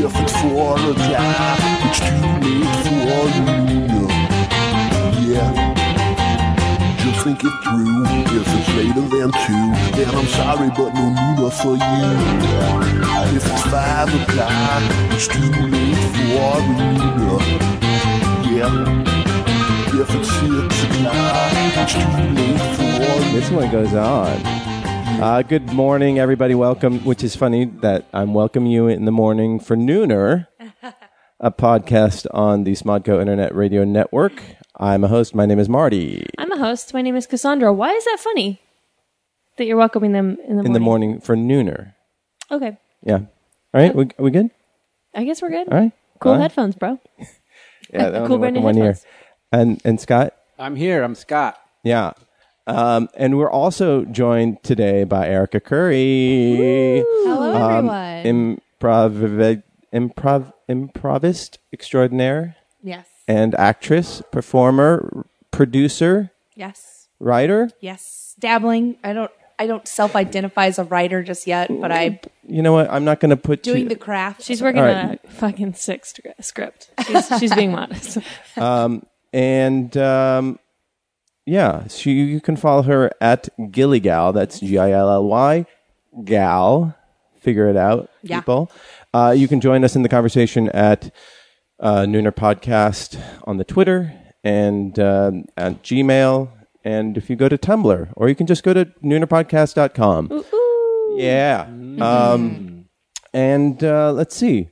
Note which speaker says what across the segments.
Speaker 1: for a drive. It's too late for you. Yeah. Just think it through. If it's later than two, then I'm sorry, but no Luna for you. If it's five o'clock, it's too late for a Luna. Yeah. If it's six o'clock, it's too late for you.
Speaker 2: This one goes on. Uh, good morning, everybody. Welcome. Which is funny that I'm welcome you in the morning for Nooner, a podcast on the Smodco Internet Radio Network. I'm a host. My name is Marty.
Speaker 3: I'm a host. My name is Cassandra. Why is that funny? That you're welcoming them in the
Speaker 2: In the morning
Speaker 3: morning.
Speaker 2: for Nooner.
Speaker 3: Okay.
Speaker 2: Yeah. All right. We, we good?
Speaker 3: I guess we're good.
Speaker 2: All right.
Speaker 3: Cool
Speaker 2: All right.
Speaker 3: headphones, bro.
Speaker 2: Yeah, that
Speaker 3: A
Speaker 2: only
Speaker 3: cool
Speaker 2: worked
Speaker 3: brand new
Speaker 2: in one year.
Speaker 3: headphones.
Speaker 2: And and Scott.
Speaker 4: I'm here. I'm Scott.
Speaker 2: Yeah. Um, and we're also joined today by Erica Curry.
Speaker 3: Hello,
Speaker 2: um, improv improv improvist extraordinaire
Speaker 3: yes.
Speaker 2: and actress, performer, producer,
Speaker 5: Yes.
Speaker 2: writer.
Speaker 5: Yes. Dabbling. I don't I don't self identify as a writer just yet, but I'm
Speaker 2: You know what? I'm not going to put
Speaker 5: doing
Speaker 2: you-
Speaker 5: the craft.
Speaker 3: She's working
Speaker 2: All
Speaker 3: on
Speaker 2: right.
Speaker 3: a fucking sick stri- script. She's, she's being modest.
Speaker 2: and um, yeah, she you can follow her at Gilligal. That's G I L L Y Gal. Figure it out,
Speaker 5: Yeah.
Speaker 2: people. Uh, you can join us in the conversation at uh, Nooner Podcast on the Twitter and um at Gmail. And if you go to Tumblr, or you can just go to noonerpodcast.com. Yeah. Um, and uh, let's see.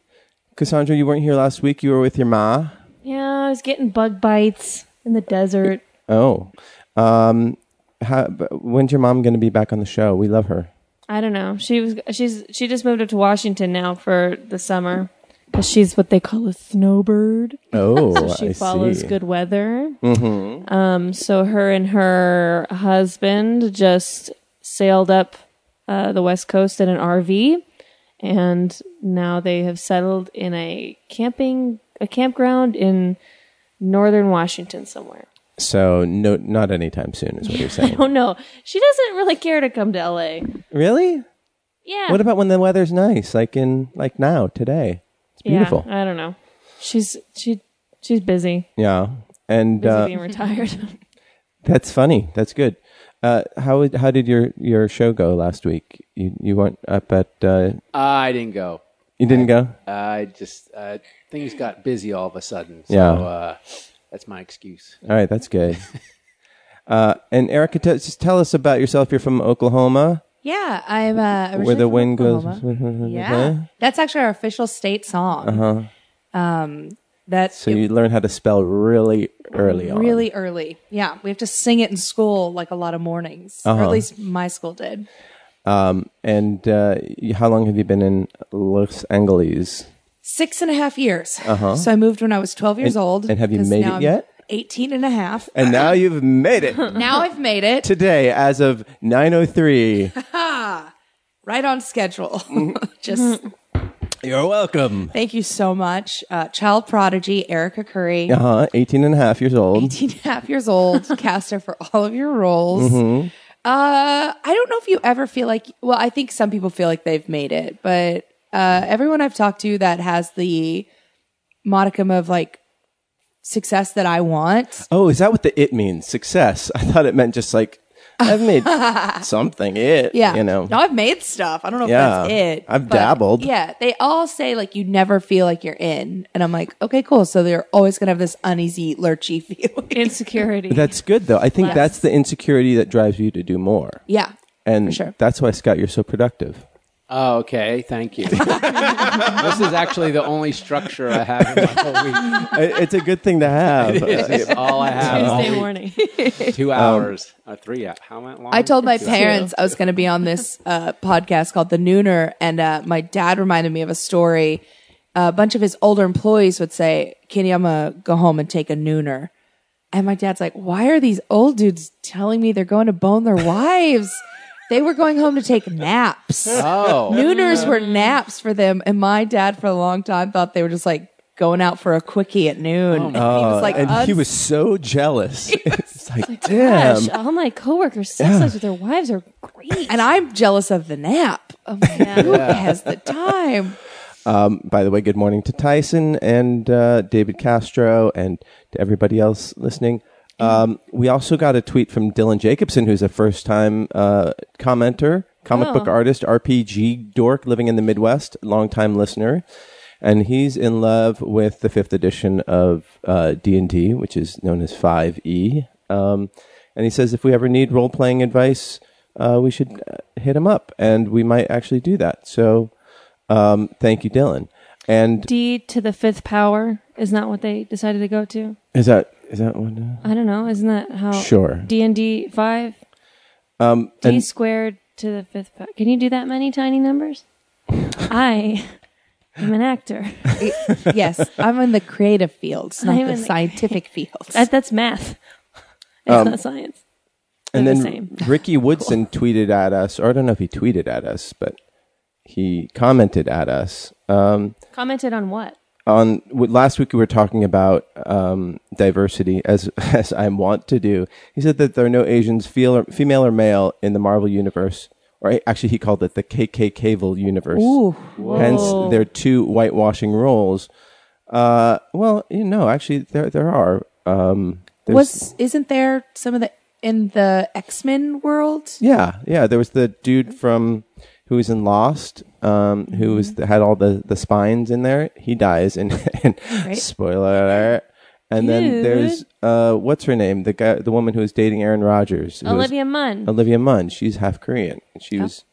Speaker 2: Cassandra, you weren't here last week. You were with your ma.
Speaker 3: yeah, I was getting bug bites in the desert.
Speaker 2: Oh, um, how, b- when's your mom going to be back on the show? We love her.
Speaker 3: I don't know. She was. She's. She just moved up to Washington now for the summer because she's what they call a snowbird.
Speaker 2: Oh,
Speaker 3: she follows good weather. Mm-hmm. Um, so her and her husband just sailed up uh, the west coast in an RV, and now they have settled in a camping a campground in northern Washington somewhere.
Speaker 2: So no, not anytime soon is what you're saying.
Speaker 3: Oh no, she doesn't really care to come to LA.
Speaker 2: really?
Speaker 3: Yeah,
Speaker 2: What about when the weather's nice, like in like now today? It's
Speaker 3: Yeah, Uh,
Speaker 2: beautiful. Yeah,
Speaker 3: I don't know. She's she she's busy.
Speaker 2: and
Speaker 3: Busy
Speaker 2: uh,
Speaker 3: being retired.
Speaker 2: that's funny. That's good. Uh, how would- how did your your show go last week? You you weren't up at uh,
Speaker 4: I didn't go.
Speaker 2: you didn't go.
Speaker 4: I just uh, things got busy all of a sudden. So
Speaker 2: Yeah.
Speaker 4: uh, that's my excuse.
Speaker 2: All right, that's good. uh, and Erica, t- just tell us about yourself. You're from Oklahoma.
Speaker 5: Yeah, I'm uh originally
Speaker 2: Where the
Speaker 5: from
Speaker 2: wind goes-
Speaker 5: Oklahoma. Yeah. That's actually our official state song. Um that
Speaker 2: Uh-huh. So
Speaker 5: it-
Speaker 2: you learn how to spell really early on.
Speaker 5: really early. Yeah. We have to sing it in school like a lot of mornings. Or
Speaker 2: Uh-huh.
Speaker 5: at least my school did.
Speaker 2: And uh, y- how long have you been in Los Angeles?
Speaker 5: Six and a half years. So I moved when I was 12 years
Speaker 2: Uh-huh. And-
Speaker 5: old.
Speaker 2: and have you
Speaker 5: 'cause
Speaker 2: made
Speaker 5: now
Speaker 2: it
Speaker 5: I'm
Speaker 2: yet?
Speaker 5: 18 and a half.
Speaker 2: And now you've made it
Speaker 5: Now I've made it.
Speaker 2: today, as of 9:03.
Speaker 5: right on schedule.
Speaker 2: Mm-hmm.
Speaker 5: Just
Speaker 2: You're welcome.
Speaker 5: thank you so much. Uh, child prodigy, Erica Curry,
Speaker 2: Uh huh. 18 and a half years old.
Speaker 5: 18 and a half years old, cast her for all of your roles.
Speaker 2: Mm-hmm.
Speaker 5: Uh, I don't know if you ever feel like, well, I think some people feel like they've made it, but uh, everyone I've talked to that has the modicum of like success that I want.
Speaker 2: Oh, is that what the it means? Success. I thought it meant just like I've made something. It.
Speaker 5: Yeah.
Speaker 2: You know.
Speaker 5: no, I've made stuff. I don't know if
Speaker 2: Yeah.
Speaker 5: that's it.
Speaker 2: I've
Speaker 5: but
Speaker 2: dabbled.
Speaker 5: Yeah. They all say like you never feel like you're in. And I'm like, okay, cool. So they're always going to have this uneasy, lurchy feeling.
Speaker 3: Insecurity.
Speaker 2: That's good though. I think that's the insecurity that drives you to do more.
Speaker 5: yeah.
Speaker 2: And
Speaker 5: sure.
Speaker 2: that's why Scott, you're so productive.
Speaker 4: Oh, okay. Thank you. this is actually the only structure I have in my whole week.
Speaker 2: I- it's a good thing to have.
Speaker 4: It's all I have. all
Speaker 3: Tuesday
Speaker 4: week.
Speaker 3: morning.
Speaker 2: Oh.
Speaker 4: Two hours. Uh, three hours. How long?
Speaker 5: I told my
Speaker 4: Two
Speaker 5: parents I was going to be on this uh, podcast called The Nooner, and uh, my dad reminded me of a story. a bunch of his older employees would say, "Kitty, I'm gonna go home and take a nooner," and my dad's like, "Why are these old dudes telling me they're going to bone their wives? they were going home to take naps.
Speaker 4: hours. Oh.
Speaker 5: Nooners were naps for them." And my dad, for a long time, thought they were just like going out for a quickie at noon. and he was like,
Speaker 2: Oh, and he
Speaker 5: "Uns-
Speaker 2: was so jealous. it's like, damn.
Speaker 3: Gosh, all my coworkers' sex lives with their wives are great.
Speaker 5: and I'm jealous of the nap. I'm like, Who has the time?
Speaker 2: Um, by the way, good morning to Tyson and uh, David Castro and to everybody else listening. Um, we also got a tweet from Dylan Jacobson, who's a first time uh, commenter, comic
Speaker 3: Oh.
Speaker 2: book artist, RPG dork living in the Midwest, longtime listener. And he's in love with the fifth edition of uh, D&D, which is known as 5e. Um, and he says if we ever need role-playing advice, uh, we should uh, hit him up. And we might actually do that. So um, thank you, Dylan. And
Speaker 3: D to the fifth power is not what they decided to go to.
Speaker 2: is that is that one?
Speaker 3: I don't know. Isn't that how?
Speaker 2: Sure.
Speaker 3: D and D five. Um, D
Speaker 2: and-
Speaker 3: squared to the fifth power. Can you do that many tiny numbers? I am an actor.
Speaker 5: yes, I'm in the creative fields, not
Speaker 3: I'm
Speaker 5: the
Speaker 3: in the
Speaker 5: scientific fields.
Speaker 3: That, that's math. It's not science.
Speaker 2: Um, and
Speaker 3: They're
Speaker 2: then
Speaker 3: the same.
Speaker 2: Ricky Woodson tweeted at us, or I don't know if he tweeted at us, but he commented at us um,
Speaker 3: Commented on what?
Speaker 2: on w- last week. We were talking about um, diversity, as as I'm wont to do. He said that there are no Asians, feel or, female or male, in the Marvel universe, or a- actually, he called it the KKKville universe.
Speaker 5: Ooh.
Speaker 2: Hence, there are two whitewashing roles. Uh, well, you know, actually, there there are. Um, there's-
Speaker 5: Was isn't there some of the in the X Men world?
Speaker 2: Yeah, yeah. There was the dude from who was in Lost, um, who was the, had all the, the spines in there. He dies, and, and spoiler alert. And then
Speaker 3: Dude.
Speaker 2: there's uh, what's her name? The guy, the woman who was dating Aaron Rodgers, who was- um,
Speaker 3: Olivia Munn.
Speaker 2: Olivia Munn. She's half Korean. She was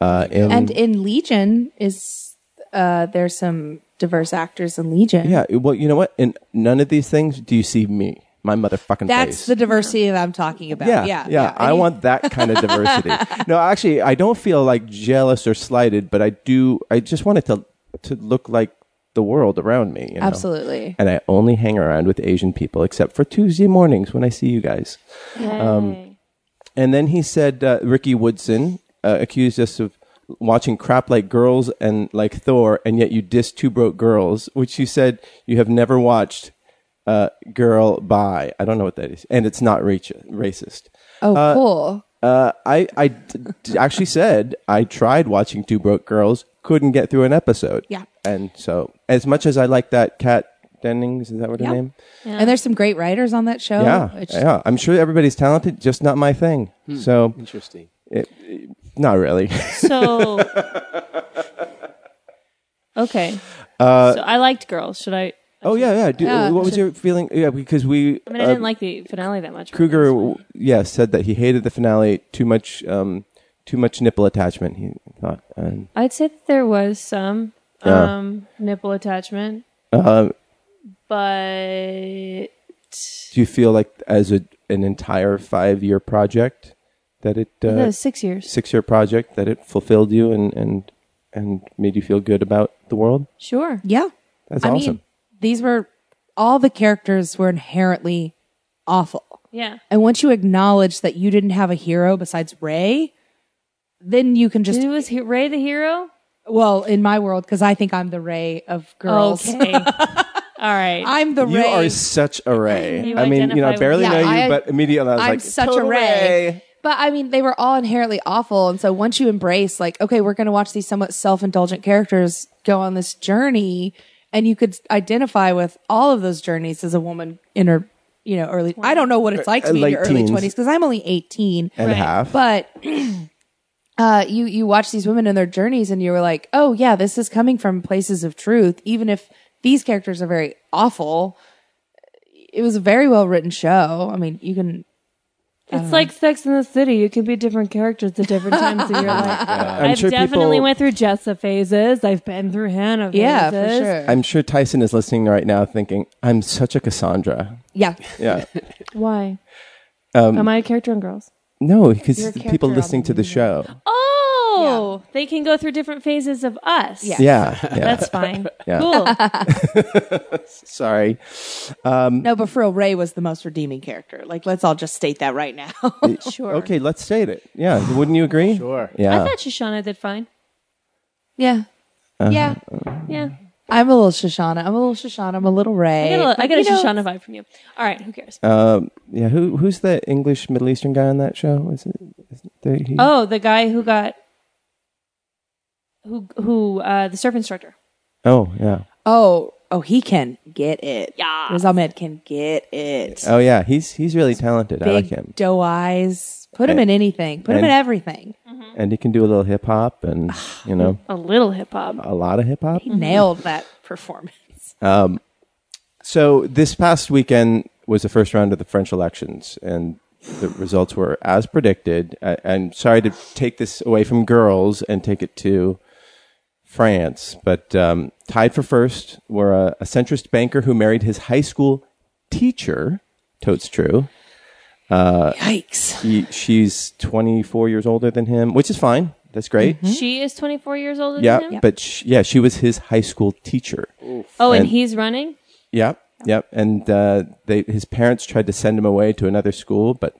Speaker 2: uh, in,
Speaker 5: And in Legion is uh there's some diverse actors in Legion.
Speaker 2: yeah. Well, you know what? In none of these things do you see me, my motherfucking
Speaker 5: That's
Speaker 2: face.
Speaker 5: the diversity that I'm talking about.
Speaker 2: Yeah,
Speaker 5: Yeah.
Speaker 2: yeah.
Speaker 5: And
Speaker 2: I
Speaker 5: you-
Speaker 2: want that kind of diversity. no, actually, I don't feel like jealous or slighted, but I do. I just want it to to look like the world around me. you know?
Speaker 5: Absolutely.
Speaker 2: And I only hang around with Asian people, except for Tuesday mornings when I see you guys. um,
Speaker 3: Yay.
Speaker 2: And then he said, uh, Ricky Woodson uh, accused us of watching crap like girls and like Thor, and yet you dissed two broke girls, which you said you have never watched. Uh, girl, by I don't know what that is, and it's not reach- racist.
Speaker 5: Oh, cool.
Speaker 2: Uh, I I d- d- actually said I tried watching Two Broke Girls, couldn't get through an episode.
Speaker 5: Yeah.
Speaker 2: And so, as much as I like that Kat Dennings, is that what her
Speaker 5: Yeah.
Speaker 2: name?
Speaker 5: And there's some great writers on that
Speaker 3: Oh,
Speaker 5: show.
Speaker 2: yeah.
Speaker 5: which-
Speaker 2: yeah. I'm sure everybody's talented, just not my thing.
Speaker 3: Hmm.
Speaker 2: So,
Speaker 4: Interesting.
Speaker 2: not really.
Speaker 3: So. Okay.
Speaker 2: Uh,
Speaker 3: so I liked girls. Should I?
Speaker 2: oh yeah, yeah. Do,
Speaker 5: Yeah,
Speaker 2: what was
Speaker 5: sure.
Speaker 2: your feeling? Yeah, because we.
Speaker 3: I mean, I
Speaker 2: uh,
Speaker 3: didn't like the finale that much. but
Speaker 2: Kruger,
Speaker 3: that's fine.
Speaker 2: w- yeah, said that he hated the finale. Too much, um, too much nipple attachment. He thought, and
Speaker 3: I'd say that there was some
Speaker 2: Yeah.
Speaker 3: um, nipple attachment,
Speaker 2: um,
Speaker 3: but
Speaker 2: do you feel like as a an entire five year project that it uh,
Speaker 3: no, six years.
Speaker 2: six year project that it fulfilled you and and and made you feel good about the world.
Speaker 3: Sure.
Speaker 5: Yeah.
Speaker 2: That's
Speaker 5: I
Speaker 2: awesome.
Speaker 5: mean, these were all the characters were inherently awful.
Speaker 3: Yeah.
Speaker 5: And once you acknowledge that you didn't have a hero besides Ray, then you can just
Speaker 3: Who was he- Ray the hero?
Speaker 5: well, in my world, because I think I'm the Ray of girls.
Speaker 3: Okay. All right.
Speaker 5: I'm the
Speaker 2: you
Speaker 5: Ray.
Speaker 2: are such a Ray.
Speaker 3: You
Speaker 2: I mean, you know, I
Speaker 3: identify
Speaker 2: barely
Speaker 5: with-
Speaker 2: know
Speaker 5: Yeah,
Speaker 2: you,
Speaker 5: I-
Speaker 2: but immediately I was
Speaker 5: I'm
Speaker 2: like,
Speaker 5: such a
Speaker 2: "Total
Speaker 5: Ray. But I mean, they were all inherently awful. And so once you embrace, like, okay, we're going to watch these somewhat self indulgent characters go on this journey, and you could identify with all of those journeys as a woman in her, you know, early. I don't know what it's like
Speaker 2: Uh,
Speaker 5: to be in your
Speaker 2: late
Speaker 5: early
Speaker 2: teens.
Speaker 5: 20s because I'm only 18.
Speaker 2: and
Speaker 3: Right.
Speaker 2: half.
Speaker 5: But. Uh, you you watch these women and their journeys, and you were like, "Oh yeah, this is coming from places of truth." Even if these characters are very awful, it was a very well written show. I mean, you can
Speaker 3: it's like Sex in the City. You can be different characters at different times of your life.
Speaker 2: Oh I'm
Speaker 3: I've
Speaker 2: sure
Speaker 3: definitely
Speaker 2: people.
Speaker 3: went through Jessa phases. I've been through Hannah phases.
Speaker 5: yeah, for sure.
Speaker 2: I'm sure Tyson is listening right now, thinking, "I'm such a Cassandra."
Speaker 5: Yeah.
Speaker 2: Yeah.
Speaker 3: Why?
Speaker 2: Um,
Speaker 3: Am I a character on Girls?
Speaker 2: no, because
Speaker 5: character
Speaker 2: people
Speaker 5: on
Speaker 2: listening to the show.
Speaker 3: Oh, they can go through different phases of us.
Speaker 5: Yeah.
Speaker 2: Yeah. yeah.
Speaker 3: That's fine.
Speaker 2: Yeah.
Speaker 3: Cool.
Speaker 2: Sorry.
Speaker 5: No, but for real, Ray was the most redeeming character. Like, let's all just state that right now.
Speaker 3: Sure.
Speaker 2: Okay, uh, let's state it. Yeah. Wouldn't you agree?
Speaker 4: Sure.
Speaker 2: Yeah.
Speaker 3: I thought Shoshana did fine.
Speaker 5: yeah. yeah.
Speaker 3: Yeah.
Speaker 5: I'm a little Shoshana. I'm a little Shoshana. I'm a little Ray.
Speaker 3: I get a, little- I
Speaker 5: But,
Speaker 3: get a
Speaker 5: you know,
Speaker 3: Shoshana vibe from you. All right, who cares?
Speaker 2: Um, yeah. Who Who's the English Middle Eastern guy on that show? Is it? Is it the, he,
Speaker 3: oh, the guy who got who who uh the surf instructor.
Speaker 2: Oh yeah.
Speaker 5: Oh, oh, he can get it.
Speaker 3: Yeah.
Speaker 5: Riz Ahmed can get it.
Speaker 2: Oh yeah. He's he's really talented. I like
Speaker 5: Big
Speaker 2: him,
Speaker 5: doe eyes. Put him in anything. Put him in
Speaker 2: and-
Speaker 5: everything.
Speaker 2: and he can do a little hip hop and you know
Speaker 3: A little hip hop.
Speaker 2: a lot of hip hop.
Speaker 5: He nailed that performance.
Speaker 2: So this past weekend was the first round of the French elections, and the results were as predicted. I, I'm sorry to take this away from girls and take it to France, but um, tied for first were a, a centrist banker who married his high school teacher. Totes true.
Speaker 5: Yikes.
Speaker 2: He, she's 24 years older than him, which is fine. That's great.
Speaker 3: She is 24 years older
Speaker 2: Yeah,
Speaker 3: than him.
Speaker 2: but sh yeah, she was his high school teacher.
Speaker 3: Oh, and
Speaker 2: And-
Speaker 3: he's running?
Speaker 2: Yep, yep. And uh, they, his parents tried to send him away to another school, but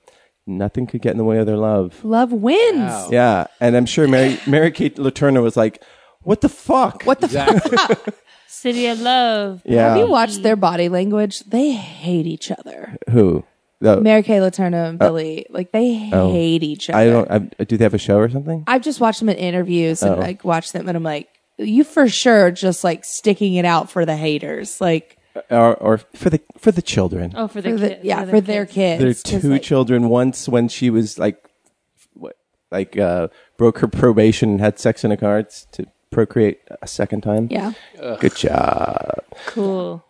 Speaker 2: nothing could get in the way of their love.
Speaker 5: Love wins.
Speaker 2: Yeah, and I'm sure Mary Mary Kate Letourneau was like, "What the fuck?"
Speaker 5: What the
Speaker 4: Exactly.
Speaker 3: City of Love.
Speaker 2: Yeah.
Speaker 5: Have you watched their body language? They hate each other.
Speaker 2: Who? The-
Speaker 5: Mary Kay Letourneau and Billy, like they hate each other.
Speaker 2: Oh. I don't. Oh. I, do they have a show or something?
Speaker 5: I've just watched them in interviews and like watched them, and I'm like, you for sure just like sticking it out for the haters, like
Speaker 2: Or, or for the for the children?
Speaker 3: Oh, for the,
Speaker 5: for the,
Speaker 3: kid-
Speaker 5: yeah, for, their
Speaker 3: kids.
Speaker 5: kids.
Speaker 2: there are
Speaker 5: 'Cause,
Speaker 2: two
Speaker 5: like,
Speaker 2: children. Once when she was like, what, like uh, broke her probation and had sex in a car to procreate a second time.
Speaker 5: Yeah,
Speaker 2: Good job.
Speaker 3: Cool.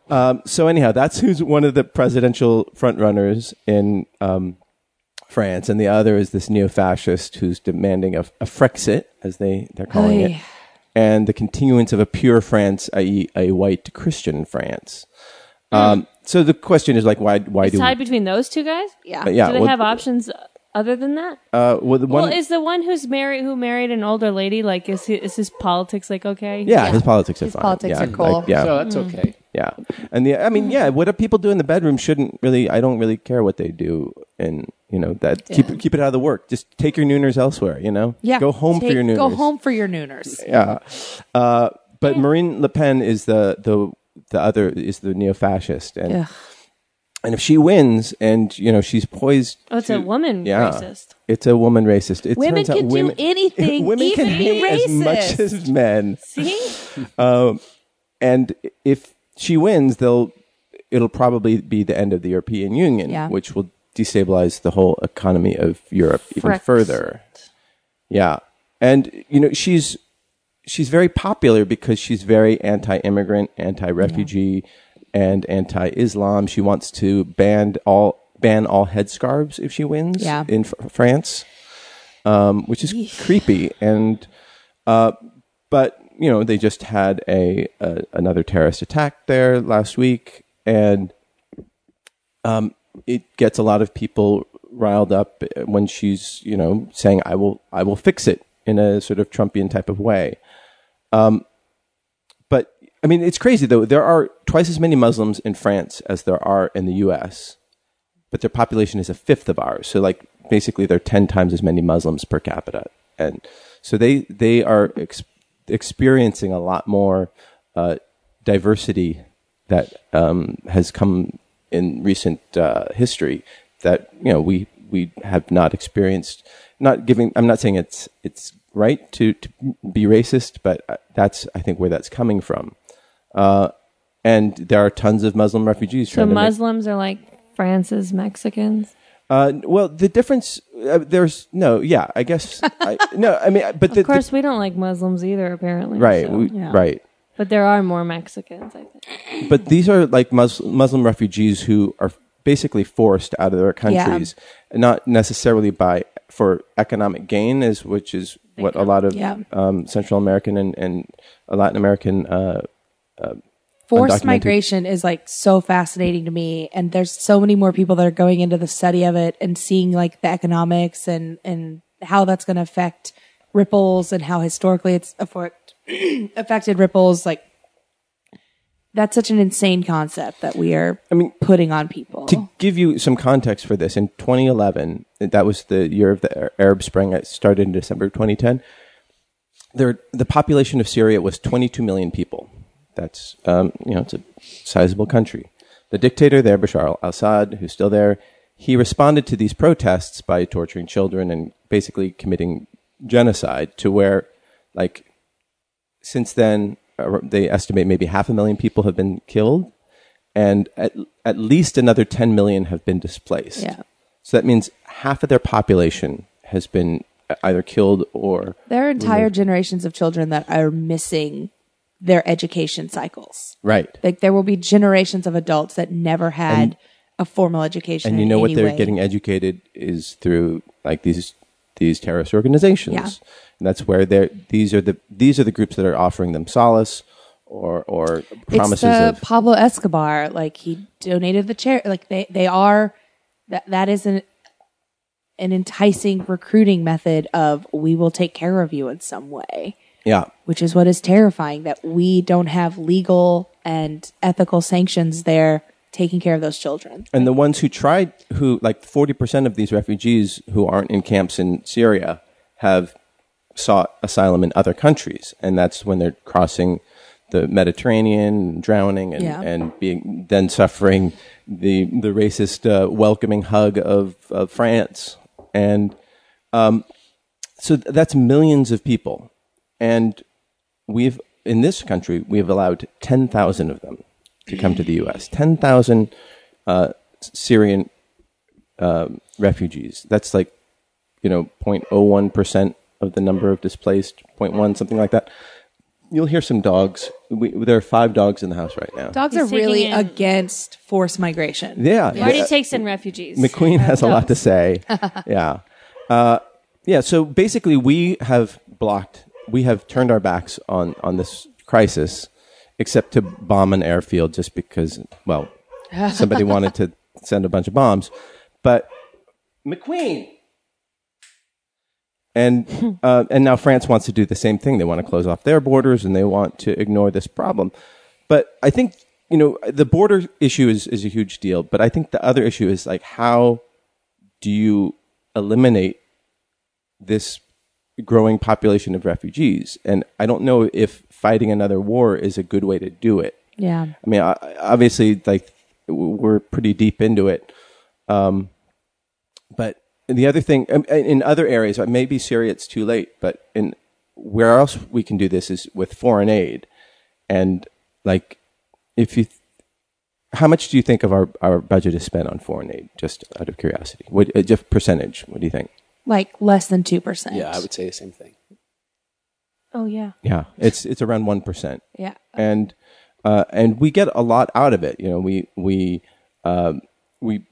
Speaker 2: So anyhow, that's who's one of the presidential frontrunners in um, France, and the other is this neo-fascist who's demanding a, a Frexit, as they they're calling
Speaker 5: Oy.
Speaker 2: it, and the continuance of a pure France, i.e., a white Christian France. Um, so the question is like, why? Why
Speaker 3: It's
Speaker 2: do?
Speaker 3: tied between those two guys?
Speaker 5: yeah,
Speaker 2: yeah,
Speaker 3: Do they
Speaker 2: well,
Speaker 3: have options other than that?
Speaker 2: uh, well, the one,
Speaker 3: well, is the one who's married who married an older lady like is he, is his politics like okay?
Speaker 2: yeah, his politics are
Speaker 5: His
Speaker 2: fine.
Speaker 5: politics
Speaker 2: yeah,
Speaker 5: are cool.
Speaker 2: like, yeah, Mm.
Speaker 4: So that's okay.
Speaker 2: Yeah, and the I
Speaker 5: Mm.
Speaker 2: mean, yeah, what people do in the bedroom shouldn't really. I don't really care what they do, and you know that keep keep it out of the work. Just take your nooners elsewhere. You know,
Speaker 5: yeah.
Speaker 2: go home
Speaker 5: Take-
Speaker 2: for your nooners.
Speaker 5: Go home for your nooners.
Speaker 2: Yeah, uh, but Marine Le Pen is the the the other is the neo fascist, and
Speaker 5: Yeah.
Speaker 2: and if she wins, and you know she's poised.
Speaker 3: Oh, it's a
Speaker 2: to-
Speaker 3: woman
Speaker 2: Yeah,
Speaker 3: racist.
Speaker 2: It's a woman racist. It
Speaker 5: Women
Speaker 2: turns out
Speaker 5: can do
Speaker 2: women,
Speaker 5: anything,
Speaker 2: Women
Speaker 5: even
Speaker 2: can
Speaker 5: be
Speaker 2: hate as
Speaker 5: racist.
Speaker 2: much as men. Um,
Speaker 3: See?
Speaker 2: and if she wins, they'll it'll probably be the end of the European Union,
Speaker 5: Yeah.
Speaker 2: which will destabilize the whole economy of Europe even
Speaker 3: Frexit.
Speaker 2: further. Yeah, and you know she's she's very popular because she's very anti-immigrant, anti-refugee, and anti-Islam. She wants to ban all ban all headscarves if she wins
Speaker 5: Yeah.
Speaker 2: in fr- France, um, which is creepy. And uh, but you know they just had a, a another terrorist attack there last week and um, it gets a lot of people riled up when she's you know saying i will i will fix it in a sort of trumpian type of way um, but i mean it's crazy though there are twice as many muslims in france as there are in the us but their population is a fifth of ours. So like basically they're 10 times as many Muslims per capita. And so they, they are ex- experiencing a lot more uh, diversity that um, has come in recent uh, history that, you know, we, we have not experienced. Not giving, I'm not saying it's, it's right to, to be racist, but uh, that's, I think, where that's coming from. Uh, and there are tons of Muslim refugees.
Speaker 3: So
Speaker 2: trying to make-
Speaker 3: Muslims are like France's Mexicans.
Speaker 2: uh, well, the difference uh, there's no, yeah, I guess I, no, I mean, uh, but the,
Speaker 3: Of course, we don't like Muslims either, apparently.
Speaker 2: the- right,
Speaker 3: so-
Speaker 2: we, right,
Speaker 3: But there are more Mexicans, I think.
Speaker 2: but these are like Mus- Muslim refugees who are basically forced out of their countries, not necessarily by for economic gain, is which is what a lot of
Speaker 5: Yeah.
Speaker 2: um, Central American and, and Latin American uh,
Speaker 5: Forced
Speaker 2: Undocumented.
Speaker 5: migration is like so fascinating to me, and there's so many more people that are going into the study of it and seeing like the economics and and how that's going to affect ripples and how historically it's affect, affected ripples. Like that's such an insane concept that we are. I mean, putting on people.
Speaker 2: to give you some context for this, in 2011, that was the year of the Ar- Arab Spring. It started in December of 2010. There, the population of Syria was 22 million people. That's um, you know, it's a sizable country. The dictator there, Bashar al-Assad, who's still there, he responded to these protests by torturing children and basically committing genocide. To where, like, since then, uh, they estimate maybe half a million people have been killed, and at, at least another 10 million have been displaced.
Speaker 5: Yeah.
Speaker 2: So that means half of their population has been uh, either killed or
Speaker 5: There are entire generations of children that are missing their education cycles.
Speaker 2: right.
Speaker 5: Like there will be generations of adults that never had a formal education.
Speaker 2: and you
Speaker 5: in
Speaker 2: know what
Speaker 5: any
Speaker 2: they're
Speaker 5: way.
Speaker 2: getting educated is through like these these terrorist organizations
Speaker 5: Yeah.
Speaker 2: and that's where they're these are the these are the groups that are offering them solace or or
Speaker 5: It's
Speaker 2: promises
Speaker 5: the
Speaker 2: of
Speaker 5: Pablo Escobar. Like he donated the chair. Like they they are that that is an an enticing recruiting method of we will take care of you in some way.
Speaker 2: yeah
Speaker 5: which is what is terrifying that we don't have legal and ethical sanctions there taking care of those children.
Speaker 2: and the ones who tried who like 40% of these refugees who aren't in camps in syria have sought asylum in other countries and that's when they're crossing the mediterranean drowning and,
Speaker 5: Yeah.
Speaker 2: and being then suffering the the racist uh, welcoming hug of, of france and um, so th- that's millions of people and we've in this country we have allowed 10,000 of them to come to the US 10,000 uh, Syrian um refugees that's like you know 0.01% of the number of displaced 0.1 something like that you'll hear some dogs we, there are five dogs in the house right now
Speaker 5: Dogs
Speaker 3: He's
Speaker 5: are really
Speaker 3: taking in-
Speaker 5: against forced migration.
Speaker 2: yeah
Speaker 3: Marty
Speaker 2: yeah.
Speaker 3: takes in refugees.
Speaker 2: McQueen has a lot to say. yeah. Uh, yeah. So basically, we have blocked, we have turned our backs on, on this crisis, except to bomb an airfield just because, well, somebody wanted to send a bunch of bombs. But McQueen. And uh, and now France wants to do the same thing. They want to close off their borders and they want to ignore this problem. But I think you know the border issue is is a huge deal. But I think the other issue is like how do you eliminate this growing population of refugees? And I don't know if fighting another war is a good way to do it.
Speaker 5: Yeah.
Speaker 2: I mean, I- I- obviously, like w- we're pretty deep into it. Um, but the other thing, um, in other areas, uh, maybe Syria it's too late, but in where else we can do this is with foreign aid, and like if you. how much do you think of our, our budget is spent on foreign aid? Just out of curiosity, what uh, just percentage? What do you think?
Speaker 5: Like less than 2%.
Speaker 4: Yeah, I would say the same thing.
Speaker 3: Oh yeah.
Speaker 2: Yeah, it's it's around one percent.
Speaker 5: Yeah.
Speaker 2: and uh, and we get a lot out of it. You know, we we um, we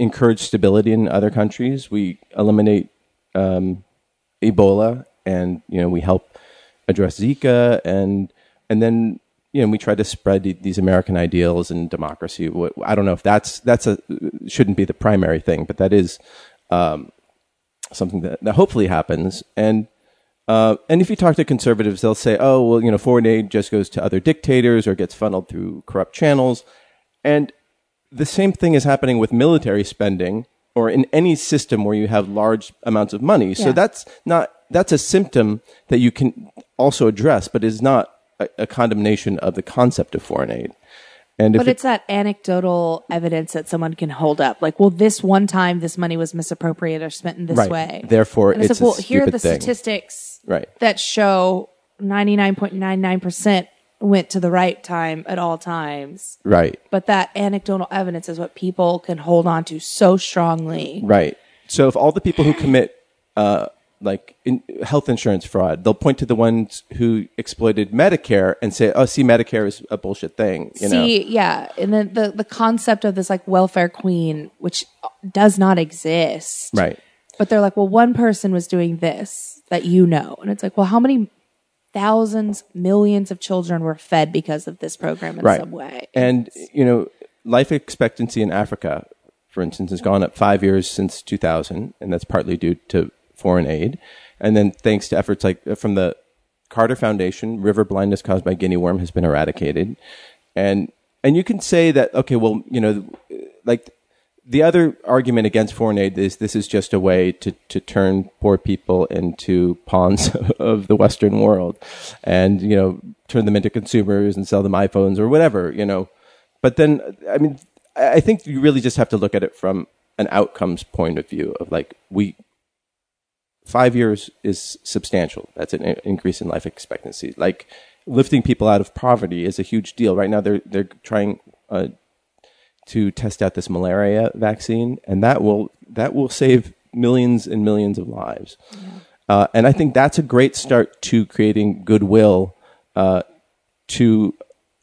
Speaker 2: encourage stability in other countries. We eliminate um, Ebola, and you know, we help address Zika, and and then you know, we try to spread the- these American ideals and democracy. Wh- I don't know if that's that's a shouldn't be the primary thing, but that is something that, that hopefully happens. And uh, and if you talk to conservatives, they'll say, "Oh, well, you know, foreign aid just goes to other dictators or gets funneled through corrupt channels." And the same thing is happening with military spending or in any system where you have large amounts of money. So
Speaker 5: Yeah.
Speaker 2: that's not that's a symptom that you can also address, but is not a, a condemnation of the concept of foreign aid. And if
Speaker 5: But
Speaker 2: it-
Speaker 5: it's that anecdotal evidence that someone can hold up. Like, well, this one time this money was misappropriated or spent in this
Speaker 2: Right.
Speaker 5: way.
Speaker 2: Therefore,
Speaker 5: and it's,
Speaker 2: it's
Speaker 5: like,
Speaker 2: a
Speaker 5: well, here are
Speaker 2: stupid
Speaker 5: the
Speaker 2: thing.
Speaker 5: statistics
Speaker 2: Right.
Speaker 5: that show 99.99% went to the right time at all times.
Speaker 2: right,
Speaker 5: But that anecdotal evidence is what people can hold on to so strongly.
Speaker 2: Right. So if all the people who commit uh, like in, health insurance fraud, they'll point to the ones who exploited Medicare and say, "Oh, see, Medicare is a bullshit thing." You
Speaker 5: See,
Speaker 2: know.
Speaker 5: yeah, and then the the concept of this like welfare queen, which does not exist,
Speaker 2: Right.
Speaker 5: But they're like, well, one person was doing this that you know, and it's like, well, how many thousands, millions of children were fed because of this program in
Speaker 2: Right.
Speaker 5: some way?
Speaker 2: And you know, life expectancy in Africa, for instance, has gone up five years since 2000, and that's partly due to foreign aid, and then thanks to efforts like uh, from the Carter Foundation, river blindness caused by guinea worm has been eradicated, and and you can say that okay, well, you know, like the other argument against foreign aid is this is just a way to, to turn poor people into pawns of the Western world and, you know, turn them into consumers and sell them iPhones or whatever, you know. But then, I mean, I I think you really just have to look at it from an outcomes point of view of like, we, five years is substantial. That's an i- increase in life expectancy. Like, lifting people out of poverty is a huge deal. Right now, they're they're trying uh, to test out this malaria vaccine, and that will that will save millions and millions of lives. Uh, and I think that's a great start to creating goodwill uh, to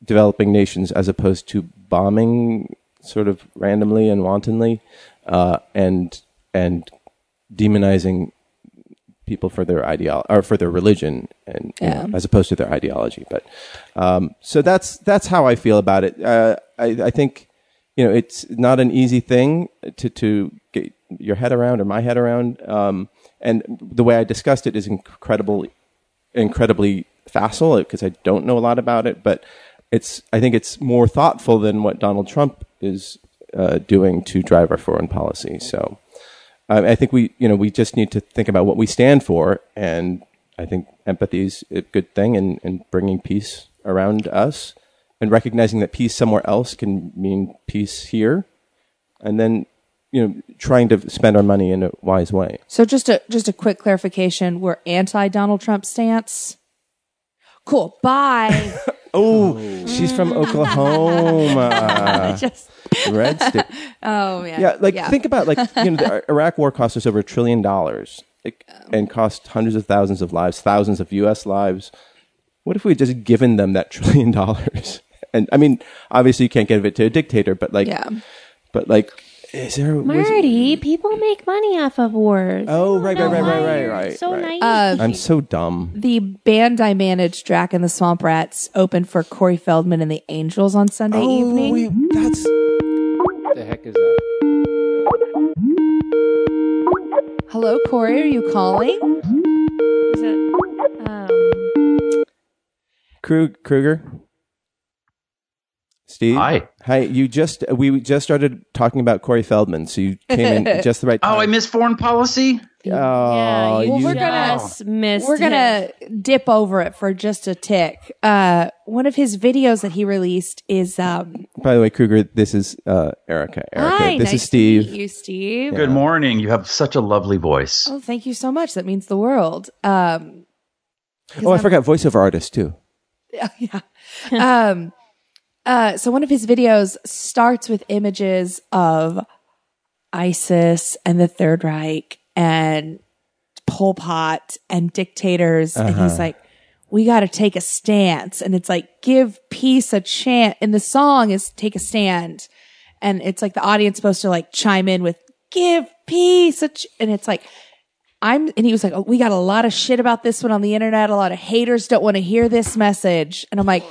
Speaker 2: developing nations, as opposed to bombing sort of randomly and wantonly, uh, and and demonizing people for their ideology or for their religion and you know, as opposed to their ideology but um, so that's that's how i feel about it uh, I, I think you know it's not an easy thing to to get your head around or my head around um, and the way i discussed it is incredible incredibly facile because i don't know a lot about it but it's i think it's more thoughtful than what donald trump is uh, doing to drive our foreign policy so I, I think we, you know, we just need to think about what we stand for, and I think empathy is a good thing, and, and bringing peace around us, and recognizing that peace somewhere else can mean peace here, and then, you know, trying to spend our money in a wise way.
Speaker 5: So just a just a quick clarification: we're anti Donald Trump stance. Cool. Bye.
Speaker 2: Oh, she's from Oklahoma,
Speaker 5: just
Speaker 2: red state.
Speaker 5: oh man.
Speaker 2: Yeah, like think about like you know the uh, Iraq War cost us over a trillion dollars like, and cost hundreds of thousands of lives, thousands of U.S. lives. What if we had just given them that trillion dollars? And I mean, obviously you can't give it to a dictator, but like,
Speaker 5: Yeah.
Speaker 2: but like, is there? was-
Speaker 3: Marty, people make money off of wars.
Speaker 2: Oh, right, right,
Speaker 3: No,
Speaker 2: right, right, right,
Speaker 3: you're
Speaker 2: right.
Speaker 3: So
Speaker 2: right.
Speaker 3: naive.
Speaker 5: Uh,
Speaker 2: I'm so dumb.
Speaker 5: the band I managed, Drac and the Swamp Rats, opened for Corey Feldman and the Angels on Sunday evening.
Speaker 2: Oh, we- that's
Speaker 4: What the heck is that?
Speaker 5: Hello, Corey. Are you calling?
Speaker 3: Is it, um,
Speaker 2: Krug, Kruger. Steve.
Speaker 6: Hi.
Speaker 2: Hi. You just we just started talking about Corey Feldman, so you came in just the right time.
Speaker 6: Oh, I missed foreign policy.
Speaker 2: Oh,
Speaker 3: yeah, you
Speaker 2: you- Oh.
Speaker 5: we're gonna-
Speaker 3: just missed
Speaker 5: We're
Speaker 3: it.
Speaker 5: gonna dip over it for just a tick. Uh, one of his videos that he released is um,
Speaker 2: By the way, Kruger, this is uh, Erica. Erica,
Speaker 5: Hi,
Speaker 2: this
Speaker 5: nice
Speaker 2: is Steve.
Speaker 5: To meet you, Steve.
Speaker 6: Good morning. You have such a lovely voice.
Speaker 5: Oh, thank you so much. That means the world. Um,
Speaker 2: oh, I forgot voiceover artist too.
Speaker 5: yeah. um, uh, so one of his videos starts with images of ISIS and the Third Reich and Pol Pot and dictators, and he's like, "We got to take a stance," and it's like, "Give peace a chance." And the song is "Take a Stand," and it's like the audience supposed to like chime in with "Give peace," a ch-, and it's like. I'm, and he was like, oh, we got a lot of shit about this one on the internet. A lot of haters don't want to hear this message. And I'm like,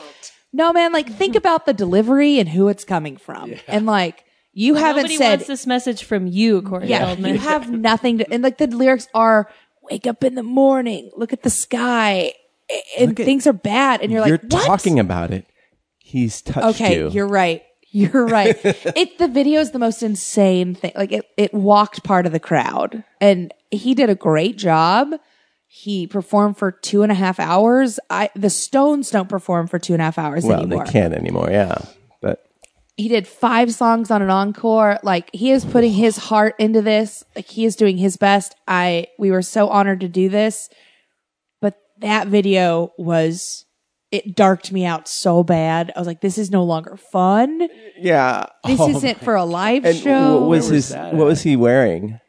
Speaker 5: no, man, like think about the delivery and who it's coming from. And like, you haven't
Speaker 3: Nobody
Speaker 5: said
Speaker 3: wants this message from you, Corey
Speaker 5: yeah,
Speaker 3: Feldman.
Speaker 5: you have nothing to, and like the lyrics are, "Wake up in the morning, look at the sky, a- and things are bad," and you're,
Speaker 2: You're
Speaker 5: like, what?
Speaker 2: talking about it. He's touched
Speaker 5: Okay,
Speaker 2: you.
Speaker 5: are right. You're right. it the video is the most insane thing. Like it, it walked part of the crowd, and he did a great job. He performed for two and a half hours. I the Stones don't perform for two and a half hours
Speaker 2: well,
Speaker 5: anymore.
Speaker 2: they can't anymore. Yeah, but
Speaker 5: He did five songs on an encore. Like he is putting his heart into this. Like he is doing his best. I we were so honored to do this. But that video was it darked me out so bad. I was like, this is no longer fun.
Speaker 2: yeah.
Speaker 5: This isn't for a live
Speaker 2: Oh, And
Speaker 5: show.
Speaker 2: what was his? What was he wearing?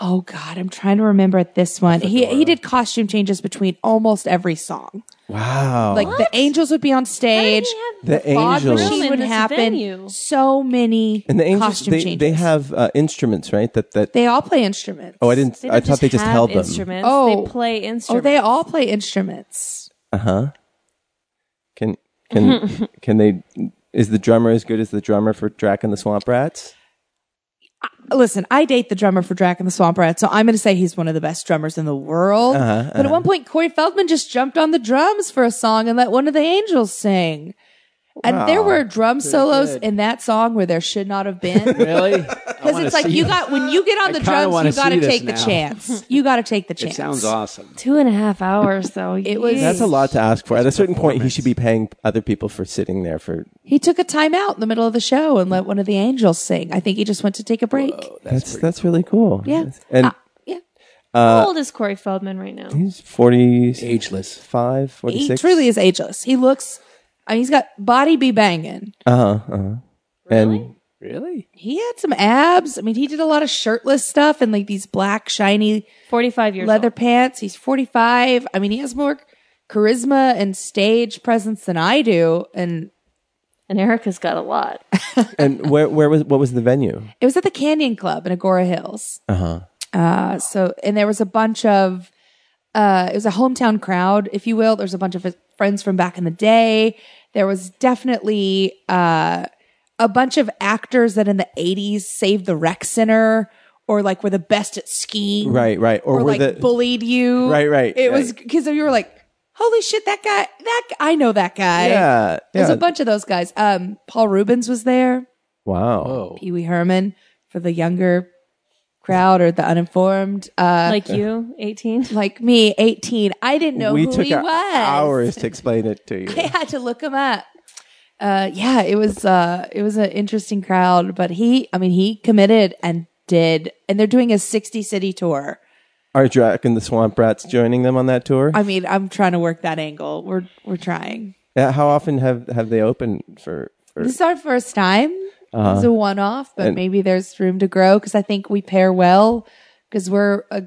Speaker 5: oh God, I'm trying to remember at this one. He he did costume changes between almost every song.
Speaker 2: Wow.
Speaker 5: Like the angels would be on stage.
Speaker 2: The
Speaker 5: Fog
Speaker 2: Angels.
Speaker 5: machine
Speaker 3: Room in
Speaker 5: would
Speaker 3: this
Speaker 5: happen.
Speaker 3: venue.
Speaker 5: So many
Speaker 2: and the angels.
Speaker 5: costume
Speaker 2: They,
Speaker 5: changes.
Speaker 2: they have uh, instruments, right? That that.
Speaker 5: They all play instruments.
Speaker 2: oh, I didn't.
Speaker 3: They
Speaker 2: I
Speaker 3: don't
Speaker 2: thought they just
Speaker 3: have
Speaker 2: held them.
Speaker 3: instruments.
Speaker 5: Oh.
Speaker 3: they play
Speaker 5: Oh,
Speaker 3: instruments.
Speaker 5: they all play instruments.
Speaker 2: Uh huh. Can can can they? Is the drummer as good as the drummer for Drac and the Swamp Rats?
Speaker 5: Listen, I date the drummer for Drac and the Swamp Rat, so I'm going to say he's one of the best drummers in the world.
Speaker 2: Uh-huh,
Speaker 5: But at one point, Corey Feldman just jumped on the drums for a song and let one of the angels sing. And there were drum solos in that song where there should not have been.
Speaker 4: Really?
Speaker 5: Because it's like you got when you get on
Speaker 4: I
Speaker 5: the
Speaker 4: kinda
Speaker 5: drums,
Speaker 4: wanna
Speaker 5: you got
Speaker 4: see
Speaker 5: to
Speaker 4: this
Speaker 5: take the
Speaker 4: now.
Speaker 5: chance. You got to take the chance.
Speaker 4: It sounds awesome.
Speaker 3: two and a half hours though. it
Speaker 5: was-
Speaker 2: That's a lot to ask for. At a certain point, he should be paying other people for sitting there for.
Speaker 5: He took a time out in the middle of the show and let one of the angels sing. I think he just went to take a break.
Speaker 2: That's that's, really cool.
Speaker 5: Yeah. Uh,
Speaker 2: and
Speaker 5: Yeah.
Speaker 3: How old is Corey Feldman right now?
Speaker 2: He's 45,
Speaker 4: Ageless.
Speaker 2: 46.
Speaker 5: He truly is ageless. He looks. I mean, he's got body be banging.
Speaker 2: Uh-huh, uh-huh. And
Speaker 4: Really?
Speaker 5: He had some abs. I mean, he did a lot of shirtless stuff and like these black shiny
Speaker 3: 45 years
Speaker 5: leather
Speaker 3: old.
Speaker 5: pants. He's 45. I mean, he has more charisma and stage presence than I do. And
Speaker 3: And Erica's got a lot.
Speaker 2: and where where was what was the venue?
Speaker 5: it was at the Canyon Club in Agora Hills. Uh-huh. so and there was a bunch of uh it was a hometown crowd, if you will. There's a bunch of his friends from back in the day. There was definitely uh a bunch of actors that in the 80s saved the rec center or like were the best at skiing.
Speaker 2: Right, right. Or
Speaker 5: Or,
Speaker 2: were
Speaker 5: like
Speaker 2: the-
Speaker 5: bullied you.
Speaker 2: Right, right,
Speaker 5: It
Speaker 2: right.
Speaker 5: was because you were like, holy shit, that guy that g- I know that guy.
Speaker 2: Yeah,
Speaker 5: There's
Speaker 2: yeah.
Speaker 5: a bunch of those guys. Um Paul Rubens was there.
Speaker 2: Wow.
Speaker 4: Oh.
Speaker 5: Pee Wee Herman for the younger crowd or the uninformed, uh,
Speaker 3: Like you, 18.
Speaker 5: like me, 18. I didn't know
Speaker 2: we
Speaker 5: who
Speaker 2: took
Speaker 5: he
Speaker 2: our-
Speaker 5: was.
Speaker 2: hours to explain it to you.
Speaker 5: I had to look him up. Uh, yeah, it was uh, it was an interesting crowd, but he, I mean, he committed and did, and they're doing a 60 city tour.
Speaker 2: Are Drac and the Swamp Rats joining them on that tour?
Speaker 5: I mean, I'm trying to work that angle. We're we're trying.
Speaker 2: Yeah, Uh, How often have, have they opened for? for
Speaker 5: This is our first time. it's a one off, but
Speaker 2: Uh-huh. And-
Speaker 5: maybe there's room to grow because I think we pair well because we're a,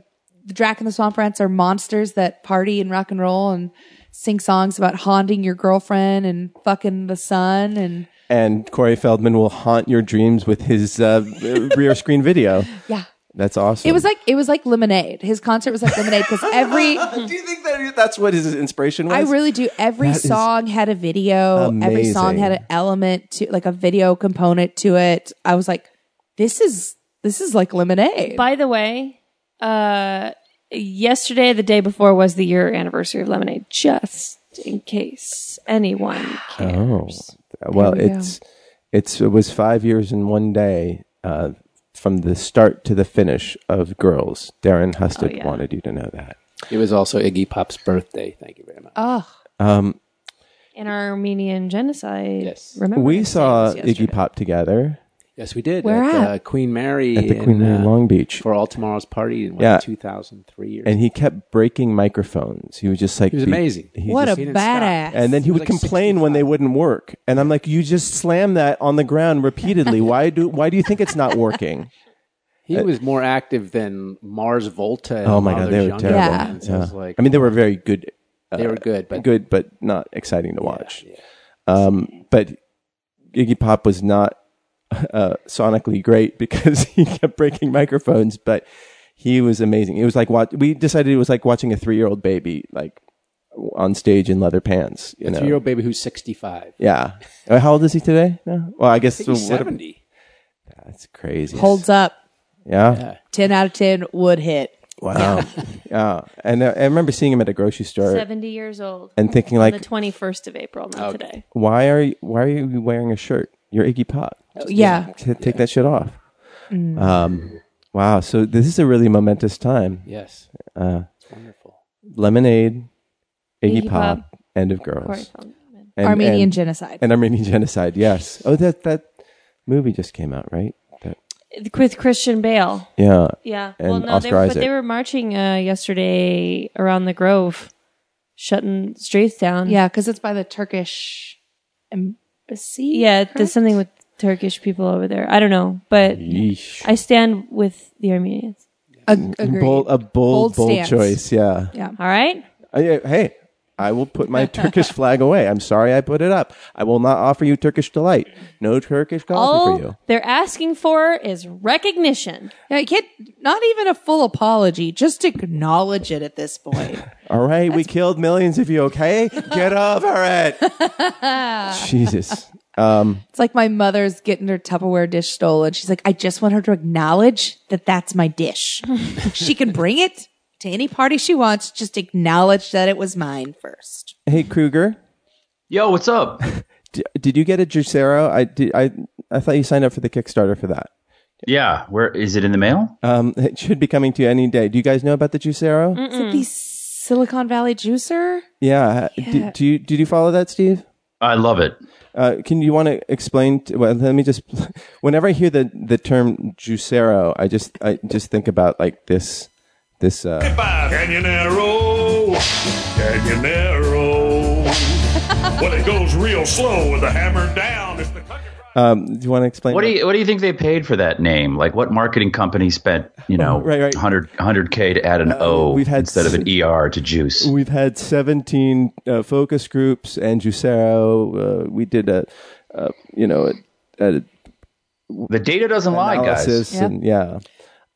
Speaker 5: the Drac and the Swamp Rats are monsters that party and rock and roll and sing songs about haunting your girlfriend and fucking the sun and
Speaker 2: and Corey Feldman will haunt your dreams with his uh, rear screen video.
Speaker 5: yeah.
Speaker 2: That's awesome.
Speaker 5: It was like it was like lemonade. His concert was like lemonade because every
Speaker 2: do you think that that's what his inspiration was?
Speaker 5: I really do. Every
Speaker 2: That is
Speaker 5: song had a video. Every song
Speaker 2: amazing.
Speaker 5: had an element to like a video component to it. I was like, this is this is like lemonade.
Speaker 3: By the way, uh, yesterday, the day before, was the year anniversary of Lemonade, just in case anyone
Speaker 2: Oh,
Speaker 3: cares.
Speaker 2: well,
Speaker 5: There we go.
Speaker 2: it's it's it was five years and one day uh, from the start to the finish of Girls. Darren Husted
Speaker 5: Oh,
Speaker 3: yeah.
Speaker 2: wanted you to know that.
Speaker 4: It was also Iggy Pop's birthday. Thank you very much.
Speaker 5: Oh,
Speaker 3: And our Armenian genocide.
Speaker 4: Yes.
Speaker 3: Remember
Speaker 2: we
Speaker 3: this
Speaker 2: saw
Speaker 3: day was yesterday.
Speaker 2: Iggy Pop together
Speaker 4: Yes, we did.
Speaker 5: Where
Speaker 4: at
Speaker 5: at?
Speaker 4: uh, Queen Mary
Speaker 2: at the
Speaker 4: in,
Speaker 2: Queen Mary
Speaker 4: uh,
Speaker 2: Long Beach,
Speaker 4: for All Tomorrow's Party in what,
Speaker 2: Yeah.
Speaker 4: 2003 or
Speaker 2: and he kept breaking microphones. He was just like
Speaker 4: He was
Speaker 2: be-
Speaker 4: amazing.
Speaker 2: he
Speaker 5: what a
Speaker 2: just-
Speaker 4: he didn't stop.
Speaker 5: badass!
Speaker 2: and then he,
Speaker 4: he was
Speaker 2: would
Speaker 4: like
Speaker 2: complain when they wouldn't work, and I'm like, "You just slam that on the ground repeatedly. Why do Why do you think it's not working?"
Speaker 4: He was more active than Mars Volta. and
Speaker 2: oh my
Speaker 4: all
Speaker 2: god,
Speaker 4: those
Speaker 2: they were
Speaker 4: younger
Speaker 2: terrible.
Speaker 5: Yeah.
Speaker 4: bands. It was like,
Speaker 2: I mean, they were very good. uh,
Speaker 4: They were good, but-
Speaker 2: good, but not exciting to watch. Um, but Iggy Pop was not uh, sonically great because he kept breaking microphones, but he was amazing. It was like what we decided it was like watching a three-year-old baby like on stage in leather pants. You
Speaker 4: a
Speaker 2: know,
Speaker 4: three-year-old baby who's 65.
Speaker 2: yeah. Uh, How old is he today? No? Well, I guess
Speaker 4: I think he's
Speaker 2: what a-
Speaker 4: 70.
Speaker 2: that's crazy.
Speaker 5: holds up.
Speaker 2: yeah.
Speaker 5: Ten out of ten would hit.
Speaker 2: Wow. yeah. And uh, I remember seeing him at a grocery store
Speaker 3: 70 years old.
Speaker 2: and thinking
Speaker 3: on
Speaker 2: like,
Speaker 3: the 21st of April, not today.
Speaker 2: why are you, why are you wearing a shirt? You're Iggy Pop.
Speaker 5: Yeah.
Speaker 2: T- take that shit off.
Speaker 5: Mm.
Speaker 2: Um, wow. So this is a really momentous time.
Speaker 4: Yes.
Speaker 2: Uh,
Speaker 4: it's wonderful.
Speaker 2: Lemonade, Iggy,
Speaker 3: Iggy
Speaker 2: Pop,
Speaker 3: Pop,
Speaker 2: end of
Speaker 3: Corey
Speaker 2: girls,
Speaker 3: Feldman.
Speaker 2: and,
Speaker 5: Armenian
Speaker 2: and,
Speaker 5: genocide.
Speaker 2: and Armenian genocide. Yes. Oh, that that movie just came out, right? That,
Speaker 3: With Christian Bale.
Speaker 2: yeah.
Speaker 3: Yeah.
Speaker 2: And
Speaker 3: well, no,
Speaker 2: Oscar
Speaker 3: they were,
Speaker 2: Isaac.
Speaker 3: but they were marching uh, yesterday around the Grove, shutting streets down.
Speaker 5: yeah, because it's by the Turkish embassy.
Speaker 3: Yeah, there's something with Turkish people over there. I don't know, but
Speaker 2: Yeesh.
Speaker 3: I stand with the Armenians.
Speaker 5: Ag- agreed.
Speaker 2: Bold, a bold, bold,
Speaker 5: Bold stance.
Speaker 2: choice. Yeah.
Speaker 5: yeah.
Speaker 3: All right?
Speaker 2: I- I- hey, I will put my Turkish flag away. I'm sorry I put it up. I will not offer you Turkish delight. No Turkish coffee
Speaker 3: All
Speaker 2: for you.
Speaker 3: they're asking for is recognition.
Speaker 5: Yeah, you can't. Not even a full apology. Just acknowledge it at this point.
Speaker 2: All right, we killed millions of you, okay? Get over it. Jesus.
Speaker 5: it's like my mother's getting her Tupperware dish stolen. She's like, I just want her to acknowledge that that's my dish. she can bring it to any party she wants. Just acknowledge that it was mine first.
Speaker 2: Hey, Kruger,
Speaker 6: Yo, what's up?
Speaker 2: d- did you get a Juicero? I, did, I, I thought you signed up for the Kickstarter for that.
Speaker 6: yeah, where is it in the mail?
Speaker 2: Um, it should be coming to you any day. Do you guys know about the Juicero?
Speaker 5: Is it the Silicon Valley juicer?
Speaker 2: Yeah. Do, do you, did you follow that, Steve?
Speaker 6: I love it.
Speaker 2: Uh, can you want to explain? To, well, let me just. Whenever I hear the the term juicero, I just I just think about like this this uh,
Speaker 7: Canyonero, Canyonero. well, it goes real slow with the hammer down. It's the country.
Speaker 2: um, do you want to explain
Speaker 6: What do you What do you think they paid for that name? Like, what marketing company spent you know
Speaker 2: Right, right. Uh,
Speaker 6: 100 k to add an O
Speaker 2: we've had
Speaker 6: instead of an er to juice?
Speaker 2: We've had 17 uh, focus groups and Juicero. Uh, we did a, uh, you know, a, a
Speaker 6: the data doesn't lie, guys.
Speaker 2: analysis
Speaker 5: Yep.
Speaker 2: and yeah.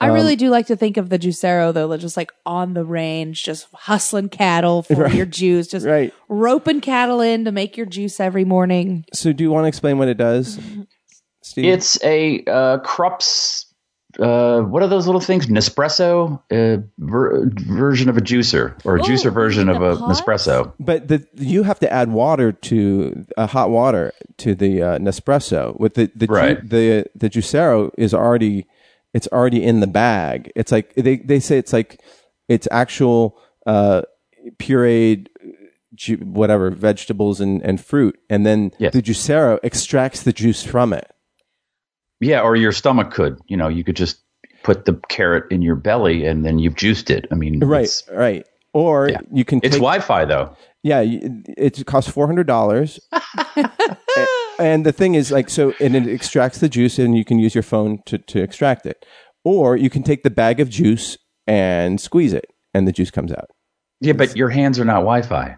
Speaker 5: I
Speaker 2: Um,
Speaker 5: really do like to think of the juicero though, just like on the range, just hustling cattle for your juice, just
Speaker 2: Right.
Speaker 5: roping cattle in to make your juice every morning.
Speaker 2: So do you want to explain what it does, Steve?
Speaker 6: It's a uh, Krups. Uh, what are those little things? Nespresso uh, ver- version of a juicer, or a juicer version
Speaker 3: in
Speaker 6: of
Speaker 3: the
Speaker 6: a
Speaker 3: pot?
Speaker 6: Nespresso.
Speaker 2: but the, you have to add water to uh, hot water to the uh, Nespresso. With the the, ju-
Speaker 6: Right.
Speaker 2: the the Juicero is already it's already in the bag. It's like they they say it's like it's actual uh, pureed ju- whatever vegetables and, and fruit, and then
Speaker 6: Yes.
Speaker 2: the Juicero extracts the juice from it.
Speaker 6: Yeah, or your stomach could. You know, you could just put the carrot in your belly, and then you've juiced it. I mean,
Speaker 2: Right,
Speaker 6: It's,
Speaker 2: right. Or
Speaker 6: Yeah.
Speaker 2: you can
Speaker 6: it's
Speaker 2: take
Speaker 6: Wi-Fi though.
Speaker 2: Yeah, you- it costs four hundred dollars. and the thing is, like, so and it extracts the juice, and you can use your phone to to extract it, or you can take the bag of juice and squeeze it, and the juice comes out.
Speaker 6: Yeah, but your hands are not Wi-Fi.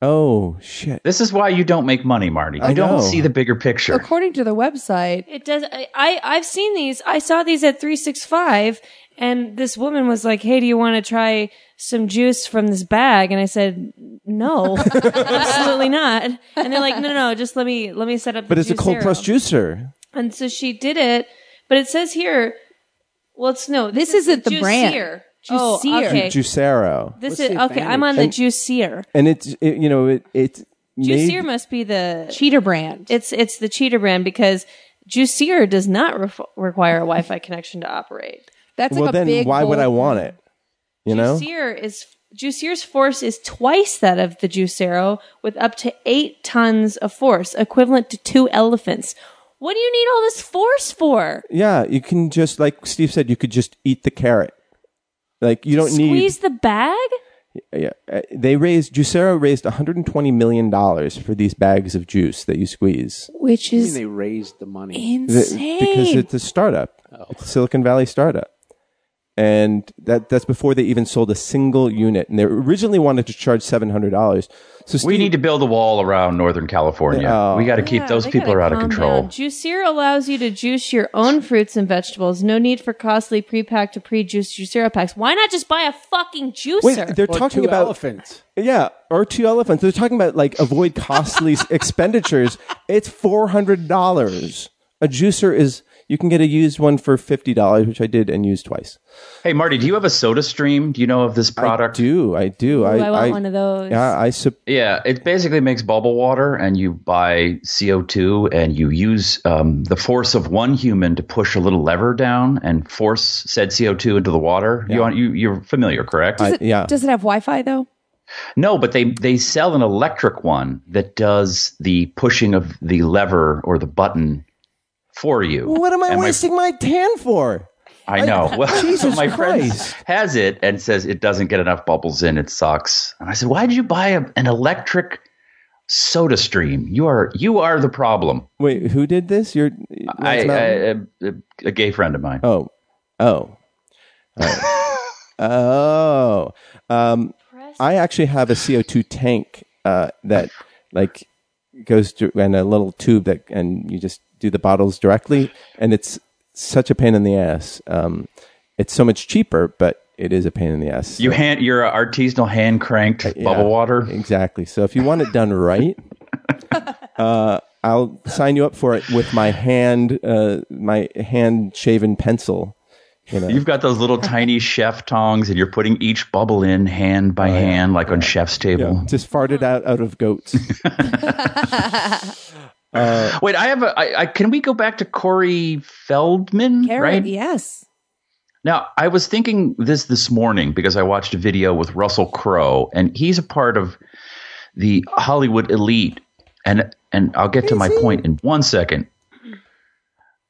Speaker 2: Oh shit!
Speaker 6: This is why you don't make money, Marty. You
Speaker 2: I know.
Speaker 6: don't see the bigger picture.
Speaker 5: According to the website,
Speaker 3: It does. I, I I've seen these. I saw these at three six five, and this woman was like, "Hey, do you want to try some juice from this bag?" And I said, "No, absolutely not." And they're like, "No, no, no. Just let me let me set up."
Speaker 2: But
Speaker 3: the
Speaker 2: it's a cold
Speaker 3: juicero."
Speaker 2: pressed juicer.
Speaker 3: And so she did it. But it says here, well, it's no. This,
Speaker 5: This isn't the brand.
Speaker 3: Juicier. Oh,
Speaker 5: Juicier.
Speaker 3: okay.
Speaker 2: Juicero,
Speaker 3: This
Speaker 4: What's
Speaker 3: is
Speaker 4: the
Speaker 3: okay. I'm on the juicier.
Speaker 2: and it's it, you know it it made-
Speaker 3: Juicier must be the
Speaker 5: cheater brand.
Speaker 3: it's it's the cheater brand because juicier does not ref- require a Wi-Fi connection to operate.
Speaker 5: That's
Speaker 2: well
Speaker 5: like a
Speaker 2: then
Speaker 5: big
Speaker 2: why would I
Speaker 5: bold-
Speaker 2: want it? You know,
Speaker 3: Juicier is Juicier's force is twice that of the Juicero, with up to eight tons of force, equivalent to two elephants. What do you need all this force for?
Speaker 2: yeah, you can just like Steve said, you could just eat the carrot. Like you don't need
Speaker 3: Squeeze the bag?
Speaker 2: yeah, uh, they raised Juicero raised 120 million dollars for these bags of juice that you squeeze
Speaker 5: Which
Speaker 4: I mean,
Speaker 5: is
Speaker 4: they raised the money.
Speaker 2: Th-
Speaker 5: insane.
Speaker 2: because it's a startup,
Speaker 6: Oh.
Speaker 2: it's a Silicon Valley startup, and that that's before they even sold a single unit. And they originally wanted to charge 700 dollars. So
Speaker 6: We
Speaker 2: Steve-
Speaker 6: need to build a wall around Northern California.
Speaker 2: Yeah.
Speaker 6: we got to keep
Speaker 3: Yeah,
Speaker 6: those
Speaker 3: they
Speaker 6: people
Speaker 3: gotta
Speaker 6: are out of
Speaker 3: calm
Speaker 6: control.
Speaker 3: down. Juicier allows you to juice your own fruits and vegetables. No need for costly pre-packed to pre-juice Juicero packs. Why not just buy a fucking juicer?
Speaker 2: Wait, they're
Speaker 4: Or
Speaker 2: talking
Speaker 4: two
Speaker 2: about
Speaker 4: elephants.
Speaker 2: yeah, or two elephants. They're talking about like avoid costly s- expenditures. It's four hundred dollars. A juicer is you can get a used one for fifty dollars, which I did and used twice.
Speaker 6: Hey, Marty, do you have a Soda Stream? Do you know of this product?
Speaker 2: I do, I do.
Speaker 3: I want one of those.
Speaker 2: Yeah, I sup-
Speaker 6: Yeah, it basically makes bubble water, and you buy CO2, and you use um, the force of one human to push a little lever down and force said CO2 into the water. You, want- you you're familiar, correct?
Speaker 2: I- yeah.
Speaker 5: Does it have Wi-Fi though?
Speaker 6: No, but they they sell an electric one that does the pushing of the lever or the button for you.
Speaker 2: What am I
Speaker 6: And my-
Speaker 2: wasting my, tan for?
Speaker 6: I know. Well,
Speaker 2: Jesus
Speaker 6: my friend
Speaker 2: Christ.
Speaker 6: has it and says it doesn't get enough bubbles in. It sucks. And I said, why did you buy a, an electric Soda Stream? You are you are the problem.
Speaker 2: Wait, who did this? You're
Speaker 6: I,
Speaker 2: Lance Mountain?
Speaker 6: I- a- a gay friend of mine.
Speaker 2: oh, oh, All right. oh. Um, I actually have a CO two tank uh, that like goes through and a little tube that and you just do the bottles directly, and it's such a pain in the ass. Um, it's so much cheaper, but it is a pain in the ass.
Speaker 6: You hand your artisanal hand cranked bubble water.
Speaker 2: Exactly. So if you want it done right, uh, I'll sign you up for it with my hand, uh, my hand shaven pencil. You know,
Speaker 6: You've got those little tiny chef tongs, and you're putting each bubble in hand
Speaker 2: Oh,
Speaker 6: by hand, like on chef's table.
Speaker 2: just farted out out of goats.
Speaker 6: Wait, I have a. I, I, can we go back to Corey Feldman?
Speaker 5: Carrot,
Speaker 6: right?
Speaker 5: yes.
Speaker 6: Now, I was thinking this this morning because I watched a video with Russell Crowe, and he's a part of the Hollywood elite. And and I'll get to my point in one second.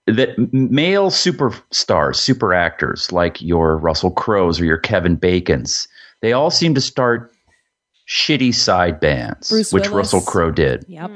Speaker 6: that m- male superstars, super actors like your Russell Crowe's or your Kevin Bacon's, they all seem to start shitty side bands,
Speaker 5: Bruce
Speaker 6: which
Speaker 5: Willis.
Speaker 6: Russell Crowe did,
Speaker 5: Yep.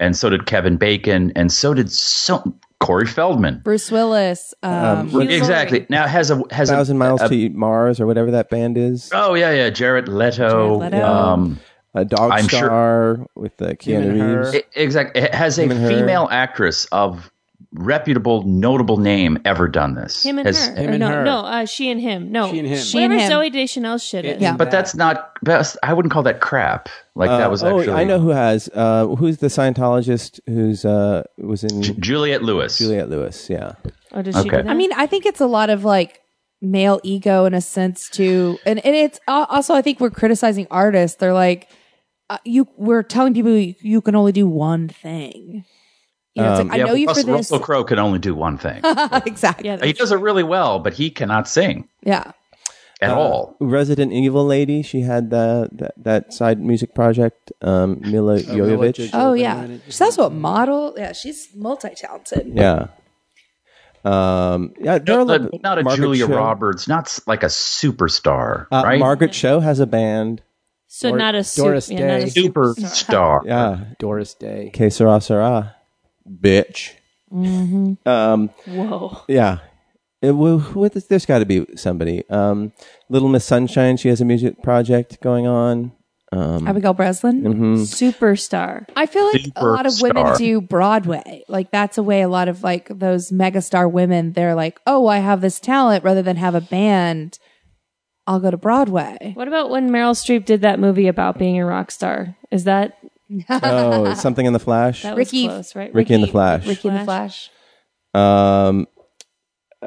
Speaker 6: and so did Kevin Bacon, and so did so Corey Feldman.
Speaker 5: Bruce Willis. Um,
Speaker 3: Hugh
Speaker 6: exactly.
Speaker 3: Laurie.
Speaker 6: Now has a has a-
Speaker 2: Thousand Miles
Speaker 6: a-
Speaker 2: to Mars or whatever that band is.
Speaker 6: Oh yeah, yeah. Jared Leto.
Speaker 5: Jared Leto.
Speaker 6: Um,
Speaker 2: A Dog
Speaker 6: I'm sure-
Speaker 2: Star with uh,
Speaker 4: Him and
Speaker 2: Keanu
Speaker 4: her.
Speaker 2: Reeves.
Speaker 6: it, exactly. e, It has a
Speaker 2: Him and her.
Speaker 6: female actress of reputable, notable name ever done this?
Speaker 3: Him and
Speaker 6: Has-
Speaker 3: her.
Speaker 4: Him
Speaker 3: Or
Speaker 4: and
Speaker 3: no,
Speaker 4: her.
Speaker 3: no, uh, she and him. No,
Speaker 4: She and him.
Speaker 5: She and
Speaker 3: Whatever
Speaker 5: him.
Speaker 3: Zoe Deschanel shit is.
Speaker 5: Yeah.
Speaker 6: But that's not best. I wouldn't call that crap. Like that was
Speaker 2: oh,
Speaker 6: actually.
Speaker 2: I know who has. Uh, who's the Scientologist who's uh, was in
Speaker 6: J- Juliette Lewis.
Speaker 2: Juliet Lewis? Yeah.
Speaker 3: Oh, does she do
Speaker 6: Okay.
Speaker 3: that?
Speaker 5: I mean, I think it's a lot of like male ego in a sense too, and and it's al- also I think we're criticizing artists. They're like, uh, you we're telling people you, you can only do one thing. You know, it's like,
Speaker 6: Um, Yeah,
Speaker 5: I know you for
Speaker 6: Russell,
Speaker 5: this.
Speaker 6: Russell Crowe can only do one thing.
Speaker 5: exactly.
Speaker 3: yeah,
Speaker 5: Yeah.
Speaker 6: he
Speaker 3: that's-
Speaker 6: does it really well, but he cannot sing at
Speaker 2: Uh,
Speaker 6: all.
Speaker 2: Resident Evil lady. She had the, that that side music project. Um, Mila
Speaker 4: Mila
Speaker 2: Jovovich.
Speaker 4: Jojo-
Speaker 5: Oh yeah. She's also a model. Yeah, she's multi talented.
Speaker 2: yeah. Um, yeah, there are
Speaker 6: Not,
Speaker 2: a lot-
Speaker 6: a- not a
Speaker 2: Margaret
Speaker 6: Julia
Speaker 2: Cho.
Speaker 6: Roberts, not s- like a superstar,
Speaker 2: Uh,
Speaker 6: right?
Speaker 2: Margaret Show has a band.
Speaker 3: so
Speaker 4: Dor-
Speaker 3: not a
Speaker 4: Doris
Speaker 3: super, yeah, not a
Speaker 4: Day.
Speaker 3: super-
Speaker 6: superstar.
Speaker 2: Yeah,
Speaker 4: Doris Day.
Speaker 2: Que Sera Sera, bitch.
Speaker 3: Whoa,
Speaker 2: Yeah. It, well, who- there's got to be somebody. Um, Little Miss Sunshine, she has a music project going on.
Speaker 6: Um,
Speaker 5: Abigail Breslin.
Speaker 2: Mm.
Speaker 3: superstar.
Speaker 5: I feel like a lot of women
Speaker 6: mm-hmm. Superstar.
Speaker 5: do Broadway. Like that's a way a lot of like those megastar women they're like, "Oh, I have this talent rather than have a band. I'll go to Broadway."
Speaker 3: What about when Meryl Streep did that movie about being a rock star? Is that
Speaker 2: Oh, something in the Flash.
Speaker 3: that
Speaker 5: Ricky-
Speaker 3: was close, right?
Speaker 2: Ricky and the Flash.
Speaker 5: Ricky and the Flash.
Speaker 2: Um,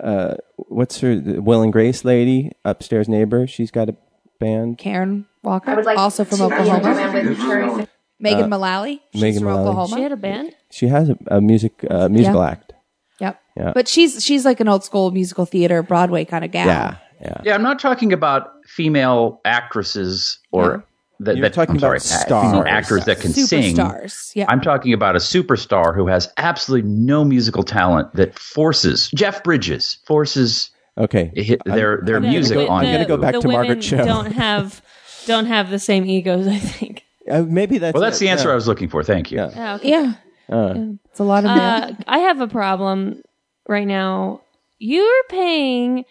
Speaker 2: uh, what's her the Will and Grace lady upstairs neighbor? She's got a band.
Speaker 5: Karen Walker, also from Oklahoma. Megan Mullally, she's
Speaker 2: Uh, Megan
Speaker 5: from
Speaker 2: Mullally.
Speaker 5: Oklahoma.
Speaker 3: She had a band.
Speaker 2: She has a, a music uh, musical act.
Speaker 5: Yep.
Speaker 2: Yeah.
Speaker 5: But she's she's like an old school musical theater Broadway kind of gal.
Speaker 2: Yeah, yeah.
Speaker 6: Yeah, I'm not talking about female actresses or that.
Speaker 2: You're
Speaker 6: that-
Speaker 2: talking
Speaker 6: I'm
Speaker 2: about
Speaker 6: sorry,
Speaker 2: stars.
Speaker 6: female actors that can sing.
Speaker 5: Superstars. Yeah.
Speaker 6: I'm talking about a superstar who has absolutely no musical talent that forces Jeff Bridges forces
Speaker 2: Okay.
Speaker 6: hi- their their
Speaker 3: Yeah,
Speaker 6: music
Speaker 3: the-
Speaker 6: on.
Speaker 3: the-
Speaker 2: I'm gonna go
Speaker 6: you.
Speaker 2: back
Speaker 3: the
Speaker 2: to Margaret Cho.
Speaker 3: women Don't have don't have the same egos. I think.
Speaker 2: Uh, maybe that's
Speaker 6: Well, that's
Speaker 2: it,
Speaker 6: the answer
Speaker 2: yeah.
Speaker 6: I was looking for. Thank you.
Speaker 3: Yeah, okay.
Speaker 5: yeah. It's a lot of
Speaker 3: Oh, Uh, I have a problem right now. You're paying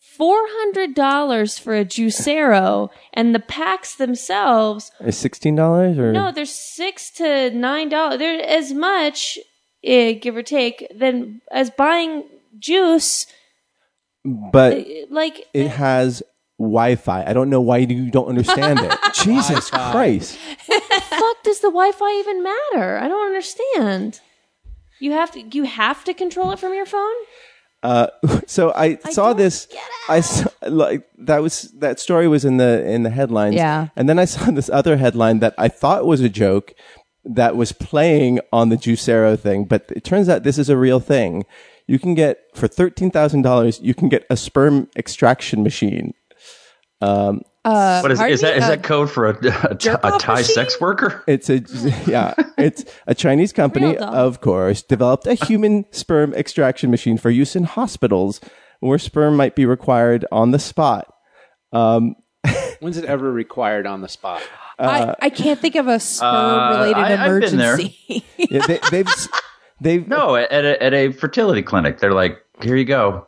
Speaker 3: four hundred dollars for a Juicero, and the packs themselves
Speaker 2: Is sixteen dollars or
Speaker 3: no, they're six to nine dollars. They're as much, eh, give or take, than as buying juice.
Speaker 2: But
Speaker 3: Eh, Like
Speaker 2: it has Wi-Fi. I don't know why you don't understand it. Jesus Christ!
Speaker 3: fuck does the Wi-Fi even matter? I don't understand. You have to you have to control it from your phone.
Speaker 2: So I, saw
Speaker 3: don't
Speaker 2: this. I saw, like that was that story was in the in the headlines.
Speaker 5: Yeah.
Speaker 2: and then I saw this other headline that I thought was a joke that was playing on the Juicero thing, but it turns out this is a real thing. You can get for thirteen thousand dollars, you can get a sperm extraction machine.
Speaker 6: What is,
Speaker 5: pardon
Speaker 6: is that?
Speaker 5: me?
Speaker 6: Is
Speaker 5: Uh,
Speaker 6: that code for a, a, Th- a
Speaker 5: jerk-off
Speaker 6: Thai
Speaker 5: machine?
Speaker 6: sex worker?
Speaker 2: It's a yeah, it's a Chinese company,
Speaker 3: Real doll.
Speaker 2: of course, developed a human sperm extraction machine for use in hospitals where sperm might be required on the spot.
Speaker 4: When's it ever required on the spot?
Speaker 5: I, I can't think of a sperm related
Speaker 6: I- I've been there.
Speaker 5: emergency.
Speaker 2: Yeah, they, they've s- they've
Speaker 6: No, at a, at a fertility clinic, they're like, "Here you go."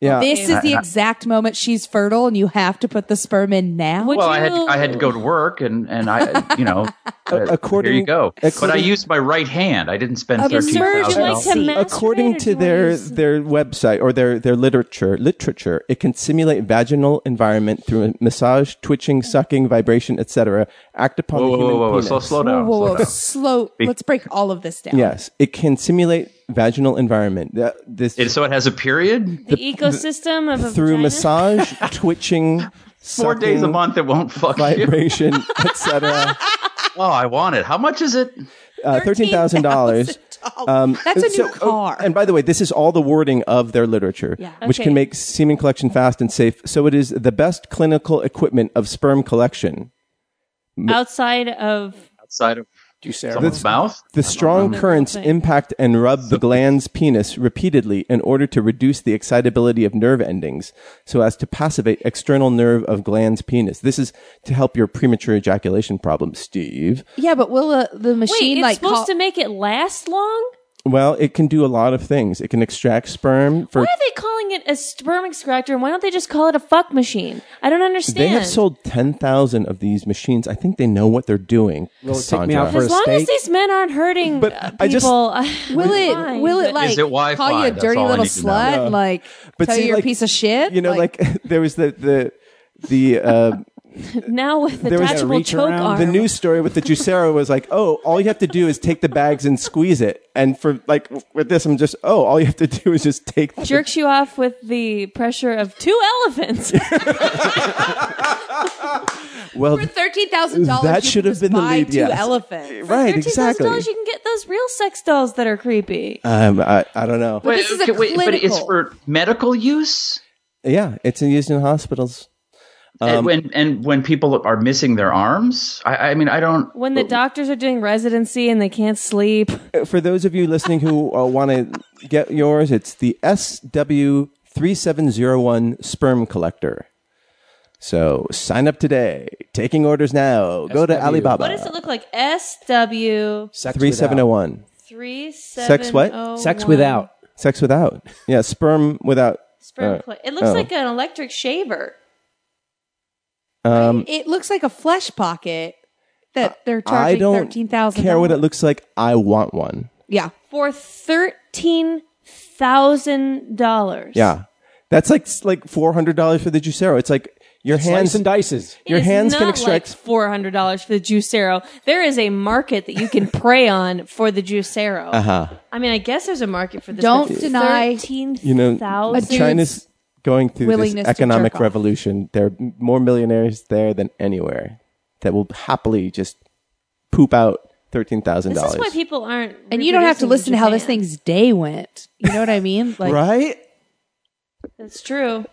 Speaker 2: yeah.
Speaker 5: this is the exact moment she's fertile and you have to put the sperm in now.
Speaker 3: Would
Speaker 6: Well,
Speaker 3: you,
Speaker 6: I had I had to go to work, and and I, you know,
Speaker 2: according-
Speaker 6: here you go. But I
Speaker 2: according-
Speaker 6: used my right hand. I didn't spend
Speaker 5: Of your
Speaker 6: thirteen
Speaker 3: Sir, would you
Speaker 6: thousand
Speaker 3: like
Speaker 6: dollars.
Speaker 3: to masturbate
Speaker 2: according
Speaker 3: or do
Speaker 2: to
Speaker 3: you wanna
Speaker 2: their
Speaker 3: use-
Speaker 2: their website or their their literature literature it can simulate vaginal environment through massage twitching sucking vibration etc act upon the
Speaker 6: Whoa, whoa,
Speaker 2: human
Speaker 6: whoa, whoa,
Speaker 2: penis
Speaker 6: Slow, slow
Speaker 5: Whoa,
Speaker 6: down.
Speaker 5: whoa,
Speaker 6: slow
Speaker 5: whoa.
Speaker 6: down.
Speaker 5: Slow. Let's break all of this down.
Speaker 2: yes it can simulate vaginal environment Th- this
Speaker 6: It- so it has a period.
Speaker 3: the, ecosystem of a
Speaker 2: through
Speaker 3: vagina?
Speaker 2: massage twitching
Speaker 6: Four days a
Speaker 2: sucking,
Speaker 6: month. It won't fuck you.
Speaker 2: vibration etc
Speaker 6: Oh, I want it. How much is it?
Speaker 2: uh, thirteen thousand dollars. Um,
Speaker 5: That's a
Speaker 2: so-
Speaker 5: new car.
Speaker 2: oh, and by the way, this is all the wording of their literature, which
Speaker 3: Okay.
Speaker 2: can make semen collection fast and safe. So it is the best clinical equipment of sperm collection.
Speaker 3: outside of
Speaker 6: Outside of
Speaker 4: Do you say
Speaker 6: Someone's mouth?
Speaker 2: The strong currents
Speaker 3: thing.
Speaker 2: impact and rub the gland's penis repeatedly in order to reduce the excitability of nerve endings so as to passivate external nerve of gland's penis. This is to help your premature ejaculation problem, Steve.
Speaker 5: Yeah, but will uh, the
Speaker 3: Wait,
Speaker 5: machine
Speaker 3: it's
Speaker 5: like
Speaker 3: supposed
Speaker 5: call-
Speaker 3: to make it last long?
Speaker 2: Well, it can do a lot of things. It can extract sperm for
Speaker 3: Why are they calling it a sperm extractor? And why don't they just call it a fuck machine? I don't understand.
Speaker 2: They have sold 10,000 of these machines. I think they know what they're doing.
Speaker 4: Will it take me
Speaker 2: Cassandra.
Speaker 4: out for a
Speaker 3: as long
Speaker 4: steak?
Speaker 3: as these men aren't hurting
Speaker 2: But
Speaker 3: uh, people,
Speaker 2: I just-
Speaker 5: Will it? will it like
Speaker 6: Is it Wi-Fi?
Speaker 5: call you a
Speaker 6: That's
Speaker 5: dirty
Speaker 6: all I
Speaker 5: little
Speaker 6: need to know.
Speaker 5: slut?
Speaker 2: Yeah.
Speaker 5: Like
Speaker 2: But
Speaker 5: tell
Speaker 2: see,
Speaker 5: you you're
Speaker 2: like,
Speaker 5: a piece of shit?
Speaker 2: You know, like, there was the, the, the, uh,
Speaker 3: now with
Speaker 2: There was a
Speaker 3: attachable
Speaker 4: reach
Speaker 3: choke
Speaker 4: around.
Speaker 3: arm?
Speaker 2: the news story with the Juicero was like, oh, all you have to do is take the bags and squeeze it. And for like with this, I'm just, oh, all you have to do is just take the
Speaker 3: jerks you off with the pressure of two elephants.
Speaker 2: Well,
Speaker 5: for thirteen thousand dollars,
Speaker 2: That should have been the
Speaker 5: buy
Speaker 2: lead,
Speaker 5: two
Speaker 2: yes.
Speaker 5: elephants.
Speaker 2: right,
Speaker 3: $13,000,
Speaker 2: exactly.
Speaker 3: You can get those real sex dolls that are creepy.
Speaker 2: Um, I, I don't know.
Speaker 5: But this is a
Speaker 6: wait, but it's
Speaker 5: clinical.
Speaker 6: for medical use?
Speaker 2: Yeah, it's used in hospitals. Um,
Speaker 6: and when and when people are missing their arms? I, I mean, I don't.
Speaker 3: when the doctors are doing residency and they can't sleep.
Speaker 2: For those of you listening who uh, want to get yours, it's the SW3701 sperm collector. So sign up today. Taking orders now. Go to
Speaker 4: SW.
Speaker 2: Alibaba.
Speaker 3: What does it look like? SW
Speaker 4: Sex
Speaker 2: Three seven zero one.
Speaker 3: three seven. oh
Speaker 2: Sex what?
Speaker 4: Sex without.
Speaker 2: Sex without. Yeah, sperm without.
Speaker 3: Sperm
Speaker 2: Uh,
Speaker 3: pla- It looks
Speaker 2: oh.
Speaker 3: like an electric shaver.
Speaker 5: It looks like a flesh pocket that they're charging
Speaker 2: I don't
Speaker 5: thirteen thousand.
Speaker 2: care what it looks like. I want one.
Speaker 5: Yeah,
Speaker 3: for thirteen thousand dollars.
Speaker 2: Yeah, that's like like four hundred dollars for the Juicero. It's like your hands
Speaker 4: Slice and dices.
Speaker 2: your hands can extract.
Speaker 3: like four hundred dollars for the Juicero. There is a market that you can prey on for the Juicero. Uh
Speaker 6: Uh-huh.
Speaker 3: huh. I mean, I guess there's a market for this.
Speaker 5: Don't
Speaker 3: but
Speaker 5: deny-
Speaker 3: thirteen
Speaker 2: you know,
Speaker 5: dude's
Speaker 2: China's going through this
Speaker 5: willingness to
Speaker 2: economic
Speaker 5: jerk off.
Speaker 2: revolution. There are more millionaires there than anywhere that will happily just poop out thirteen thousand
Speaker 3: This is why
Speaker 2: dollars.
Speaker 3: people aren't.
Speaker 5: and you don't have to
Speaker 3: reproducing in
Speaker 5: listen to how this
Speaker 3: Japan.
Speaker 5: thing's day went. You know what I mean? Like
Speaker 2: Right?
Speaker 3: That's true.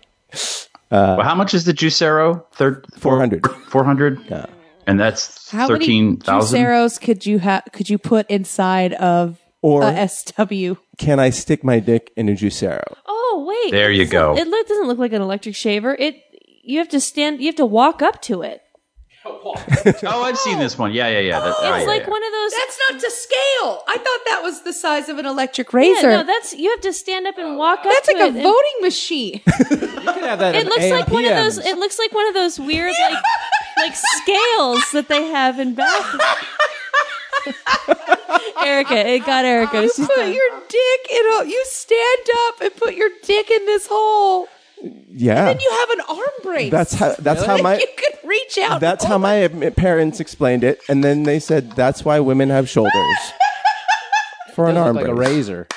Speaker 2: Uh,
Speaker 6: Well, how much is the Juicero? Third,
Speaker 2: Four hundred.
Speaker 6: four hundred. Yeah. And that's
Speaker 5: how
Speaker 6: thirteen
Speaker 5: many
Speaker 6: thousand.
Speaker 5: Juiceros could you have? Could you put inside of
Speaker 2: Or-
Speaker 3: Uh,
Speaker 5: a SW?
Speaker 2: Can I stick my dick in a Juicero?
Speaker 3: Oh wait,
Speaker 6: There
Speaker 3: it
Speaker 6: you
Speaker 3: doesn't-
Speaker 6: go.
Speaker 3: It look, doesn't look like an electric shaver. It you have to stand, you have to walk up to it.
Speaker 6: Oh, I've seen this one. Yeah, yeah, yeah. That- oh,
Speaker 3: It's
Speaker 6: yeah,
Speaker 3: like
Speaker 6: yeah.
Speaker 3: one of those.
Speaker 5: That's not to scale. I thought that was the size of an electric
Speaker 3: yeah,
Speaker 5: razor.
Speaker 3: no, that's you have to stand up and walk up.
Speaker 5: that's
Speaker 3: to
Speaker 5: like a
Speaker 3: it and-
Speaker 5: voting machine.
Speaker 4: You could have that
Speaker 3: It
Speaker 4: in
Speaker 3: looks like one of those.
Speaker 4: AMPMs.
Speaker 3: It looks like one of those weird like like scales that they have in bathrooms. Erica, it got Erica.
Speaker 5: You
Speaker 3: She's
Speaker 5: put
Speaker 3: done.
Speaker 5: your dick in a. You stand up and put your dick in this hole.
Speaker 2: Yeah,
Speaker 5: Then you have an arm brace.
Speaker 2: that's how that's how
Speaker 5: Like,
Speaker 2: my
Speaker 5: you could reach
Speaker 3: Oh,
Speaker 5: out.
Speaker 2: that's how my parents explained it, and then they said that's why women have shoulders for an
Speaker 4: It
Speaker 2: arm
Speaker 4: looked like a
Speaker 2: brace.
Speaker 4: razor.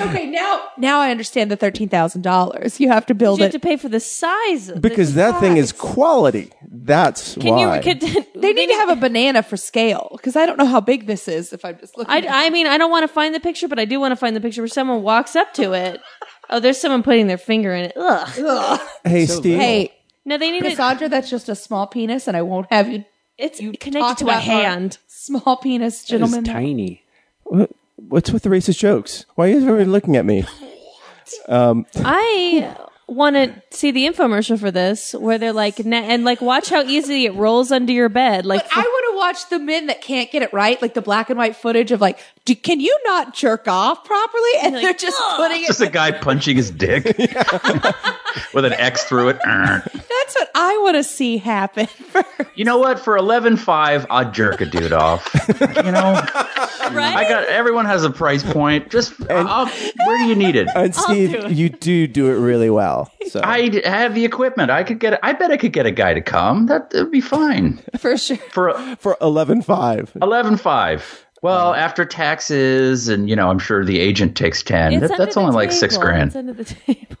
Speaker 5: Okay, now now I understand the thirteen thousand dollars. You have to build
Speaker 3: You have
Speaker 5: it.
Speaker 3: to pay for the size of the
Speaker 2: because that thing is quality. That's
Speaker 3: Can
Speaker 2: why.
Speaker 3: you? Could,
Speaker 5: they need to have a banana for scale because I don't know how big this is. If I'm just looking,
Speaker 3: I,
Speaker 5: at
Speaker 3: I mean, I don't want to find the picture, but I do want to find the picture where someone walks up to it. Oh, there's someone putting their finger in it. Ugh.
Speaker 2: hey, Steve.
Speaker 5: hey,
Speaker 3: No, they need it.
Speaker 5: Cassandra, that's just a small penis, and I won't have you
Speaker 3: It's connected
Speaker 5: talk
Speaker 3: to a
Speaker 5: about our
Speaker 3: hand.
Speaker 5: small penis,
Speaker 4: It's
Speaker 5: gentlemen.
Speaker 4: tiny.
Speaker 2: What's with the racist jokes? Why are you everyone looking at me?
Speaker 3: I want to see the infomercial for this where they're like, na- and like, watch how easily it rolls under your bed. Like,
Speaker 5: I want to watch the men that can't get it right, like the black and white footage of like, D- can you not jerk off properly? And they're just putting it.
Speaker 6: Just a guy punching his dick with an X through it. Err.
Speaker 5: That's what I want to see happen. first.
Speaker 6: You know what? For eleven five, I'd jerk a dude off. You know,
Speaker 3: right?
Speaker 6: I got everyone has a price point. Just I'll, where do you need it?
Speaker 2: And Steve, you do do it really well. So
Speaker 6: I d- have the equipment. I could get. I bet I could get a guy to come. That would be fine
Speaker 5: For sure.
Speaker 6: for
Speaker 2: for eleven five,
Speaker 6: eleven five. Well, after taxes, and you know, I'm sure the agent takes ten.
Speaker 3: It's
Speaker 6: That,
Speaker 3: under
Speaker 6: that's
Speaker 3: the
Speaker 6: only like six
Speaker 3: table.
Speaker 6: grand.
Speaker 3: It's under the table.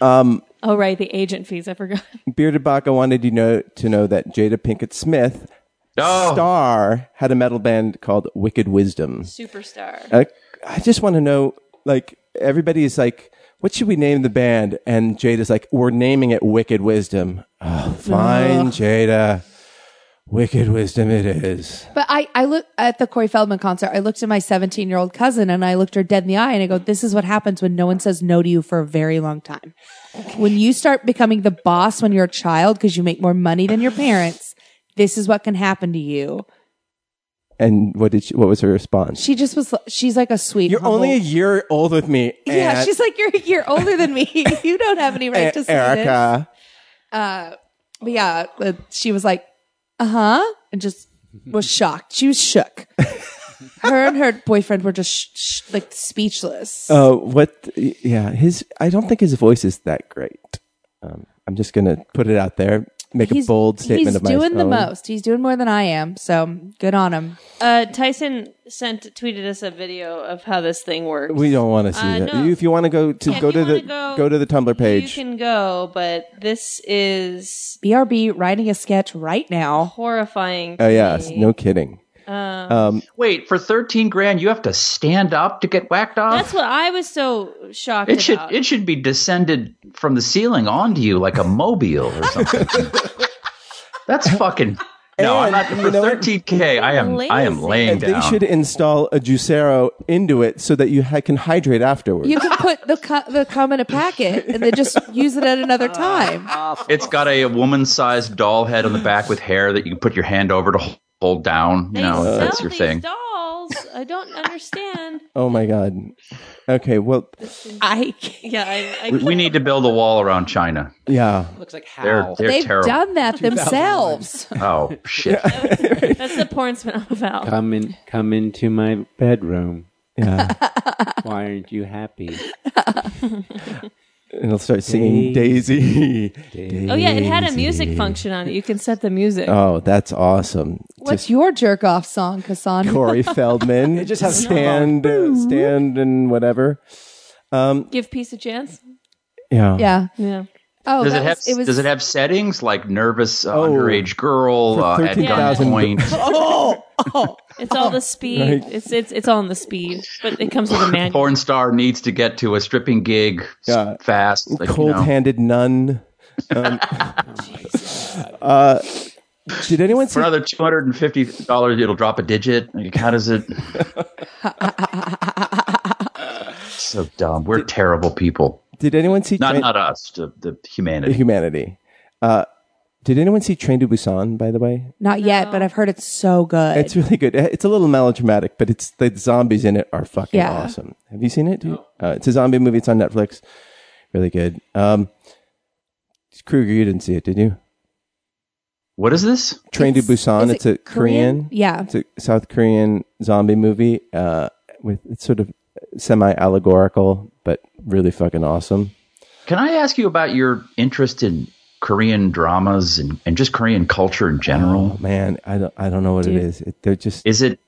Speaker 3: Um. Oh right, the agent fees. I forgot.
Speaker 2: Bearded Baka wanted you know to know that Jada Pinkett Smith,
Speaker 6: Oh.
Speaker 2: star, had a metal band called Wicked Wisdom.
Speaker 3: Superstar.
Speaker 2: I, I just want to know, like, everybody is like, what should we name the band? And Jada's like, we're naming it Wicked Wisdom. Oh, fine, Jada. Wicked wisdom it is.
Speaker 5: But I, I look at the Corey Feldman concert. I looked at my 17 year old cousin and I looked her dead in the eye and I go, this is what happens when no one says no to you for a very long time. When you start becoming the boss when you're a child because you make more money than your parents, this is what can happen to you.
Speaker 2: And what did she, what was her response?
Speaker 5: She just was, she's like a sweet.
Speaker 2: You're
Speaker 5: humble-
Speaker 2: only a year old with me.
Speaker 5: yeah,
Speaker 2: Aunt
Speaker 5: she's like, you're, you're older than me. you don't have any right to say this.
Speaker 2: Erica.
Speaker 5: But yeah, uh, she was like, uh huh, and just was shocked. She was shook. her and her boyfriend were just sh- sh- like speechless.
Speaker 2: Uh, what? Yeah, his. I don't think his voice is that great. Um, I'm just gonna put it out there. Make a bold statement
Speaker 5: he's
Speaker 2: of my
Speaker 5: doing the
Speaker 2: own.
Speaker 5: most. He's doing more than I am. So good on him.
Speaker 3: Uh, Tyson sent tweeted us a video of how this thing works.
Speaker 2: We don't want to see
Speaker 3: Uh,
Speaker 2: that.
Speaker 3: no.
Speaker 2: You- If you want to go to
Speaker 3: Yeah, if
Speaker 2: go
Speaker 3: you
Speaker 2: to the
Speaker 3: wanna go,
Speaker 2: go to the Tumblr page.
Speaker 3: You can go, but this is
Speaker 5: BRB writing a sketch right now.
Speaker 3: horrifying.
Speaker 2: oh
Speaker 3: to
Speaker 2: yeah,
Speaker 3: me.
Speaker 2: no kidding.
Speaker 6: Wait, for 13 grand, you have to stand up to get whacked off?
Speaker 3: That's what I was so shocked
Speaker 6: it should
Speaker 3: about.
Speaker 6: it should be descended from the ceiling onto you like a mobile or something. That's fucking no.
Speaker 2: And,
Speaker 6: I'm not
Speaker 2: you
Speaker 6: for
Speaker 2: know what?
Speaker 6: thirteen k. I am I am
Speaker 3: Lazy.
Speaker 6: laying
Speaker 2: And they
Speaker 6: down.
Speaker 2: should install a Juicero into it so that you ha- can hydrate afterwards.
Speaker 5: You can put the cu- the cum in a packet and then just use it at another time.
Speaker 6: It's got a, woman sized doll head on the back with hair that you can put your hand over to h- hold down.
Speaker 3: They
Speaker 6: You know, if
Speaker 3: sell
Speaker 6: that's your
Speaker 3: these
Speaker 6: thing.
Speaker 3: Dolls. I don't understand.
Speaker 2: oh my god. Okay, well,
Speaker 5: I can't.
Speaker 3: Yeah, I, I
Speaker 6: We, we need to build a wall around China.
Speaker 2: yeah.
Speaker 4: Looks like
Speaker 6: They're
Speaker 4: how.
Speaker 6: they're
Speaker 5: They've
Speaker 6: terrible.
Speaker 5: done that themselves.
Speaker 6: Oh shit!
Speaker 3: That's the porn spin-off out.
Speaker 4: Come in, come into my bedroom.
Speaker 2: Yeah.
Speaker 4: Why aren't you happy?
Speaker 2: and I'll start singing Daisy.
Speaker 3: Oh yeah, it had a music function on it. You can set the music.
Speaker 6: Uh,
Speaker 2: Oh, that's awesome.
Speaker 5: What's your jerk off song, Cassandra?
Speaker 2: Corey Feldman. just
Speaker 4: has
Speaker 2: stand, uh, stand, and whatever.
Speaker 3: Give peace a chance.
Speaker 2: Yeah.
Speaker 5: Yeah.
Speaker 3: Yeah.
Speaker 5: Oh,
Speaker 6: Does
Speaker 5: that
Speaker 6: it have
Speaker 5: was, it was
Speaker 6: does it have settings like nervous uh, underage girl uh, at
Speaker 2: 13,000
Speaker 6: gunpoint,
Speaker 3: It's all the speed. It's it's it's all in the speed, but it comes with a manual.
Speaker 6: porn star needs to get to a stripping gig s-
Speaker 2: Yeah.
Speaker 6: fast, like, you know.
Speaker 2: Cold-handed nun. Um, uh, did anyone
Speaker 6: for
Speaker 2: see?
Speaker 6: another two hundred and fifty dollars, it'll drop a digit. Like, how does it? so dumb. We're terrible people.
Speaker 2: Did anyone see
Speaker 6: Not
Speaker 2: Train-
Speaker 6: not us. The, the humanity.
Speaker 2: humanity? Uh, did anyone see Train to Busan? By the way,
Speaker 5: not yet, but I've heard it's so good.
Speaker 2: it's really good. It's a little melodramatic, but it's the zombies in it are fucking
Speaker 5: Yeah.
Speaker 2: awesome. Have you seen it? Uh, it's a zombie movie. It's on Netflix. Really good. Um, Kruger, you didn't see it, did you?
Speaker 6: What is this?
Speaker 2: Train to
Speaker 5: It's-
Speaker 2: Busan.
Speaker 5: is
Speaker 2: It's
Speaker 5: it
Speaker 2: a Korean.
Speaker 5: Korean? Yeah.
Speaker 2: It's a South Korean zombie movie uh, with it's sort of semi allegorical, but really fucking awesome.
Speaker 6: Can I ask you about your interest in Korean dramas and, and just Korean culture in general?
Speaker 2: Oh, Man, I don't, I don't know what it is. It, they're just.
Speaker 6: Is it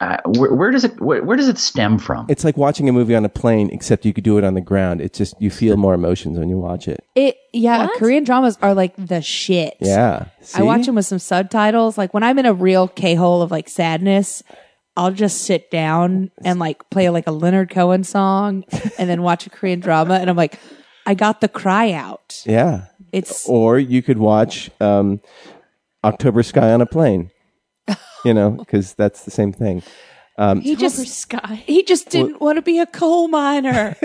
Speaker 6: uh, where, where does it where, where does it stem from?
Speaker 2: It's like watching a movie on a plane, except you could do it on the ground. It's just you feel more emotions when you watch it.
Speaker 5: It yeah,
Speaker 3: What?
Speaker 5: Korean dramas are like the shit.
Speaker 2: Yeah, See?
Speaker 5: I watch them with some subtitles. Like when I'm in a real K hole of like sadness, I'll just sit down and like play like a Leonard Cohen song and then watch a Korean drama and I'm like, I got the cry out.
Speaker 2: Yeah,
Speaker 5: It's
Speaker 2: or you could watch um, October Sky on a plane. You know, because that's the same thing. Oh.
Speaker 5: he
Speaker 3: Just
Speaker 5: just
Speaker 3: sky.
Speaker 5: he just didn't want to be a coal miner.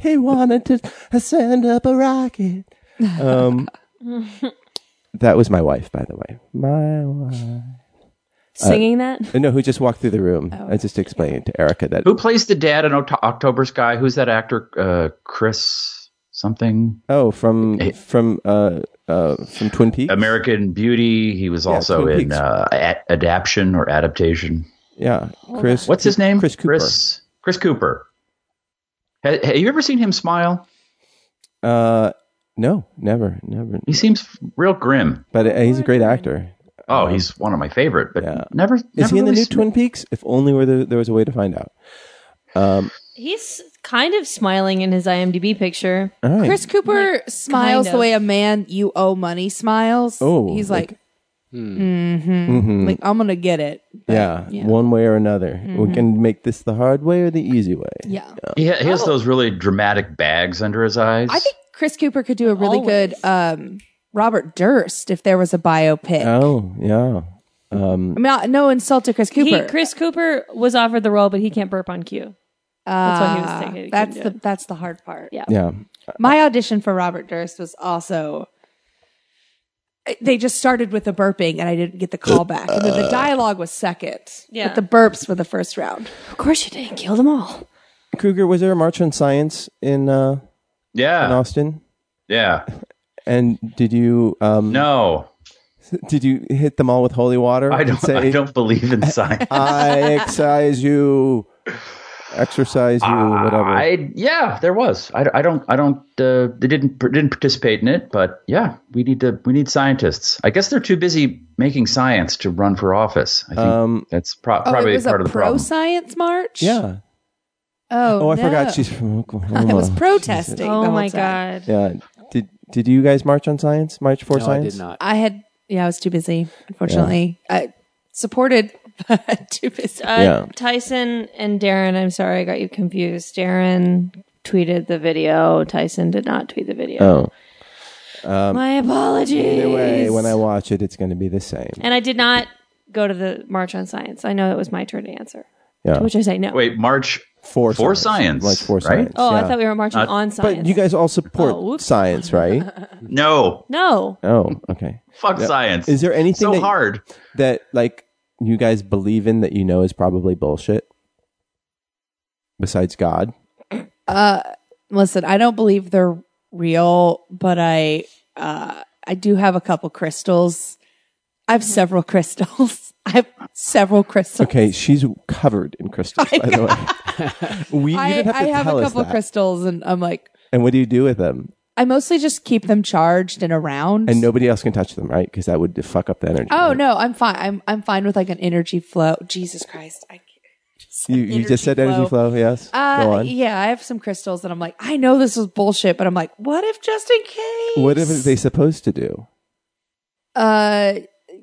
Speaker 2: He wanted to send up a rocket. Um, that was my wife, by the way. My wife.
Speaker 3: Singing that.
Speaker 2: No, who just walked through the room.
Speaker 6: Oh.
Speaker 2: I just explained to Erica that.
Speaker 6: Who plays the dad in Oct- October Sky? Who's that actor? Uh, Chris something.
Speaker 2: Oh, from from uh, uh, from Twin Peaks.
Speaker 6: American Beauty. He was also
Speaker 2: Twin
Speaker 6: in
Speaker 2: Peaks.
Speaker 6: uh, a- adaptation or adaptation.
Speaker 2: Yeah, Chris.
Speaker 6: What's his name?
Speaker 2: Chris Cooper.
Speaker 6: Chris, Chris Cooper. Ha- Have, you ever seen him smile?
Speaker 2: Uh, no, never, never.
Speaker 6: He seems real grim.
Speaker 2: But uh, he's a great actor.
Speaker 6: Oh, he's one of my favorite, but never.
Speaker 2: Uh-huh. Is
Speaker 6: never
Speaker 2: he in the
Speaker 6: really
Speaker 2: new
Speaker 6: seen-
Speaker 2: Twin Peaks? If only were there, there was a way to find out.
Speaker 3: He's kind of smiling in his IMDb picture.
Speaker 2: All right.
Speaker 5: Chris Cooper
Speaker 3: kind
Speaker 5: smiles the
Speaker 3: of.
Speaker 5: way a man you owe money smiles.
Speaker 2: Oh,
Speaker 5: he's
Speaker 2: like-
Speaker 5: like, hmm
Speaker 3: Mm-hmm.
Speaker 5: like I'm gonna get it.
Speaker 2: yeah, one way or another.
Speaker 6: Mm-hmm.
Speaker 2: We can make this the hard way or the easy way.
Speaker 5: Yeah.
Speaker 6: He, ha- he has those really dramatic bags under his eyes.
Speaker 5: I think Chris Cooper could do a really good um, Robert Durst if there was a biopic.
Speaker 2: Oh, yeah.
Speaker 5: I mean, not- no insult to Chris Cooper.
Speaker 3: He, Chris Cooper was offered the role, but he can't burp on cue. Ah, That's why he was taking. he
Speaker 5: that's
Speaker 3: couldn't
Speaker 5: the
Speaker 3: do it.
Speaker 5: that's the hard part.
Speaker 3: Yeah.
Speaker 2: Yeah.
Speaker 5: My audition for Robert Durst was also. They just started with the burping, and I didn't get the call back. And then the dialogue was second.
Speaker 3: Uh, Yeah.
Speaker 5: but the burps were the first round.
Speaker 3: Of course, you didn't kill them all.
Speaker 2: Cougar, was there a March on Science in uh, in
Speaker 6: Yeah.
Speaker 2: Austin?
Speaker 6: Yeah.
Speaker 2: And did you um,
Speaker 6: No,
Speaker 2: did you hit them all with holy water?
Speaker 6: I
Speaker 2: and
Speaker 6: don't.
Speaker 2: Say,
Speaker 6: I don't believe in science.
Speaker 2: "I excise you, exercise you, whatever.
Speaker 6: I yeah, there was. I, I don't. I don't. Uh, they didn't didn't participate in it, but yeah, we need to. We need scientists. I guess they're too busy making science to run for office. I think that's pro-
Speaker 5: Oh,
Speaker 6: probably
Speaker 5: it was
Speaker 6: part
Speaker 5: a
Speaker 6: of the
Speaker 5: pro
Speaker 6: problem.
Speaker 5: science march.
Speaker 2: yeah.
Speaker 5: Oh,
Speaker 2: Oh, I
Speaker 5: no.
Speaker 2: forgot she's from uh, Oklahoma.
Speaker 5: It was protesting. the
Speaker 3: Oh
Speaker 5: whole
Speaker 3: my
Speaker 5: time.
Speaker 3: god.
Speaker 2: yeah. Did Did you guys march on science? March for
Speaker 4: No, I
Speaker 2: science?
Speaker 4: did not.
Speaker 5: I had yeah, I was too busy. Unfortunately, I supported, but too busy.
Speaker 3: Uh,
Speaker 2: Yeah.
Speaker 3: Tyson and Darren, I'm sorry I got you confused. Darren tweeted the video. Tyson did not tweet the video.
Speaker 2: Oh.
Speaker 3: My apologies.
Speaker 2: Um, Either way, when I watch it, it's going to be the same.
Speaker 3: and I did not go to the March on Science. I know it was my turn to answer,
Speaker 2: Yeah.
Speaker 3: to which I say no.
Speaker 6: Wait, March.
Speaker 2: for
Speaker 6: For science,
Speaker 2: like for
Speaker 6: right?
Speaker 2: science.
Speaker 3: oh, I
Speaker 2: yeah.
Speaker 3: thought we were marching on science.
Speaker 2: But you guys all support
Speaker 3: Oh, whoops.
Speaker 2: science, right?
Speaker 6: No,
Speaker 3: no.
Speaker 2: oh, okay.
Speaker 6: fuck science.
Speaker 2: Is there anything
Speaker 6: so
Speaker 2: that-
Speaker 6: hard?
Speaker 2: That like you guys believe in that you know is probably bullshit. Besides God,
Speaker 5: Listen, I don't believe they're real, but I uh, I do have a couple crystals. I have several crystals. I have several crystals.
Speaker 2: okay, she's covered in crystals. by the way, we you
Speaker 5: I,
Speaker 2: didn't have to
Speaker 5: I have
Speaker 2: tell
Speaker 5: a
Speaker 2: us
Speaker 5: couple
Speaker 2: that.
Speaker 5: crystals, and I'm like,
Speaker 2: And what do you do with them?
Speaker 5: I mostly just keep them charged and around.
Speaker 2: And nobody else can touch them, right? Because that would fuck up the energy.
Speaker 5: Oh
Speaker 2: right?
Speaker 5: no, I'm fine. I'm I'm fine with like an energy flow. Jesus Christ, I can't.
Speaker 2: You, you just said energy flow, yes. Go
Speaker 5: Uh,
Speaker 2: on.
Speaker 5: yeah, I have some crystals that I'm like, I know this is bullshit, but I'm like, what if just in case?
Speaker 2: What are they supposed to do?
Speaker 5: Uh,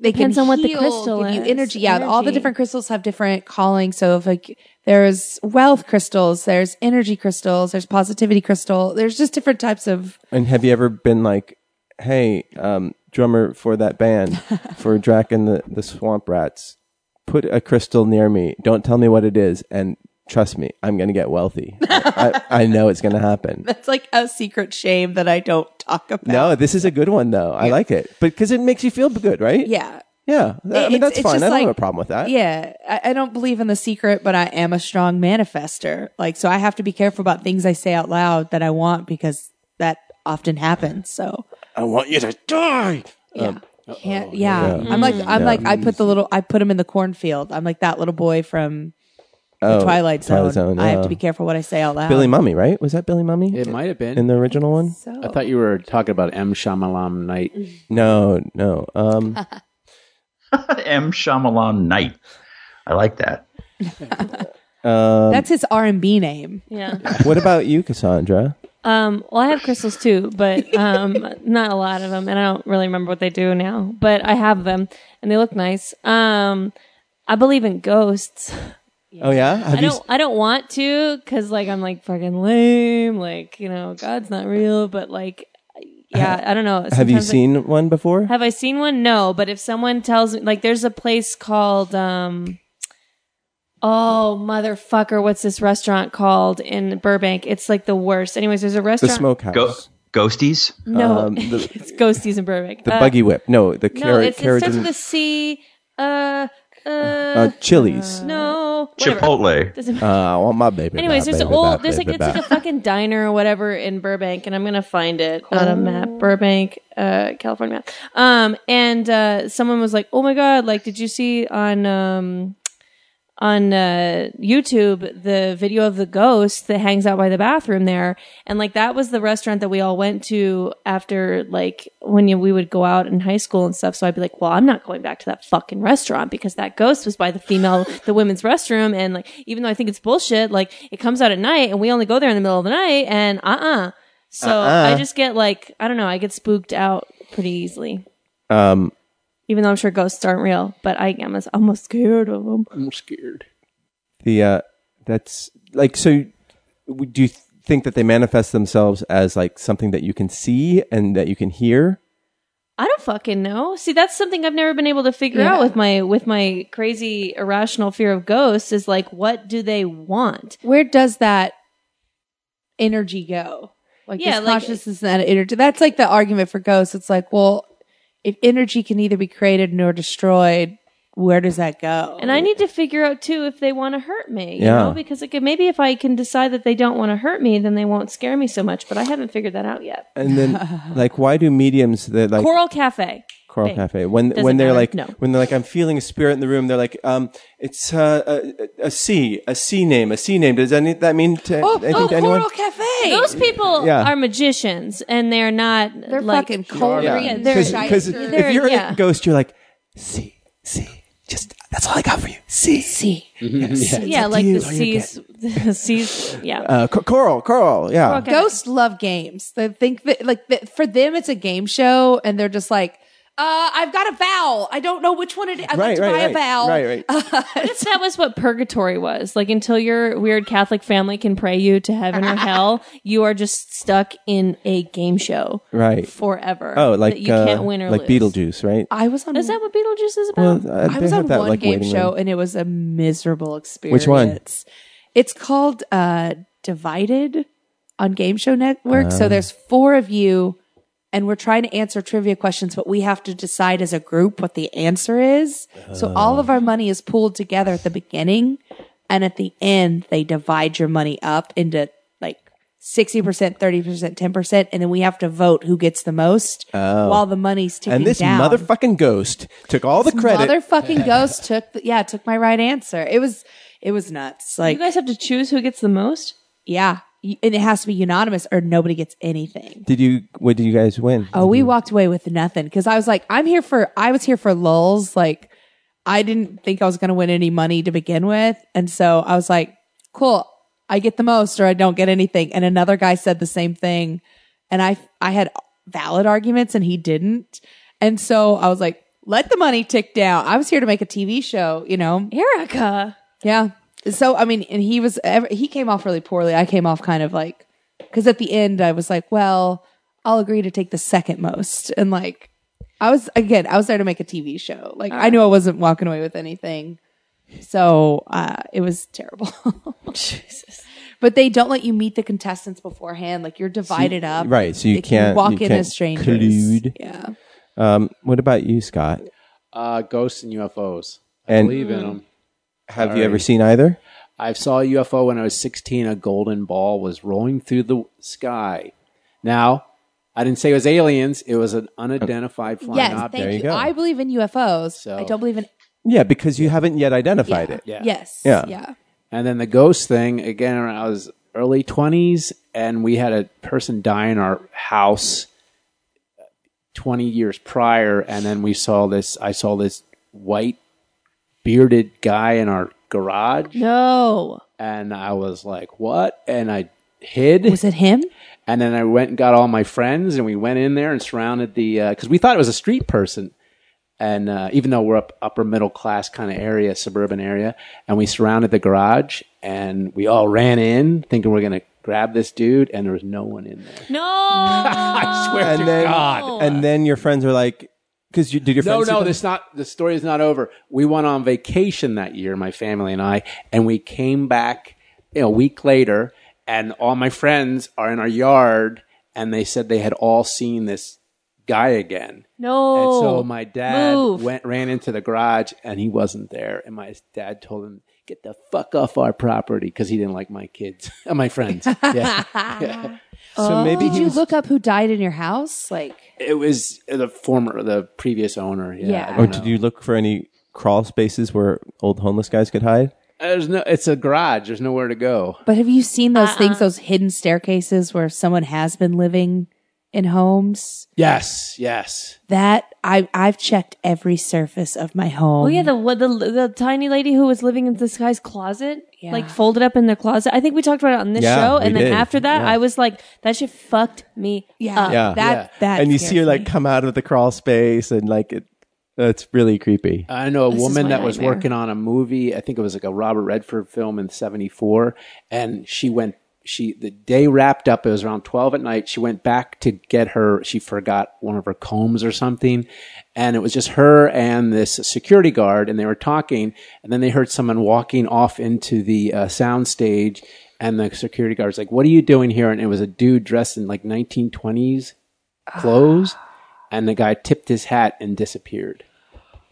Speaker 5: they
Speaker 3: Depends
Speaker 5: can
Speaker 3: on what the
Speaker 5: heal,
Speaker 3: crystal
Speaker 5: give you
Speaker 3: is.
Speaker 5: energy. Yeah, all the
Speaker 3: Energy.
Speaker 5: different crystals have different calling. So if like there's wealth crystals, there's energy crystals, there's positivity crystal, there's just different types of.
Speaker 2: And have you ever been like, hey, um, drummer for that band, for Drac and the, the Swamp Rats, put a crystal near me. Don't tell me what it is. And trust me, I'm going to get wealthy. I, I I know it's going to happen.
Speaker 5: That's like a secret shame that I don't talk about.
Speaker 2: No, this is a good one, though. I like it. But because it makes you feel good, right?
Speaker 5: Yeah.
Speaker 2: Yeah. I mean,
Speaker 5: It's-
Speaker 2: that's
Speaker 5: it's
Speaker 2: fine.
Speaker 5: just
Speaker 2: I don't have a
Speaker 5: like-
Speaker 2: problem with that.
Speaker 5: Yeah, I, I don't believe in the secret, but I am a strong manifester. Like, so I have to be careful about things I say out loud that I want because that often happens. So
Speaker 2: I want you to die. Um,
Speaker 5: can't, yeah. I'm like, I'm
Speaker 2: Yeah.
Speaker 5: like, I put the little, I put him in the cornfield. I'm like that little boy from the
Speaker 2: Oh,
Speaker 5: Twilight Zone.
Speaker 2: Twilight Zone,
Speaker 5: I
Speaker 2: yeah.
Speaker 5: have to be careful what I say out loud.
Speaker 2: Billy Mummy, right? Was that Billy Mummy?
Speaker 4: It might have been.
Speaker 2: in the original one?
Speaker 4: I thought you were talking about M. Shyamalan Night.
Speaker 2: No, no. Um,
Speaker 6: M. Shyamalan Night. I like that.
Speaker 5: That's his R and B name.
Speaker 3: Yeah.
Speaker 2: what about you, Cassandra?
Speaker 3: Um, well, I have crystals too, but um, not a lot of them, and I don't really remember what they do now. But I have them, and they look nice. Um, I believe in ghosts.
Speaker 2: Oh yeah, have
Speaker 3: I
Speaker 2: you?
Speaker 3: don't. I don't want to, cause like I'm like fucking lame. Like you know, God's not real. But like, yeah, I don't know.
Speaker 2: Have you
Speaker 3: Sometimes I-
Speaker 2: seen one before?
Speaker 3: Have I seen one? No, but if someone tells me, like, there's a place called, um, oh motherfucker, what's this restaurant called in Burbank? It's like the worst. Anyways, there's a
Speaker 2: The
Speaker 3: restaurant.
Speaker 2: smokehouse.
Speaker 6: Go, ghosties.
Speaker 3: No,
Speaker 2: um, the-
Speaker 3: it's Ghosties in Burbank.
Speaker 2: The
Speaker 3: Uh,
Speaker 2: buggy whip. No, the
Speaker 3: No,
Speaker 2: carrot.
Speaker 3: it's, it
Speaker 2: carriage
Speaker 3: starts
Speaker 2: and-
Speaker 3: with a C. Uh, uh,
Speaker 2: uh, chilies.
Speaker 3: no, whatever.
Speaker 6: Chipotle.
Speaker 3: Doesn't-
Speaker 2: Uh, I want my baby.
Speaker 3: Anyways,
Speaker 2: back,
Speaker 3: there's an
Speaker 2: baby
Speaker 3: old,
Speaker 2: back,
Speaker 3: there's like
Speaker 2: baby
Speaker 3: it's like a
Speaker 2: back.
Speaker 3: fucking diner or whatever in Burbank, and I'm gonna find it on a map, Burbank, uh, California map. Um, and uh, someone was like, "Oh my god, like, did you see on um, on uh, YouTube the video of the ghost that hangs out by the bathroom there?" And like that was the restaurant that we all went to after like when you, we would go out in high school and stuff. So I'd be like, "Well, I'm not going back to that fucking restaurant because that ghost was by the female, the women's restroom, and like even though I think it's bullshit, like it comes out at night and we only go there in the middle of the night, and uh uh So I just get like I don't know, I get spooked out pretty easily. Um. Even though I'm sure ghosts aren't real, but I am I'm scared of them.
Speaker 4: I'm scared.
Speaker 2: the uh, that's like so. w- Do you th- think that they manifest themselves as like something that you can see and that you can hear?
Speaker 3: I don't fucking know. See, that's something I've never been able to figure
Speaker 5: Yeah.
Speaker 3: out with my with my crazy irrational fear of ghosts is like what do they want?
Speaker 5: Where does that energy go? Like
Speaker 3: Yeah,
Speaker 5: this
Speaker 3: like-
Speaker 5: consciousness and that energy. That's like the argument for ghosts. It's like, well, if energy can neither be created nor destroyed, where does that go?
Speaker 3: And I need to figure out too if they want to hurt me, you
Speaker 2: Yeah.
Speaker 3: know, because it could, maybe if I can decide that they don't want to hurt me, then they won't scare me so much, but I haven't figured that out yet.
Speaker 2: And then, like, why do mediums that like
Speaker 3: Coral Cafe.
Speaker 2: Coral
Speaker 3: Big.
Speaker 2: Cafe. When
Speaker 3: Doesn't
Speaker 2: when they're
Speaker 3: matter.
Speaker 2: like
Speaker 3: No.
Speaker 2: when they're like I'm feeling a spirit in the room. They're like um it's uh, a, a C a C name a C name. Does any that mean to
Speaker 5: oh,
Speaker 2: anything
Speaker 5: oh
Speaker 2: to anyone?
Speaker 5: Coral Cafe.
Speaker 3: Those people
Speaker 2: Yeah.
Speaker 3: are magicians and they're not
Speaker 5: they're
Speaker 3: like
Speaker 5: fucking cold.
Speaker 2: Yeah.
Speaker 5: and
Speaker 3: They're-
Speaker 2: Cause, 'cause
Speaker 5: shysters.
Speaker 3: They're-
Speaker 2: if you're
Speaker 3: yeah.
Speaker 2: a ghost, you're like C C. Just that's all I got for you. C C.
Speaker 3: yeah,
Speaker 2: up to
Speaker 3: like
Speaker 2: you. It's
Speaker 3: the
Speaker 2: all you get.
Speaker 3: seas the seas yeah.
Speaker 2: Uh, Co- coral coral. Yeah.
Speaker 3: Coral Cafe.
Speaker 5: Ghosts love games. They think that, like, that for them, it's a game show, and they're just like, uh, I've got a vowel. I don't know which one it is. I'd like
Speaker 2: Right,
Speaker 5: to
Speaker 2: right,
Speaker 5: buy
Speaker 2: right,
Speaker 5: a vowel.
Speaker 2: right, right.
Speaker 3: If that was what purgatory was. Like until your weird Catholic family can pray you to heaven or hell, you are just stuck in a game show
Speaker 2: Right.
Speaker 3: forever.
Speaker 2: Oh, like
Speaker 3: that you
Speaker 2: uh,
Speaker 3: can't win or
Speaker 2: like
Speaker 3: lose.
Speaker 2: Beetlejuice, right?
Speaker 5: I was on
Speaker 3: Is that what Beetlejuice is
Speaker 2: Well,
Speaker 3: about?
Speaker 2: uh,
Speaker 5: Uh, I
Speaker 2: they
Speaker 5: was
Speaker 2: have
Speaker 5: on
Speaker 2: that,
Speaker 5: one
Speaker 2: like,
Speaker 5: game
Speaker 2: waiting
Speaker 5: show
Speaker 2: room.
Speaker 5: and it was a miserable experience.
Speaker 2: one?
Speaker 5: It's called uh, Divided on Game Show Network.
Speaker 2: Oh.
Speaker 5: so there's four of you, and we're trying to answer trivia questions, but we have to decide as a group what the answer is. so
Speaker 2: Oh.
Speaker 5: all of our money is pooled together at the beginning, and at the end, they divide your money up into like 60%, 30%, 10%, and then we have to vote who gets the most while the money's ticking
Speaker 2: Oh. And this
Speaker 5: down
Speaker 2: motherfucking ghost took all the credit.
Speaker 5: motherfucking ghost took the, yeah took my right answer it was it was nuts like
Speaker 3: you guys have to choose who gets the most.
Speaker 5: yeah Y- and it has to be unanimous or nobody gets anything
Speaker 2: did you? What did you guys win?
Speaker 5: oh we walked away with nothing because i was like i'm here for i was here for lulls like i didn't think i was going to win any money to begin with and so i was like cool i get the most or i don't get anything and another guy said the same thing and i i had valid arguments and he didn't and so i was like let the money tick down i was here to make a tv show you know
Speaker 3: Erica.
Speaker 5: Yeah. So I mean, and he was ev- he came off really poorly. I came off kind of like because at the end I was like, well, I'll agree to take the second most, and like I was again, I was there to make a TV show. Like I knew I wasn't walking away with anything, so uh, it was terrible. Jesus. But they don't let you meet the contestants beforehand. Like you're divided up,
Speaker 2: right, so you
Speaker 5: Like,
Speaker 2: can't-
Speaker 5: walk
Speaker 2: you
Speaker 5: in
Speaker 2: can't
Speaker 5: as strangers.
Speaker 2: collude.
Speaker 5: Yeah,
Speaker 2: Um, what about you, Scott?
Speaker 4: Uh, ghosts and UFOs. I
Speaker 2: And-
Speaker 4: believe in them.
Speaker 2: Have you
Speaker 4: Sorry.
Speaker 2: ever seen either?
Speaker 4: I saw a UFO when I was 16. A golden ball was rolling through the sky. Now, I didn't say it was aliens. It was an unidentified flying
Speaker 5: yes,
Speaker 4: object.
Speaker 5: thank
Speaker 2: you
Speaker 5: you.
Speaker 2: go.
Speaker 5: I believe in UFOs.
Speaker 4: So-
Speaker 5: I don't believe in
Speaker 2: Yeah, because you haven't yet identified it.
Speaker 4: Yeah.
Speaker 5: yes,
Speaker 2: Yeah.
Speaker 5: yeah.
Speaker 4: And then the ghost thing again. when I was early twenties, and we had a person die in our house twenty years prior, and then we saw this. I saw this white bearded guy in our garage,
Speaker 3: No.
Speaker 4: and I was like, "What?" And I hid.
Speaker 5: Was it him?
Speaker 4: And then I went and got all my friends, and we went in there and surrounded the because we thought it was a street person, and uh, even though we're up upper middle class kind of area, suburban area, and we surrounded the garage, and we all ran in thinking we're gonna grab this dude, and there was no one in there.
Speaker 3: No.
Speaker 4: I swear to
Speaker 2: And then,
Speaker 4: God.
Speaker 2: and then your friends are like, because you did your
Speaker 4: No,
Speaker 2: friends? see
Speaker 4: no,
Speaker 2: them?
Speaker 4: this not the story is not over. We went on vacation that year, my family and I, and we came back you know, a week later, and all my friends are in our yard, and they said they had all seen this guy again.
Speaker 3: no.
Speaker 4: And
Speaker 2: oh,
Speaker 4: so my dad
Speaker 3: Oh, Move.
Speaker 4: went ran into the garage, and he wasn't there. And my dad told him, "Get the fuck off our property," because he didn't like my kids, my friends. Yeah.
Speaker 2: So maybe
Speaker 5: Oh, Did
Speaker 2: he
Speaker 5: you
Speaker 2: was-
Speaker 5: look up who died in your house? Like,
Speaker 4: it was the former, the previous owner. Yeah.
Speaker 5: Yeah.
Speaker 4: I don't
Speaker 5: Or
Speaker 2: Or
Speaker 4: know.
Speaker 2: Oh, did you look for any crawl spaces where old homeless guys could hide?
Speaker 4: There's no. It's a garage. There's nowhere to go.
Speaker 5: but have you seen those things, those hidden staircases where someone has been living in homes?
Speaker 4: Yes, yes.
Speaker 5: That I I've checked every surface of my home.
Speaker 3: Oh yeah, the, what- the the tiny lady who was living in this guy's closet,
Speaker 5: Yeah.
Speaker 3: like folded up in the closet. I think we talked about it on this
Speaker 2: Yeah,
Speaker 3: show,
Speaker 2: we
Speaker 3: and then
Speaker 2: did.
Speaker 3: after that,
Speaker 2: Yeah.
Speaker 3: I was like, that shit fucked me
Speaker 5: yeah,
Speaker 3: up.
Speaker 2: Yeah.
Speaker 5: that that.
Speaker 2: and you
Speaker 5: scares
Speaker 2: see her like
Speaker 5: me.
Speaker 2: come out of the crawl space and like it. That's really creepy.
Speaker 4: I know a woman
Speaker 3: my
Speaker 4: that was
Speaker 3: nightmare.
Speaker 4: working on a movie. I think it was like a Robert Redford film in '74, and she went she the day wrapped up. It was around twelve at night. She went back to get her. She forgot one of her combs or something, and it was just her and this security guard, and they were talking. And then they heard someone walking off into the uh, sound stage, and the security guard's like, "What are you doing here?" And it was a dude dressed in like nineteen twenties clothes,
Speaker 3: Ah.
Speaker 4: and the guy tipped his hat and disappeared.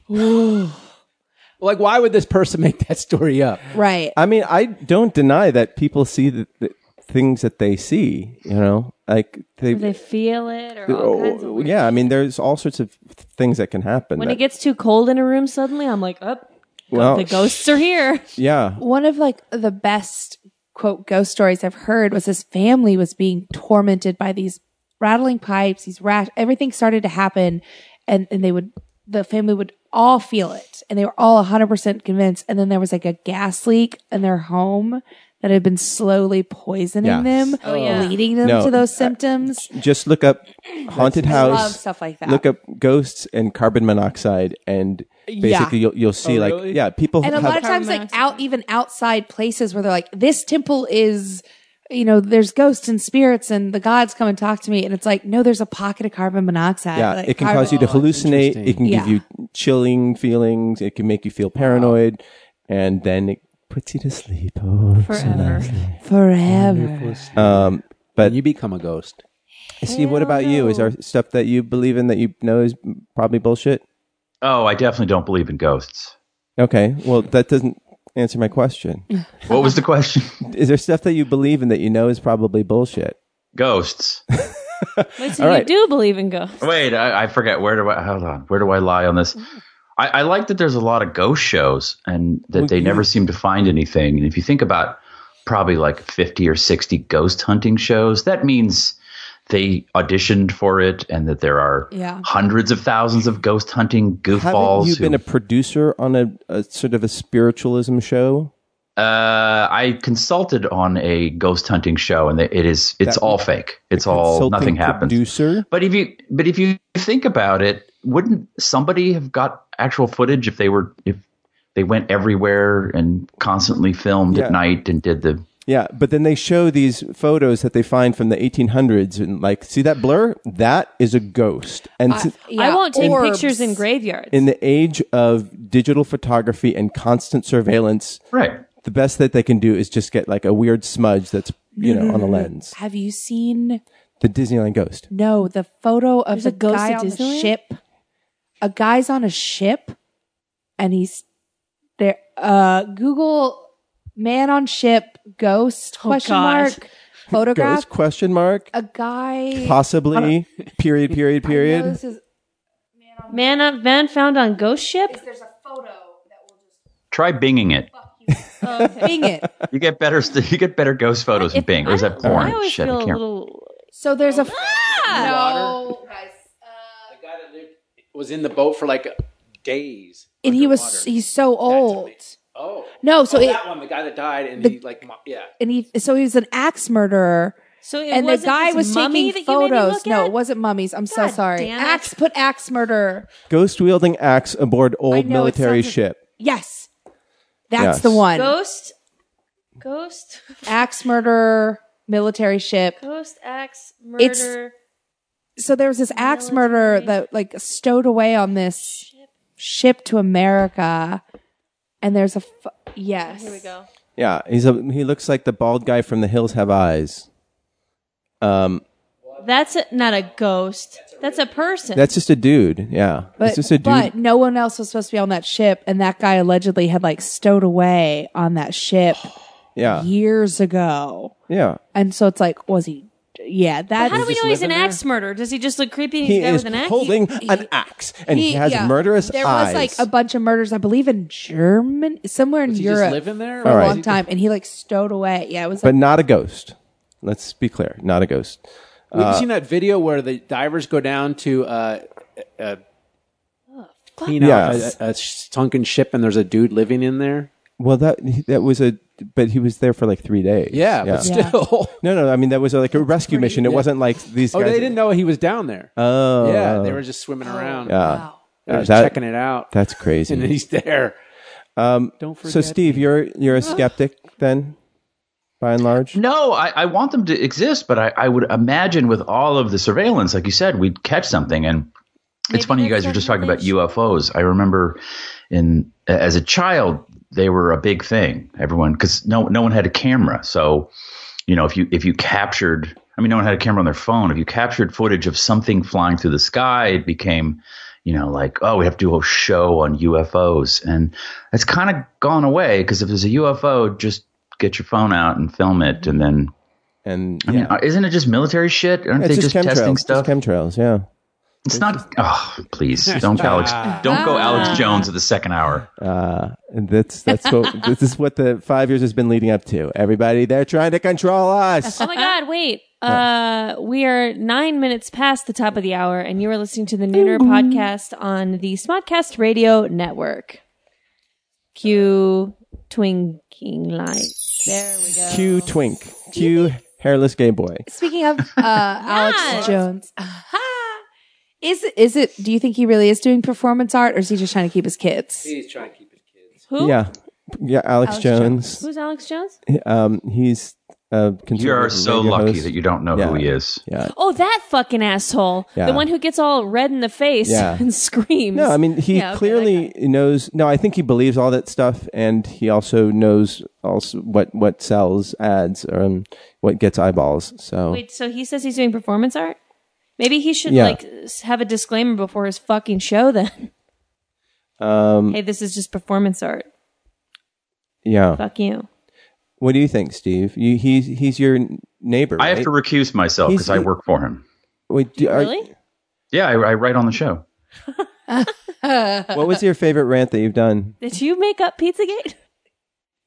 Speaker 4: like, why would this person make that story up?
Speaker 5: Right.
Speaker 2: I mean, I don't deny that people see the, the things that they see. You know, like they,
Speaker 3: They feel it or all kinds of
Speaker 2: oh,
Speaker 3: weird-
Speaker 2: yeah. I mean, there's all sorts of things that can happen.
Speaker 3: When
Speaker 2: that-
Speaker 3: it gets too cold in a room, suddenly I'm like, up.
Speaker 2: well,
Speaker 3: the ghosts are here.
Speaker 2: yeah,
Speaker 5: one of like the best quote ghost stories I've heard was this family was being tormented by these rattling pipes, these rash. Everything started to happen, and and they would the family would all feel it, and they were all hundred percent convinced. And then there was like a gas leak in their home that had been slowly poisoning
Speaker 2: Yes.
Speaker 5: them,
Speaker 3: Oh, yeah.
Speaker 5: leading them
Speaker 2: No, uh,
Speaker 5: to those
Speaker 2: I-
Speaker 5: symptoms.
Speaker 2: just look up haunted
Speaker 5: I love
Speaker 2: house.
Speaker 5: stuff like that.
Speaker 2: Look up ghosts and carbon monoxide, and basically you'll you'll see like
Speaker 4: really?
Speaker 2: yeah, people
Speaker 5: and a
Speaker 2: have
Speaker 5: lot of times like out even outside places where they're like this temple is you know there's ghosts and spirits and the gods come and talk to me and it's like no there's a pocket of carbon monoxide
Speaker 2: yeah,
Speaker 5: like,
Speaker 2: it can
Speaker 5: carbon-
Speaker 2: cause you to hallucinate. It can give
Speaker 5: Yeah.
Speaker 2: you chilling feelings. It can make you feel paranoid, and then it puts you to sleep. Oh, so
Speaker 3: Forever.
Speaker 2: nice.
Speaker 5: forever
Speaker 2: Um, but
Speaker 4: And you become a ghost.
Speaker 2: Steve, what about you? Is there stuff that you believe in that you know is probably bullshit?
Speaker 6: Oh, I definitely don't believe in ghosts.
Speaker 2: Okay, well that doesn't answer my question.
Speaker 6: What was the question?
Speaker 2: Is there stuff that you believe in that you know is probably bullshit?
Speaker 6: ghosts.
Speaker 3: Wait, so
Speaker 2: All
Speaker 3: you
Speaker 2: right.
Speaker 3: do believe in ghosts?
Speaker 6: Wait, I, I forget. Where do I? Hold on. Where do I lie on this? I, I like that there's a lot of ghost shows and that they never seem to find anything. And if you think about probably like 50 or 60 ghost hunting shows, that means they auditioned for it and that there are
Speaker 5: Yeah.
Speaker 6: hundreds of thousands of ghost hunting goofballs.
Speaker 2: Haven't you
Speaker 6: who-
Speaker 2: been a producer on a, a sort of a spiritualism show?
Speaker 6: Uh, I consulted on a ghost hunting show, and it is it's all fake. It's all
Speaker 2: Consulting
Speaker 6: nothing happens.
Speaker 2: Producer.
Speaker 6: But if you but if you think about it, wouldn't somebody have got actual footage if they were if they went everywhere and constantly filmed
Speaker 2: Yeah.
Speaker 6: at night and did the
Speaker 2: Yeah, but then they show these photos that they find from the 1800s and like, see that blur? That is a ghost. And si-
Speaker 3: I won't take
Speaker 5: orbs.
Speaker 3: pictures in graveyards.
Speaker 2: in the age of digital photography and constant surveillance,
Speaker 6: right?
Speaker 2: the best that they can do is just get like a weird smudge that's you know on a lens.
Speaker 5: have you seen
Speaker 2: The Disneyland ghost.
Speaker 5: no the photo
Speaker 3: There's
Speaker 5: of the
Speaker 3: a ghost
Speaker 5: guy
Speaker 3: at
Speaker 5: on the
Speaker 3: Disneyland?
Speaker 5: ship a guy's on a ship and he's there uh google man on ship ghost
Speaker 3: Oh,
Speaker 5: question
Speaker 3: God.
Speaker 5: mark photograph
Speaker 2: Ghost question mark?
Speaker 5: a guy
Speaker 2: Possibly. period. Period.
Speaker 5: I know
Speaker 2: Period.
Speaker 5: this is-
Speaker 3: man, uh, man found on ghost ship.
Speaker 5: there's a photo that will
Speaker 6: Try binging it.
Speaker 3: Um,
Speaker 5: Bing it.
Speaker 6: You get better st- you get better ghost photos in Bing, or is that porn?
Speaker 3: I always
Speaker 6: Shit,
Speaker 3: feel
Speaker 6: I
Speaker 3: a
Speaker 6: can't.
Speaker 3: little.
Speaker 5: So there's a
Speaker 3: Ah!
Speaker 5: no,
Speaker 4: The guy that lived was in the boat for like days.
Speaker 5: and he was he's so old.
Speaker 4: Oh.
Speaker 5: No, so
Speaker 4: Oh,
Speaker 5: it-
Speaker 4: that one, the guy that died, and he like, mo- yeah.
Speaker 5: And he so he was an axe murderer.
Speaker 3: So it
Speaker 5: And the
Speaker 3: wasn't
Speaker 5: guy
Speaker 3: this
Speaker 5: was
Speaker 3: mummy
Speaker 5: taking
Speaker 3: that you made me
Speaker 5: photos.
Speaker 3: look
Speaker 5: No,
Speaker 3: at?
Speaker 5: it wasn't mummies. I'm so
Speaker 3: God
Speaker 5: sorry.
Speaker 3: damn it.
Speaker 5: Axe put axe murderer.
Speaker 2: Ghost wielding axe aboard old
Speaker 5: know, it
Speaker 2: military
Speaker 5: sounds-
Speaker 2: ship.
Speaker 5: Yes, that's
Speaker 2: Yes.
Speaker 5: the one.
Speaker 3: Ghost, ghost,
Speaker 5: Axe murderer, military ship.
Speaker 3: ghost axe murder.
Speaker 5: It's- so there was this axe murderer that like stowed away on this ship, to America, and there's a f- yes.
Speaker 3: Here we go.
Speaker 2: Yeah, he's a he looks like the bald guy from The Hills Have Eyes. Um,
Speaker 3: That's a, not a ghost. That's a person.
Speaker 2: that's just a dude. Yeah,
Speaker 5: But,
Speaker 2: it's just a dude.
Speaker 5: but no one else was supposed to be on that ship, and that guy allegedly had like stowed away on that ship
Speaker 2: yeah,
Speaker 5: years ago.
Speaker 2: yeah.
Speaker 5: And so it's like, was he? Yeah, that
Speaker 3: How do we
Speaker 4: just
Speaker 3: know he's an
Speaker 4: living there?
Speaker 3: axe murderer? Does he just look creepy? and
Speaker 2: He
Speaker 3: he's a guy
Speaker 2: is
Speaker 3: with an axe.
Speaker 2: holding an axe, and he, has
Speaker 5: yeah.
Speaker 2: murderous
Speaker 5: There
Speaker 2: eyes.
Speaker 5: was like a bunch of murders, I believe, in Germany, somewhere in
Speaker 4: Did he
Speaker 5: Europe,
Speaker 4: just live in there?
Speaker 5: for
Speaker 2: All
Speaker 5: a
Speaker 2: right.
Speaker 5: long time, and he like stowed away. Yeah, it was.
Speaker 2: but
Speaker 5: like,
Speaker 2: not a ghost. Let's be clear, not a ghost.
Speaker 4: Have you seen that video where the divers go down to uh, uh, Oh, clean out
Speaker 2: Yes.
Speaker 4: a, a sunken ship and there's a dude living in there?
Speaker 2: Well, that that was a, but he was there for like three days.
Speaker 4: Yeah, but still.
Speaker 2: No, no. I mean, that was like a rescue mission. It wasn't like these
Speaker 4: oh,
Speaker 2: guys.
Speaker 4: they didn't know he was down there.
Speaker 2: Oh,
Speaker 4: yeah, they were just swimming around.
Speaker 2: Wow.
Speaker 4: They were just
Speaker 2: that-
Speaker 4: checking it out.
Speaker 2: That's
Speaker 4: and then
Speaker 2: crazy.
Speaker 4: he's there. Um, Don't forget.
Speaker 2: So, Steve, you're you're a skeptic then by and large?
Speaker 6: No, I, I want them to exist, but I, I would imagine with all of the surveillance, like you said, we'd catch something. And it's funny you guys were just talking about UFOs. I remember in as a child they were a big thing. Everyone because no no one had a camera, so you know if you if you captured. I mean, no one had a camera on their phone. If you captured footage of something flying through the sky, it became, you know, like, oh, we have to do a show on UFOs. And it's kind of gone away because if there's a UFO, just get your phone out and film it. And then,
Speaker 2: And
Speaker 6: I mean, isn't it just military shit? Aren't
Speaker 2: it's
Speaker 6: they
Speaker 2: just
Speaker 6: just,
Speaker 2: chemtrails.
Speaker 6: testing stuff?
Speaker 2: Just chemtrails, yeah.
Speaker 6: It's not. Oh, please don't go Alex.
Speaker 3: Ah.
Speaker 6: Don't go
Speaker 2: Ah.
Speaker 6: Alex Jones at the second hour.
Speaker 2: And that's that's what this is what the five years has been leading up to. Everybody, they're trying to control us.
Speaker 3: Oh my God, wait. Uh, we are nine minutes past the top of the hour, and you are listening to the Nooner
Speaker 2: Mm-hmm.
Speaker 3: podcast on the Smodcast Radio Network. Cue twinking lights. There we go.
Speaker 2: Q twink. Q hairless gay boy.
Speaker 5: Speaking of uh, Alex
Speaker 3: Yes.
Speaker 5: Jones,
Speaker 3: Uh-huh.
Speaker 5: is is it? Do you think he really is doing performance art, or is he just trying to keep his kids?
Speaker 4: He's trying to keep his kids.
Speaker 3: Who?
Speaker 2: Yeah. Yeah, Alex, Jones.
Speaker 3: Who's Alex Jones?
Speaker 2: Um he's uh
Speaker 6: You are so lucky that you don't know who
Speaker 2: Yeah.
Speaker 6: he is.
Speaker 2: Yeah.
Speaker 3: Oh, that fucking asshole.
Speaker 2: Yeah.
Speaker 3: The one who gets all red in the face
Speaker 2: Yeah.
Speaker 3: and screams.
Speaker 2: No, I mean he
Speaker 3: Yeah, okay, that
Speaker 2: clearly knows. No, I think he believes all that stuff, and he also knows also what what sells ads or um, what gets eyeballs. So
Speaker 3: Wait, so he says he's doing performance art? Maybe he should
Speaker 2: Yeah.
Speaker 3: like s- have a disclaimer before his fucking show then. Um, hey, this is just performance art.
Speaker 2: yeah,
Speaker 3: Fuck you.
Speaker 2: what do you think, Steve? You, he's he's your n- neighbor.
Speaker 6: I have
Speaker 2: right?
Speaker 6: to recuse myself
Speaker 2: He's-
Speaker 6: because I work for him.
Speaker 2: Wait, do, are-
Speaker 3: Really?
Speaker 6: Yeah, I, I write on the show.
Speaker 2: what was your favorite rant that you've done?
Speaker 3: Did you make up Pizzagate?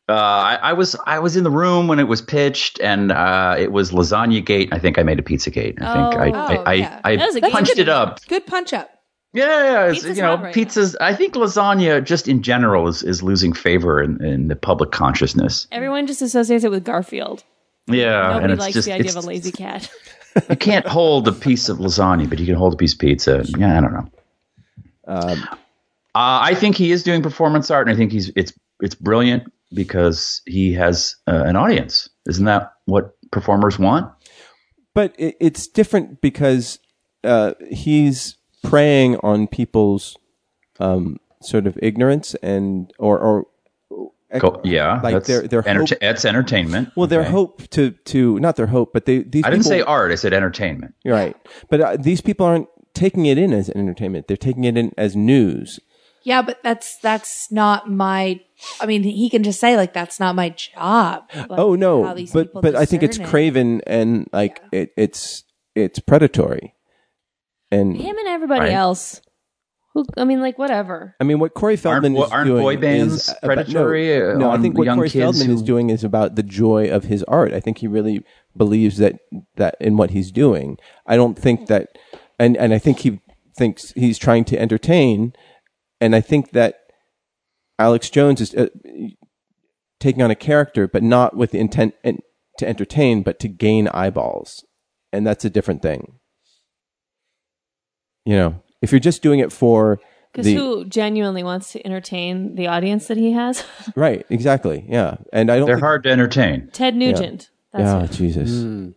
Speaker 6: Uh, I, I was I was in the room when it was pitched, and uh, it was Lasagna Gate. I think I made a Pizza Gate. I think I
Speaker 5: Oh,
Speaker 6: I, I,
Speaker 5: yeah.
Speaker 6: I,
Speaker 3: That was a good
Speaker 6: punched
Speaker 3: idea.
Speaker 6: it up.
Speaker 5: Good punch up.
Speaker 6: Yeah, yeah, it's,
Speaker 3: Pizza's
Speaker 6: you know,
Speaker 3: hot right now.
Speaker 6: pizzas. I think lasagna, just in general, is, is losing favor in, in the public consciousness.
Speaker 3: Everyone just associates it with Garfield.
Speaker 2: Uh,
Speaker 6: Yeah, and
Speaker 3: Nobody
Speaker 6: it's
Speaker 3: likes
Speaker 6: just
Speaker 3: the idea
Speaker 6: it's-
Speaker 3: of a lazy cat.
Speaker 6: you can't hold a piece of lasagna, but you can hold a piece of pizza. Yeah, I don't know.
Speaker 2: Um,
Speaker 6: uh, I think he is doing performance art, and I think he's it's it's brilliant because he has uh, an audience. Isn't that what performers want?
Speaker 2: But it, it's different because uh, he's preying on people's um, sort of ignorance and or or
Speaker 6: Go, yeah,
Speaker 2: Like
Speaker 6: that's,
Speaker 2: their- their
Speaker 6: enter-
Speaker 2: hope-
Speaker 6: that's entertainment.
Speaker 2: well, their
Speaker 6: Okay.
Speaker 2: hope to to not their hope, but they these
Speaker 6: I didn't
Speaker 2: people-
Speaker 6: say art; I said entertainment.
Speaker 2: You're right. But uh, these people aren't taking it in as entertainment. They're taking it in as news.
Speaker 5: Yeah, but that's that's not my. I mean, he can just say like that's not my job. Like,
Speaker 2: oh no.
Speaker 5: how these
Speaker 2: But
Speaker 5: people
Speaker 2: but I think it's
Speaker 5: discern it.
Speaker 2: craven and like it, it's it's predatory. And
Speaker 3: Him and everybody
Speaker 6: Right.
Speaker 3: else. Who? I mean, like whatever.
Speaker 2: I mean, what Corey Feldman
Speaker 6: Aren't-
Speaker 2: is
Speaker 6: aren't
Speaker 2: doing
Speaker 6: boy bands
Speaker 2: is about-
Speaker 6: predatory,
Speaker 2: no,
Speaker 6: uh,
Speaker 2: no I
Speaker 6: on
Speaker 2: think what
Speaker 6: young
Speaker 2: Corey
Speaker 6: kids
Speaker 2: Feldman is
Speaker 6: who-
Speaker 2: doing is about the joy of his art. I think he really believes that that in what he's doing. I don't think that, and and I think he thinks he's trying to entertain, and I think that Alex Jones is uh, taking on a character, but not with the intent and, to entertain, but to gain eyeballs, and that's a different thing. You know, if you're just doing it for
Speaker 3: Because
Speaker 2: the-
Speaker 3: who genuinely wants to entertain the audience that he has?
Speaker 2: Right, exactly. Yeah. And I don't
Speaker 6: They're
Speaker 2: think-
Speaker 6: hard Hmm. to entertain.
Speaker 3: Ted Nugent. That's
Speaker 2: Yeah,
Speaker 3: who.
Speaker 2: Jesus.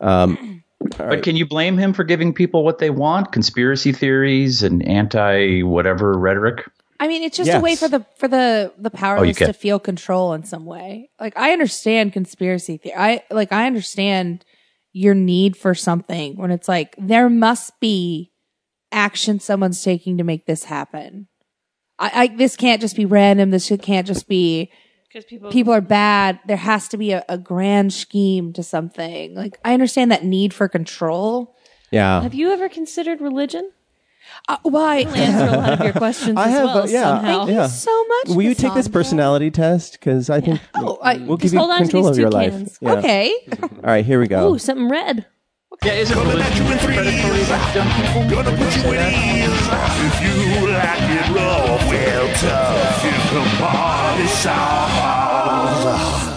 Speaker 6: But can you blame him for giving people what they want? Conspiracy theories and anti whatever rhetoric?
Speaker 5: I mean, it's just a
Speaker 2: Yes.
Speaker 5: way for the for the the powerless
Speaker 6: can.
Speaker 5: to feel control in some way. Like I understand conspiracy theory. I like I understand your need for something when it's like there must be action someone's taking to make this happen. I, I this can't just be random. This shit can't just be
Speaker 3: Because people,
Speaker 5: people are bad. There has to be a, a grand scheme to something. Like I understand that need for control.
Speaker 2: Yeah.
Speaker 3: Have you ever considered religion?
Speaker 5: Uh, why?
Speaker 3: Answer a lot of your questions
Speaker 2: I
Speaker 3: as
Speaker 2: have,
Speaker 3: well.
Speaker 2: uh, yeah.
Speaker 3: Somehow.
Speaker 2: Thank you. Yeah.
Speaker 5: so much.
Speaker 2: Will you take this
Speaker 5: Cassandra.
Speaker 2: personality test? Because I think
Speaker 5: Oh, I,
Speaker 2: we'll give
Speaker 3: Just
Speaker 2: you
Speaker 3: hold on to
Speaker 2: control
Speaker 3: these
Speaker 2: of
Speaker 3: two
Speaker 2: your life.
Speaker 3: cans.
Speaker 2: Yeah.
Speaker 5: okay.
Speaker 2: All right, here we go.
Speaker 3: Ooh, something red.
Speaker 6: Yeah, isn't
Speaker 7: Coming at you in three years. Gonna put you in ears. If you like it rough, well, tough. You can polish off.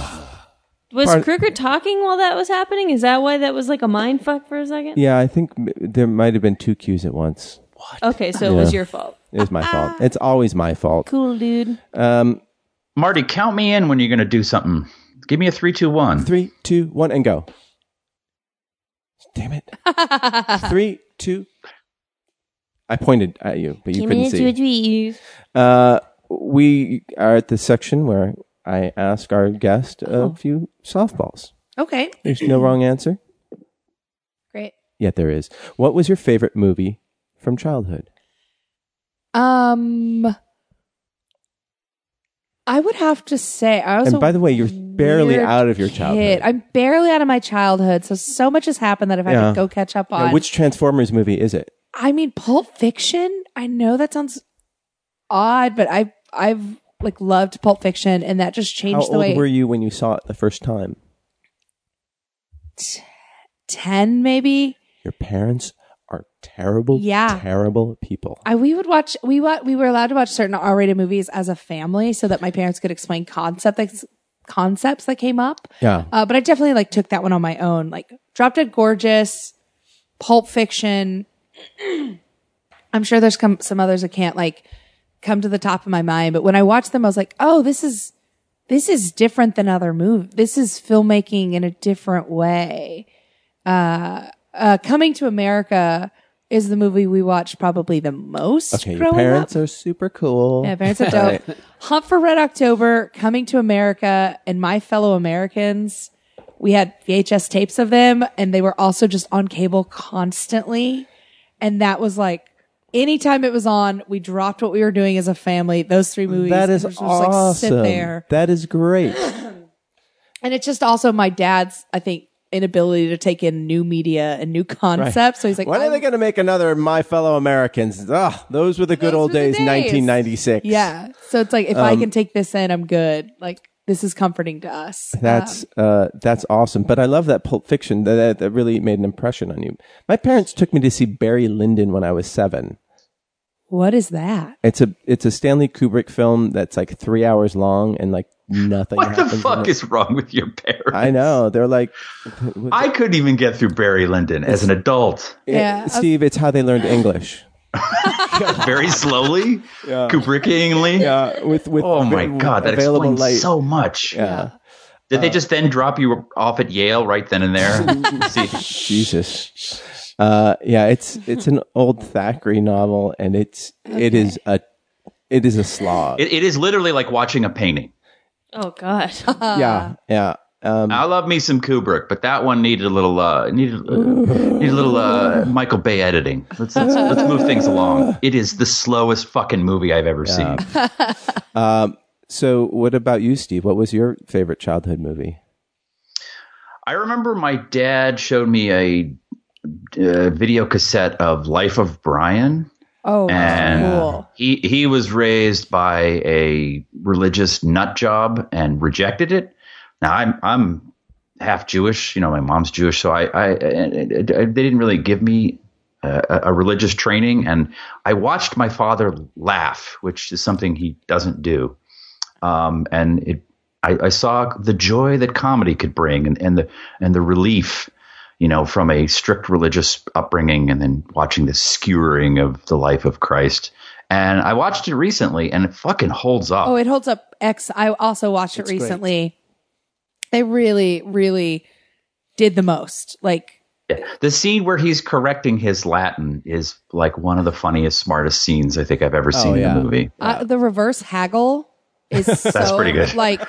Speaker 3: Was
Speaker 2: Pardon-
Speaker 3: Kruger talking while that was happening? Is that why that was like a mind fuck for a second?
Speaker 2: Yeah, I think m- there might have been two cues at once.
Speaker 3: Okay, so it was your fault.
Speaker 2: It was my fault. It's always my fault. Um,
Speaker 3: Ah. Cool, dude.
Speaker 6: Marty, count me in when you're going to do something Give me a three, two, one.
Speaker 2: Three, two, one, and go. Damn it. Three, two. I pointed at you, but you couldn't see. Uh, we are at the section where I ask our guest
Speaker 5: Uh-huh.
Speaker 2: a few softballs.
Speaker 5: Okay.
Speaker 2: There's no wrong answer.
Speaker 5: Great.
Speaker 2: Yet there is. What was your favorite movie from childhood?
Speaker 5: Um, I would have to say I was.
Speaker 2: And
Speaker 5: a
Speaker 2: by the way, you're barely
Speaker 5: weird
Speaker 2: out of your childhood.
Speaker 5: kid. I'm barely out of my childhood, so so much has happened that I've had
Speaker 2: Yeah.
Speaker 5: to go catch up on.
Speaker 2: Now, which Transformers movie is it?
Speaker 5: I mean, Pulp Fiction. I know that sounds odd, but I I've like loved Pulp Fiction, and that just
Speaker 2: How
Speaker 5: changed the
Speaker 2: old
Speaker 5: way.
Speaker 2: were you when you saw it the first time?
Speaker 5: Ten maybe.
Speaker 2: Your parents are terrible,
Speaker 5: Yeah.
Speaker 2: terrible people.
Speaker 5: I we would watch we wa- we were allowed to watch certain R-rated movies as a family so that my parents could explain concept that, concepts that came up.
Speaker 2: Yeah.
Speaker 5: Uh, but I definitely like took that one on my own. Like Drop Dead Gorgeous, Pulp Fiction. I'm sure there's come, some others I can't like come to the top of my mind, but when I watched them, I was like, oh, this is this is different than other movies. This is filmmaking in a different way. Uh, uh, Coming to America is the movie we watched probably the most.
Speaker 2: okay, your
Speaker 5: growing
Speaker 2: parents
Speaker 5: up.
Speaker 2: are super cool.
Speaker 5: Yeah, parents are dope. Hunt for Red October, Coming to America, and My Fellow Americans. We had VHS tapes of them, and they were also just on cable constantly. And that was like, anytime it was on, we dropped what we were doing as a family. Those three movies.
Speaker 2: That
Speaker 5: and
Speaker 2: is
Speaker 5: just, Like,
Speaker 2: awesome.
Speaker 5: sit there.
Speaker 2: That is great.
Speaker 5: And it's just also my dad's, I think, inability to take in new media and new concepts. So he's like, "Oh."
Speaker 2: when are
Speaker 5: I'm-
Speaker 2: they going to make another My Fellow Americans? Ah, those were the good
Speaker 5: Those
Speaker 2: old
Speaker 5: were the
Speaker 2: days,
Speaker 5: days.
Speaker 2: 1996.
Speaker 5: yeah. So it's like, if I
Speaker 2: Um,
Speaker 5: can take this in, I'm good. Like, this is comforting to us.
Speaker 2: That's
Speaker 5: Uh-huh.
Speaker 2: uh, that's awesome. But I love that Pulp Fiction. That- That, that really made an impression on you. My parents took me to see Barry Lyndon when I was seven.
Speaker 5: What is that?
Speaker 2: It's a it's a Stanley Kubrick film that's like three hours long and like nothing.
Speaker 6: What the
Speaker 2: happens in
Speaker 6: fuck
Speaker 2: it.
Speaker 6: is wrong with your parents?
Speaker 2: I know they're like
Speaker 6: I couldn't even get through Barry Lyndon as an adult.
Speaker 5: Yeah.
Speaker 2: Steve. It's how they learned English.
Speaker 6: Very slowly, Kubrickingly.
Speaker 2: Uh, with with
Speaker 6: Oh my
Speaker 2: av-
Speaker 6: god, that
Speaker 2: available
Speaker 6: explains
Speaker 2: light.
Speaker 6: so much.
Speaker 2: yeah. Uh,
Speaker 6: Did they just then drop you off at Yale right then and there? See,
Speaker 2: Jesus. Uh, yeah, it's it's an old Thackeray novel, and it's it is a it is a slog.
Speaker 6: it, it is literally like watching a painting.
Speaker 3: Oh God.
Speaker 2: yeah, yeah. Um,
Speaker 6: I love me some Kubrick, but that one needed a little uh, needed, uh, needed a little uh, Michael Bay editing. Let's, let's let's move things along. It is the slowest fucking movie I've ever seen.
Speaker 2: so, what about you, Steve? What was your favorite childhood movie?
Speaker 6: I remember my dad showed me a uh, video cassette of Life of Brian.
Speaker 5: Oh,
Speaker 6: and uh,
Speaker 5: cool.
Speaker 6: he he was raised by a religious nut job and rejected it. Now I'm I'm half Jewish, you know, my mom's Jewish, so I I, I, I- they didn't really give me a, a religious training, and I watched my father laugh, which is something he doesn't do, um, and it. I, I saw the joy that comedy could bring, and, and the and the relief you know, from a strict religious upbringing and then watching this skewering of the life of Christ. And I watched it recently and it fucking holds up.
Speaker 5: Oh, it holds up. X. I also watched it recently. They really, really did the most. Like,
Speaker 6: the scene where he's correcting his Latin is like one of the funniest, smartest scenes I think I've ever seen
Speaker 2: Oh, yeah.
Speaker 6: in a movie.
Speaker 5: uh, the reverse haggle is so
Speaker 6: pretty good.
Speaker 5: Like,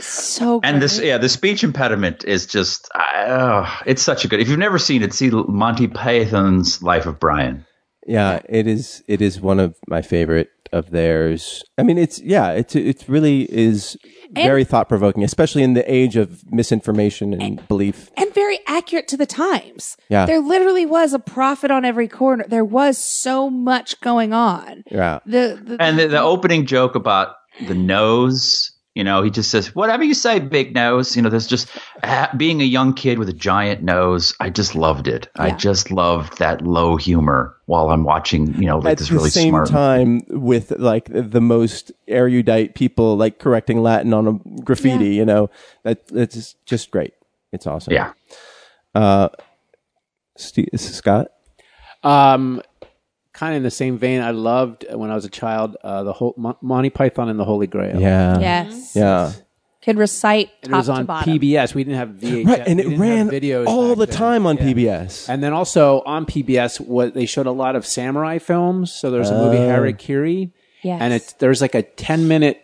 Speaker 5: so.
Speaker 6: And this,
Speaker 5: great.
Speaker 6: yeah, the speech impediment is just, uh, it's such a good. If you've never seen it, see Monty Python's Life of Brian.
Speaker 2: Yeah, it is. It is one of my favorite of theirs. I mean, it's yeah, it's it really is very thought provoking, especially in the age of misinformation and, belief.
Speaker 5: and very accurate to the times.
Speaker 2: Yeah.
Speaker 5: There literally was a prophet on every corner. There was so much going on.
Speaker 2: Yeah,
Speaker 5: The, the
Speaker 6: And the, the opening joke about the nose, you know, he just says, whatever you say, big nose. You know, there's just ah, being a young kid with a giant nose. I just loved it. I just loved that low humor while I'm watching, you know, like
Speaker 2: at
Speaker 6: this
Speaker 2: the
Speaker 6: really
Speaker 2: same
Speaker 6: smart.
Speaker 2: time with like the most erudite people like correcting Latin on a graffiti. You know that that's just- just great. It's awesome.
Speaker 6: Yeah.
Speaker 2: Steve, this is Scott.
Speaker 4: Um, kind of in the same vein, I
Speaker 6: Uh-huh.
Speaker 4: loved uh, when I was a child uh, the whole Mon- Monty Python and the Holy Grail.
Speaker 2: Yeah.
Speaker 5: yes.
Speaker 2: Yeah.
Speaker 5: could recite
Speaker 4: And
Speaker 5: top
Speaker 4: it was
Speaker 5: to
Speaker 4: on
Speaker 5: bottom.
Speaker 4: PBS. We didn't have VHS.
Speaker 2: Right, and
Speaker 4: we
Speaker 2: it
Speaker 4: didn't have
Speaker 2: ran
Speaker 4: videos
Speaker 2: all
Speaker 4: back
Speaker 2: the
Speaker 4: then.
Speaker 2: time on
Speaker 4: Yeah.
Speaker 2: PBS.
Speaker 4: And then also on PBS, what they showed a lot of samurai films. So there's a movie
Speaker 2: Oh.
Speaker 4: Harakiri,
Speaker 5: Yes.
Speaker 4: and it's there's like a ten minute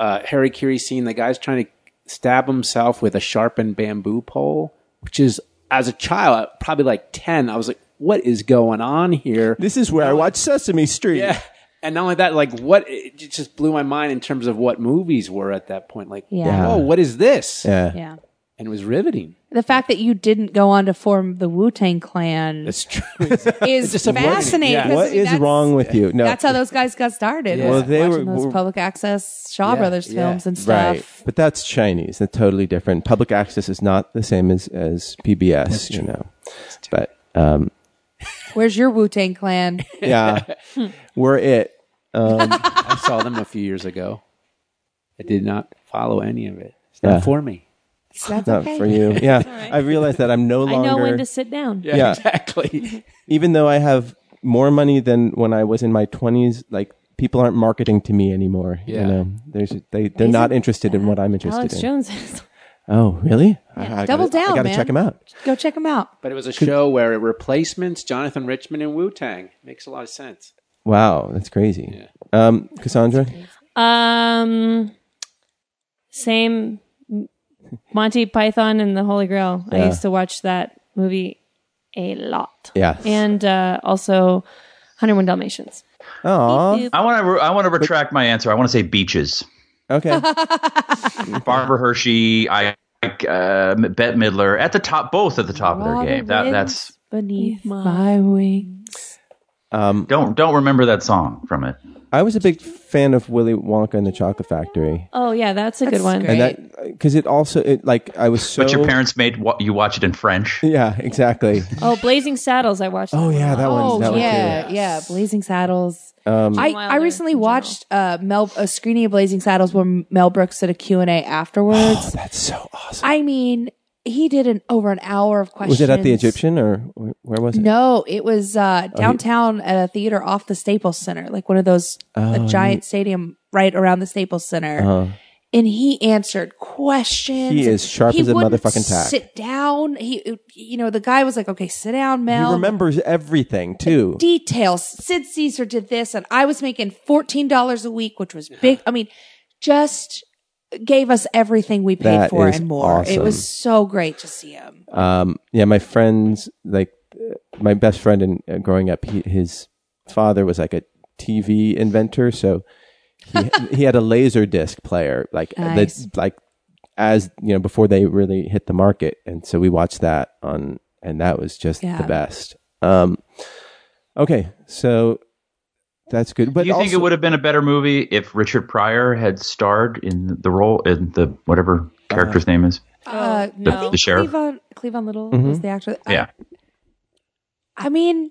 Speaker 4: uh, Harakiri scene. The guy's trying to stab himself with a sharpened bamboo pole, which is as a child, probably like ten. I was like, what is going on here?
Speaker 2: This is where I watch Sesame Street.
Speaker 4: Yeah. And not only that, like what it just blew my mind in terms of what movies were at that point. Like,
Speaker 5: Yeah.
Speaker 4: whoa, what is this?
Speaker 2: Yeah.
Speaker 5: yeah.
Speaker 4: And it was riveting.
Speaker 5: The fact that you didn't go on to form the Wu Tang Clan
Speaker 4: That's true.
Speaker 5: is fascinating.
Speaker 4: yeah.
Speaker 5: 'cause
Speaker 2: What is
Speaker 5: that's-
Speaker 2: wrong with you? No.
Speaker 5: That's how those guys got started.
Speaker 4: Yeah.
Speaker 5: was
Speaker 4: Well,
Speaker 2: they
Speaker 5: watching
Speaker 2: were-
Speaker 5: those
Speaker 2: were-
Speaker 5: public access Shaw
Speaker 4: Yeah,
Speaker 5: Brothers
Speaker 4: yeah.
Speaker 5: films and stuff.
Speaker 2: Right, but that's Chinese. That's totally different. Public access is not the same as as PBS, you know. But um,
Speaker 5: Where's your Wu Tang Clan?
Speaker 2: yeah, we're it.
Speaker 4: I saw them a few years ago. I did not follow any of it. It's
Speaker 2: Yeah.
Speaker 4: not for me.
Speaker 5: That's
Speaker 2: Not
Speaker 5: okay.
Speaker 2: for you. Yeah,
Speaker 3: right.
Speaker 2: I realized that I'm no
Speaker 3: I
Speaker 2: longer.
Speaker 3: know when to sit down.
Speaker 2: Yeah.
Speaker 4: exactly.
Speaker 2: even though I have more money than when I was in my 20s, like people aren't marketing to me anymore.
Speaker 4: Yeah.
Speaker 2: You know, There's, they, they're not interested in what I'm interested
Speaker 3: Alex
Speaker 2: in.
Speaker 3: Jones is
Speaker 2: Oh, really? I- I,
Speaker 5: Double
Speaker 2: gotta,
Speaker 5: down,
Speaker 2: I gotta
Speaker 5: man.
Speaker 2: check them out.
Speaker 5: Go check them out.
Speaker 4: But it was a show where it replacements Jonathan Richmond and Wu Tang makes a lot of sense.
Speaker 2: Wow, that's crazy. Um, Cassandra?
Speaker 3: Um, same Monty Python and the Holy Grail. I
Speaker 2: Yeah.
Speaker 3: used to watch that movie a lot.
Speaker 2: Yes.
Speaker 3: and uh, also 101 Dalmatians.
Speaker 2: Oh,
Speaker 6: I want to. I want to retract my answer. I want to say beaches.
Speaker 2: okay.
Speaker 6: Barbara Hershey, I, I uh, Bette Midler at the top, both at the top of
Speaker 5: Robin
Speaker 6: their game. That,
Speaker 5: Williams
Speaker 6: that's
Speaker 5: beneath
Speaker 3: beneath
Speaker 5: my wings.
Speaker 6: don't don't remember that song from it.
Speaker 2: I was a big fan of Willy Wonka and the Chocolate Factory.
Speaker 3: Oh yeah, that's a
Speaker 5: That's
Speaker 3: good one.
Speaker 5: great.
Speaker 2: And that, because it also, it like, I was so.
Speaker 6: But your parents made wa- you watch it in French.
Speaker 2: Yeah, exactly.
Speaker 3: Oh, Blazing Saddles. I watched.
Speaker 2: Oh, yeah, that
Speaker 5: Oh
Speaker 2: one. That One too.
Speaker 5: yeah, yeah. Blazing Saddles.
Speaker 2: Um,
Speaker 5: I, I
Speaker 3: Wilder
Speaker 5: recently
Speaker 3: in general.
Speaker 5: watched uh, Mel a screening of Blazing Saddles where Mel Brooks did a Q and A afterwards.
Speaker 2: Oh, That's so awesome.
Speaker 5: I mean, he did an over an hour of
Speaker 2: Was
Speaker 5: questions.
Speaker 2: it at the Egyptian or wh- where was it?
Speaker 5: No, it was
Speaker 2: Oh,
Speaker 5: uh, downtown at a theater off the Staples Center, like one of those
Speaker 2: Oh,
Speaker 5: a giant stadium right around the Staples Center. And he answered
Speaker 2: Uh-huh.
Speaker 5: questions.
Speaker 2: He is sharp as a
Speaker 5: wouldn't
Speaker 2: motherfucking tack.
Speaker 5: Sit down. He, you know, the guy was like, "Okay, sit down, Mel."
Speaker 2: He remembers everything too.
Speaker 5: details. Sid Caesar did this, and I was making fourteen dollars a week, which was big. I mean, just gave us everything we paid
Speaker 2: That
Speaker 5: for
Speaker 2: is
Speaker 5: and more. It
Speaker 2: awesome.
Speaker 5: was so great to see him.
Speaker 2: um, yeah, my friends, like uh, my best friend in uh, growing up, he, his father was like a TV inventor, so he, he had a laser disc player, like
Speaker 5: Nice.
Speaker 2: the, like as you know before they really hit the market, and so we watched that on, and that was just
Speaker 5: Yeah.
Speaker 2: the best. Um, okay, so that's good. But
Speaker 6: Do you think it
Speaker 2: also-
Speaker 6: would have been a better movie if Richard Pryor had starred in the role in the whatever
Speaker 2: Uh-huh.
Speaker 6: character's name is?
Speaker 5: uh,
Speaker 6: The-
Speaker 5: I
Speaker 6: the
Speaker 5: think
Speaker 6: sheriff?
Speaker 5: Cleavon, Cleavon Little
Speaker 2: Mm-hmm.
Speaker 5: was the actor. I-
Speaker 6: Yeah,
Speaker 5: I mean,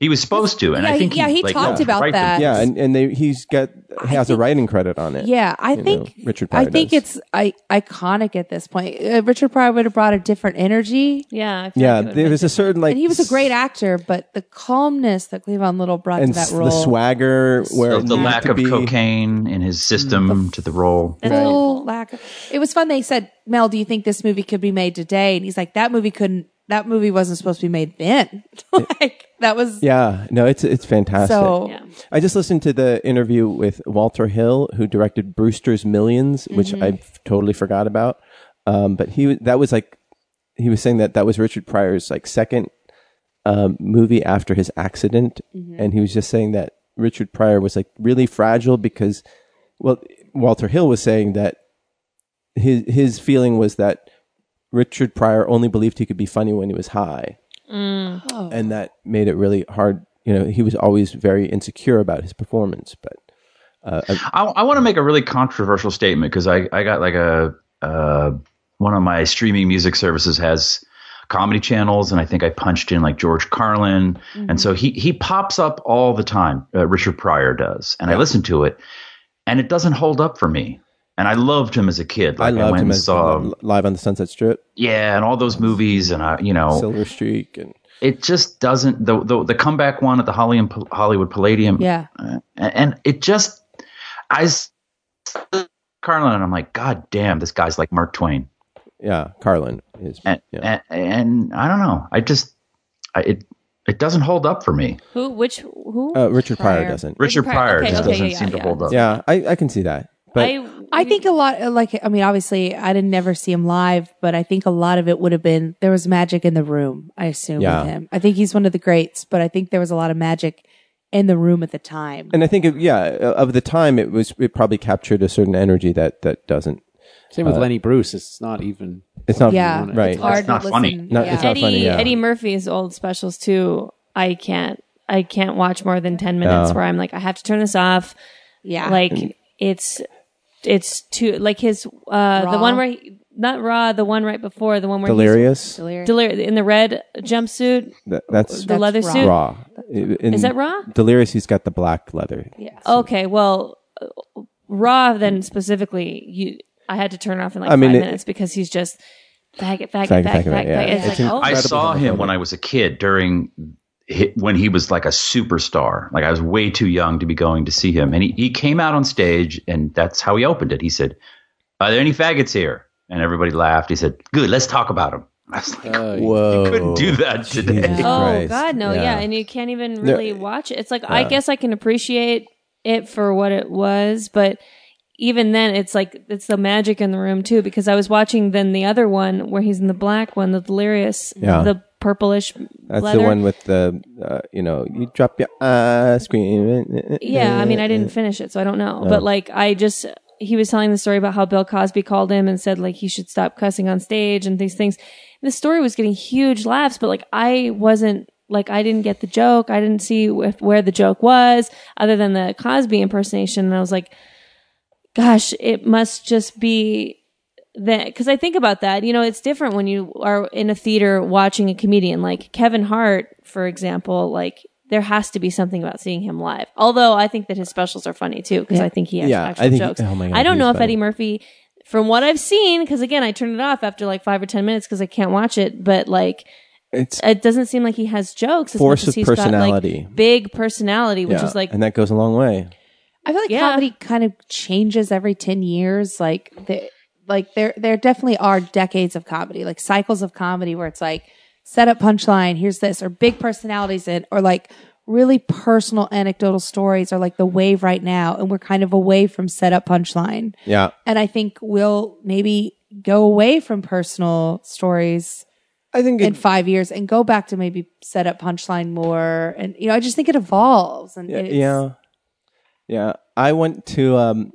Speaker 6: he was supposed to, and
Speaker 5: Yeah,
Speaker 6: I think
Speaker 5: yeah, he
Speaker 6: like,
Speaker 5: talked
Speaker 6: helped
Speaker 5: about
Speaker 6: write the-
Speaker 5: that.
Speaker 2: Yeah, and, and they, he's got he has a writing credit on it.
Speaker 5: yeah, I
Speaker 2: know,
Speaker 5: think
Speaker 2: Richard
Speaker 5: I
Speaker 2: Pryor
Speaker 5: think
Speaker 2: does.
Speaker 5: it's I, iconic at this point. Uh, Richard Pryor would have brought a different energy,
Speaker 3: Yeah, I feel
Speaker 2: Yeah,
Speaker 3: like it would've
Speaker 2: there was a certain like
Speaker 5: and he was a
Speaker 2: s-
Speaker 5: great actor. But the calmness that Cleavon Little brought to
Speaker 2: and
Speaker 5: that
Speaker 2: s-
Speaker 5: role,
Speaker 2: the swagger where
Speaker 6: the,
Speaker 2: it
Speaker 6: the
Speaker 2: needed
Speaker 6: lack
Speaker 2: to
Speaker 6: of
Speaker 2: be.
Speaker 6: cocaine in his system
Speaker 5: Mm.
Speaker 6: to the role.
Speaker 5: full lack. Of, it was fun. They said, "Mel, do you think this movie could be made today?" And he's like, "That movie couldn't. That movie wasn't supposed to be made then. like that was
Speaker 2: Yeah, no, it's it's fantastic.
Speaker 5: so."
Speaker 3: been. Yeah.
Speaker 2: I just listened to the interview with Walter Hill, who directed Brewster's 1000000s which I f- totally forgot about. Um, but he that was like he was saying that that was Richard Pryor's like second um, movie after his accident, and he was just saying that Richard Pryor was like really fragile because, well, Walter Hill was saying that his his feeling was that Richard Pryor only believed he could be funny when he was high, and that made it really hard. You know, he was always very insecure about his performance, but
Speaker 6: I, I want to make a really controversial statement because I, I got like a uh, one of my streaming music services has comedy channels, and I think I punched in like George Carlin,
Speaker 2: Mm-hmm.
Speaker 6: and so he he pops up all the time. Uh, Richard Pryor does, and I listen to it, and it doesn't hold up for me. And I loved him as a kid.
Speaker 2: I
Speaker 6: Like I,
Speaker 2: loved
Speaker 6: went
Speaker 2: him
Speaker 6: and
Speaker 2: as
Speaker 6: saw,
Speaker 2: li- live on the Sunset Strip,
Speaker 6: yeah, and all those movies, and I, you know,
Speaker 2: Silver Streak, and
Speaker 6: it just doesn't. The, the the comeback one at the Holly- Hollywood Palladium,
Speaker 5: Yeah.
Speaker 6: and, and it just I s- Carlin, and I'm like, God damn, this guy's like Mark Twain.
Speaker 2: Yeah, Carlin is.
Speaker 6: And
Speaker 2: yeah.
Speaker 6: and, and I don't know. I just I, it it doesn't hold up for me.
Speaker 3: Who? Which? Who?
Speaker 2: uh, Richard Pryor,
Speaker 5: Pryor.
Speaker 2: doesn't.
Speaker 6: Richard
Speaker 8: Pryor.
Speaker 6: Pryor
Speaker 8: Okay,
Speaker 6: just
Speaker 8: okay,
Speaker 6: doesn't
Speaker 8: yeah,
Speaker 6: seem to
Speaker 8: yeah,
Speaker 6: hold up.
Speaker 2: Yeah, I, I can see that. But
Speaker 5: I think a lot, uh, like, I mean, obviously, I didn't never see him live, but I think a lot of it would have been there was magic in the room, I assume,
Speaker 2: Yeah.
Speaker 5: with him. I think he's one of the greats, but I think there was a lot of magic in the room at the time.
Speaker 2: and I think it, yeah, uh, of the time it was it probably captured a certain energy that that doesn't.
Speaker 4: Same
Speaker 2: Uh,
Speaker 4: with Lenny Bruce. It's not even.
Speaker 2: It's not
Speaker 5: yeah.
Speaker 2: right.
Speaker 5: It's hard
Speaker 6: not
Speaker 5: to
Speaker 6: funny.
Speaker 5: listen.
Speaker 2: Not-
Speaker 5: yeah.
Speaker 2: it's not-
Speaker 3: Eddie
Speaker 2: funny, yeah.
Speaker 3: Eddie Murphy's old specials too. I can't. I can't watch more than ten minutes
Speaker 2: Oh.
Speaker 3: where I'm like, I have to turn this off.
Speaker 5: yeah.
Speaker 3: Like it's it's too like his uh the
Speaker 5: Raw?
Speaker 3: one where he, not raw the one right before the one where
Speaker 2: Delirious.
Speaker 3: he's,
Speaker 5: Delirious.
Speaker 3: Delir- in the red jumpsuit
Speaker 2: That- that's
Speaker 3: the leather
Speaker 5: raw.
Speaker 3: suit
Speaker 2: raw. In
Speaker 3: Is that raw?
Speaker 2: Delirious. He's got the black leather.
Speaker 3: okay well uh, raw then specifically you I had to turn off in like
Speaker 2: I mean,
Speaker 3: five
Speaker 2: it-
Speaker 3: minutes because he's just faggot
Speaker 2: Faggot,
Speaker 3: faggot faggot
Speaker 2: faggot,
Speaker 3: faggot, faggot,
Speaker 2: yeah.
Speaker 3: It's
Speaker 2: It's
Speaker 3: like, oh,
Speaker 6: I saw him
Speaker 2: homophobic.
Speaker 6: when I was a kid during hi- when he was like a superstar. Like I was way too young to be going to see him, and he, he came out on stage, and that's how he opened it. He said, "Are there any faggots here?" And everybody laughed. He said, "Good, let's talk about them." I was like,
Speaker 4: Uh,
Speaker 2: Oh, Whoa!
Speaker 6: couldn't do that today.
Speaker 2: Jesus
Speaker 3: Oh
Speaker 2: Christ.
Speaker 3: God, no, yeah. and you can't even really watch it. It's like I guess I can appreciate it for what it was, but even then, it's like it's the magic in the room too. Because I was watching then the other one where he's in the black one, the delirious,
Speaker 2: Yeah.
Speaker 3: the purplish.
Speaker 2: That's
Speaker 3: leather.
Speaker 2: the one with the, uh, you know, you drop your uh, scream.
Speaker 3: Yeah, Oh. I mean, I didn't finish it, so I don't know. But like, I just he was telling the story about how Bill Cosby called him and said like he should stop cussing on stage and these things. And the story was getting huge laughs, but like I wasn't like I didn't get the joke. I didn't see if, where the joke was other than the Cosby impersonation, and I was like, gosh, it must just be that because I think about that. You know, it's different when you are in a theater watching a comedian like Kevin Hart, for example. Like there has to be something about seeing him live. Although I think that his specials are funny too because I think he has
Speaker 2: Yeah,
Speaker 3: actual
Speaker 2: I think-
Speaker 3: jokes.
Speaker 2: oh my God,
Speaker 3: I don't
Speaker 2: he's
Speaker 3: know if
Speaker 2: funny.
Speaker 3: Eddie Murphy, from what I've seen, because again I turned it off after like five or ten minutes because I can't watch it. But like.
Speaker 2: It's
Speaker 3: It doesn't seem like he has jokes. as
Speaker 2: Force
Speaker 3: much as
Speaker 2: of
Speaker 3: he's got, like,
Speaker 2: personality.
Speaker 3: big personality, which
Speaker 2: yeah,
Speaker 3: is like
Speaker 2: and that goes a long way.
Speaker 5: I feel like
Speaker 3: Yeah.
Speaker 5: comedy kind of changes every 10 years. Like, the, like there, there definitely are decades of comedy, like cycles of comedy where it's like set up punchline, here's this, or big personalities in, or like really personal anecdotal stories are like the wave right now. And we're kind of away from set up punchline.
Speaker 2: Yeah,
Speaker 5: And I think we'll maybe go away from personal stories
Speaker 2: I think
Speaker 5: in five years and go back to maybe set up punchline more. And, you know, I just think it evolves. And
Speaker 2: Yeah,
Speaker 5: it's,
Speaker 2: yeah, yeah. I went to um,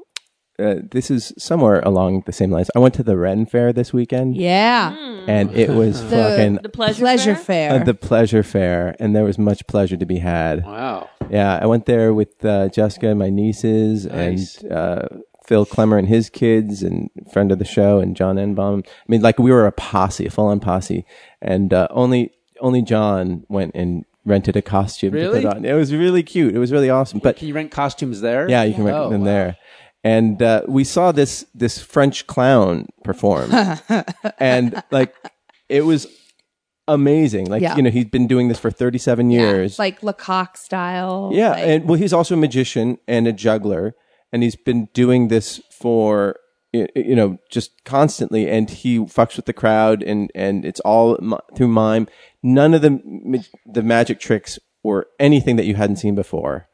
Speaker 2: uh, this is somewhere along the same lines. I went to the Ren Fair this weekend,
Speaker 5: Yeah.
Speaker 2: and it was fucking
Speaker 3: the pleasure,
Speaker 5: pleasure
Speaker 3: fair.
Speaker 5: fair.
Speaker 2: uh, the pleasure fair, and there was much pleasure to be had.
Speaker 4: Wow.
Speaker 2: Yeah, I went there with uh, Jessica and my nieces
Speaker 4: Nice.
Speaker 2: and uh, Phil Clemmer and his kids and friend of the show and John Enbaum. I mean, like we were a posse, a full on posse, and uh, only only John went and rented a costume
Speaker 4: Really?
Speaker 2: to put on. It was really cute. It was really awesome. But
Speaker 4: Can you rent costumes there?
Speaker 2: yeah, you can rent
Speaker 4: Oh,
Speaker 2: them
Speaker 4: wow.
Speaker 2: there. And uh, we saw this this French clown perform, and like it was amazing. Like
Speaker 5: Yeah.
Speaker 2: you know, he's been doing this for thirty seven years.
Speaker 5: like Lecoq style.
Speaker 2: Yeah,
Speaker 5: like-
Speaker 2: and well, he's also a magician and a juggler, and he's been doing this for y- you know just constantly. And he fucks with the crowd, and and it's all mi- through mime. None of the ma- the magic tricks or anything that you hadn't seen before,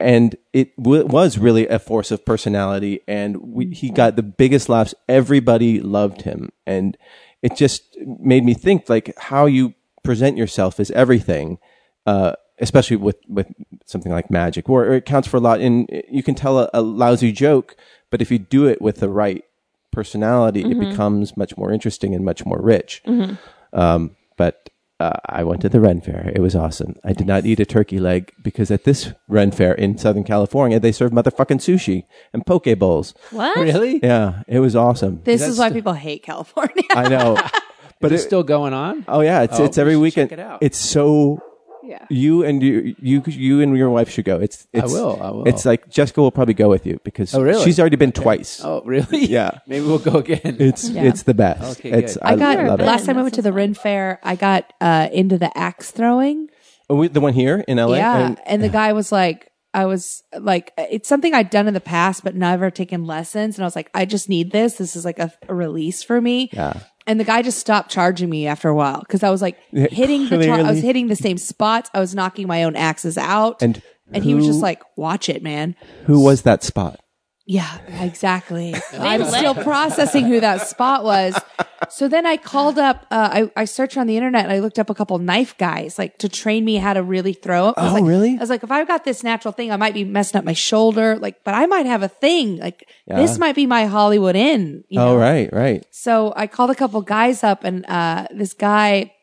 Speaker 2: and it w- was really a force of personality. And we, he got the biggest laughs. Everybody loved him, and it just made me think like how you present yourself is everything uh, especially with, with something like magic, or, or it counts for a lot. And you can tell a, a lousy joke, but if you do it with the right personality, it becomes much more interesting and much more rich. Um, but uh, I went to the Ren Fair. It was awesome. I did not eat a turkey leg because at this Ren Fair in Southern California, they serve motherfucking sushi and poke bowls.
Speaker 3: What?
Speaker 4: Really?
Speaker 2: Yeah, it was awesome.
Speaker 5: this is why people hate California.
Speaker 2: I know. But
Speaker 4: It's still going on.
Speaker 2: Oh yeah, it's
Speaker 4: Oh,
Speaker 2: it's every
Speaker 4: we should
Speaker 2: weekend.
Speaker 4: check it out.
Speaker 2: It's so.
Speaker 5: Yeah.
Speaker 2: You and you, you, you and your wife should go. It's, it's
Speaker 4: will, I will.
Speaker 2: It's like Jessica will probably go with you because
Speaker 4: Oh, really?
Speaker 2: she's already been twice.
Speaker 4: Oh, really?
Speaker 2: Yeah.
Speaker 4: Maybe we'll go again.
Speaker 2: It's it's the best.
Speaker 4: Okay,
Speaker 2: it's
Speaker 4: good.
Speaker 2: I,
Speaker 5: I got
Speaker 2: love it.
Speaker 5: last time I went to the Ren Fair, I got uh, into the axe throwing.
Speaker 2: Oh, we- the one here in L.A.
Speaker 5: yeah,
Speaker 2: And-
Speaker 5: and the guy was like, I was like, it's something I'd done in the past, but never taken lessons. And I was like, I just need this. This is like a, a release for me. Yeah. And the guy just stopped charging me after a while because I was like hitting the, top I was
Speaker 2: clearly.
Speaker 5: hitting the same spots. I was knocking my own axes out.
Speaker 2: And
Speaker 5: and he was
Speaker 2: who-
Speaker 5: just like, watch it, man.
Speaker 2: Who was that spot?
Speaker 5: Yeah, exactly. I'm still processing who that spot was. So then I called up, uh, I, I searched on the internet and I looked up a couple knife guys, like to train me how to really throw it. I was
Speaker 2: Oh,
Speaker 5: like-
Speaker 2: really?
Speaker 5: I was like, if I've got this natural thing, I might be messing up my shoulder, like, but I might have a thing. Like, this might be my Hollywood in. You
Speaker 2: Oh,
Speaker 5: know?
Speaker 2: right, right.
Speaker 5: So I called a couple guys up, and uh, this guy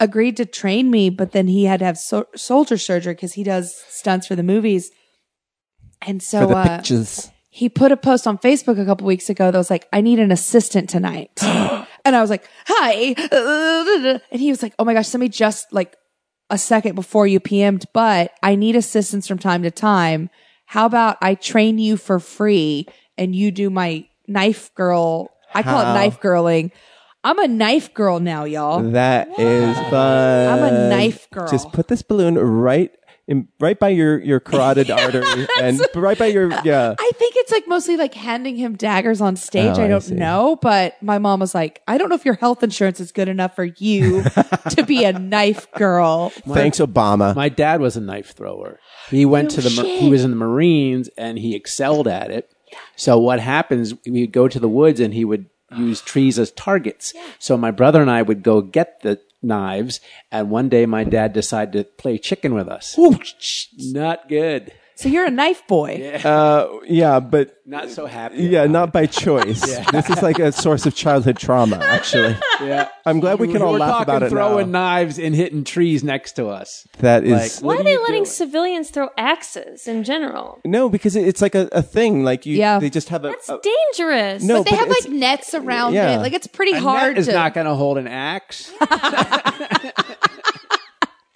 Speaker 5: agreed to train me, but then he had to have so- soldier surgery because he does stunts for the movies. And so
Speaker 2: For the
Speaker 5: uh,
Speaker 2: pictures.
Speaker 5: he put a post on Facebook a couple weeks ago that was like, I need an assistant tonight. and I was like, hi. And he was like, oh my gosh, somebody just like a second before you PM'd, but I need assistance from time to time. How about I train you for free and you do my knife girl? I call
Speaker 2: How?
Speaker 5: it knife girling. I'm a knife girl now, y'all.
Speaker 2: That is fun.
Speaker 5: I'm a knife girl.
Speaker 2: Just put this balloon right in, right by your your carotid artery and right by your yeah.
Speaker 5: I think it's like mostly like handing him daggers on stage.
Speaker 2: Oh, I
Speaker 5: I don't
Speaker 2: see.
Speaker 5: know, but my mom was like, I don't know if your health insurance is good enough for you to be a knife girl.
Speaker 2: Thanks, Obama.
Speaker 4: My dad was a knife thrower. He went to the mar- he was in the Marines and he excelled at it. So what happens? We would go to the woods and he would use trees as targets. So my brother and I would go get the knives. And one day my dad decided to play chicken with us. Not good.
Speaker 5: So you're a knife boy.
Speaker 2: yeah, but
Speaker 4: Not so happy.
Speaker 2: yeah,
Speaker 4: about
Speaker 2: not by choice. This is like a source of childhood trauma. Actually,
Speaker 4: it. yeah.
Speaker 2: I'm glad we can all
Speaker 4: were
Speaker 2: laugh
Speaker 4: talking
Speaker 2: about it
Speaker 4: throwing
Speaker 2: now.
Speaker 4: knives and hitting trees next to us.
Speaker 2: That
Speaker 4: Like,
Speaker 2: is
Speaker 3: Why
Speaker 4: what
Speaker 3: are they
Speaker 4: you
Speaker 3: letting
Speaker 4: doing?
Speaker 3: civilians throw axes in general?
Speaker 2: no, because it- it's like a, a thing. Like you,
Speaker 5: Yeah.
Speaker 2: they just have a.
Speaker 3: That's
Speaker 2: a-
Speaker 3: dangerous.
Speaker 2: Oh. no,
Speaker 3: Like,
Speaker 5: They have
Speaker 2: it's-
Speaker 5: like nets around
Speaker 2: yeah.
Speaker 5: it. Like it's pretty
Speaker 4: A
Speaker 5: hard
Speaker 4: net is
Speaker 5: to.
Speaker 4: not going to hold an axe.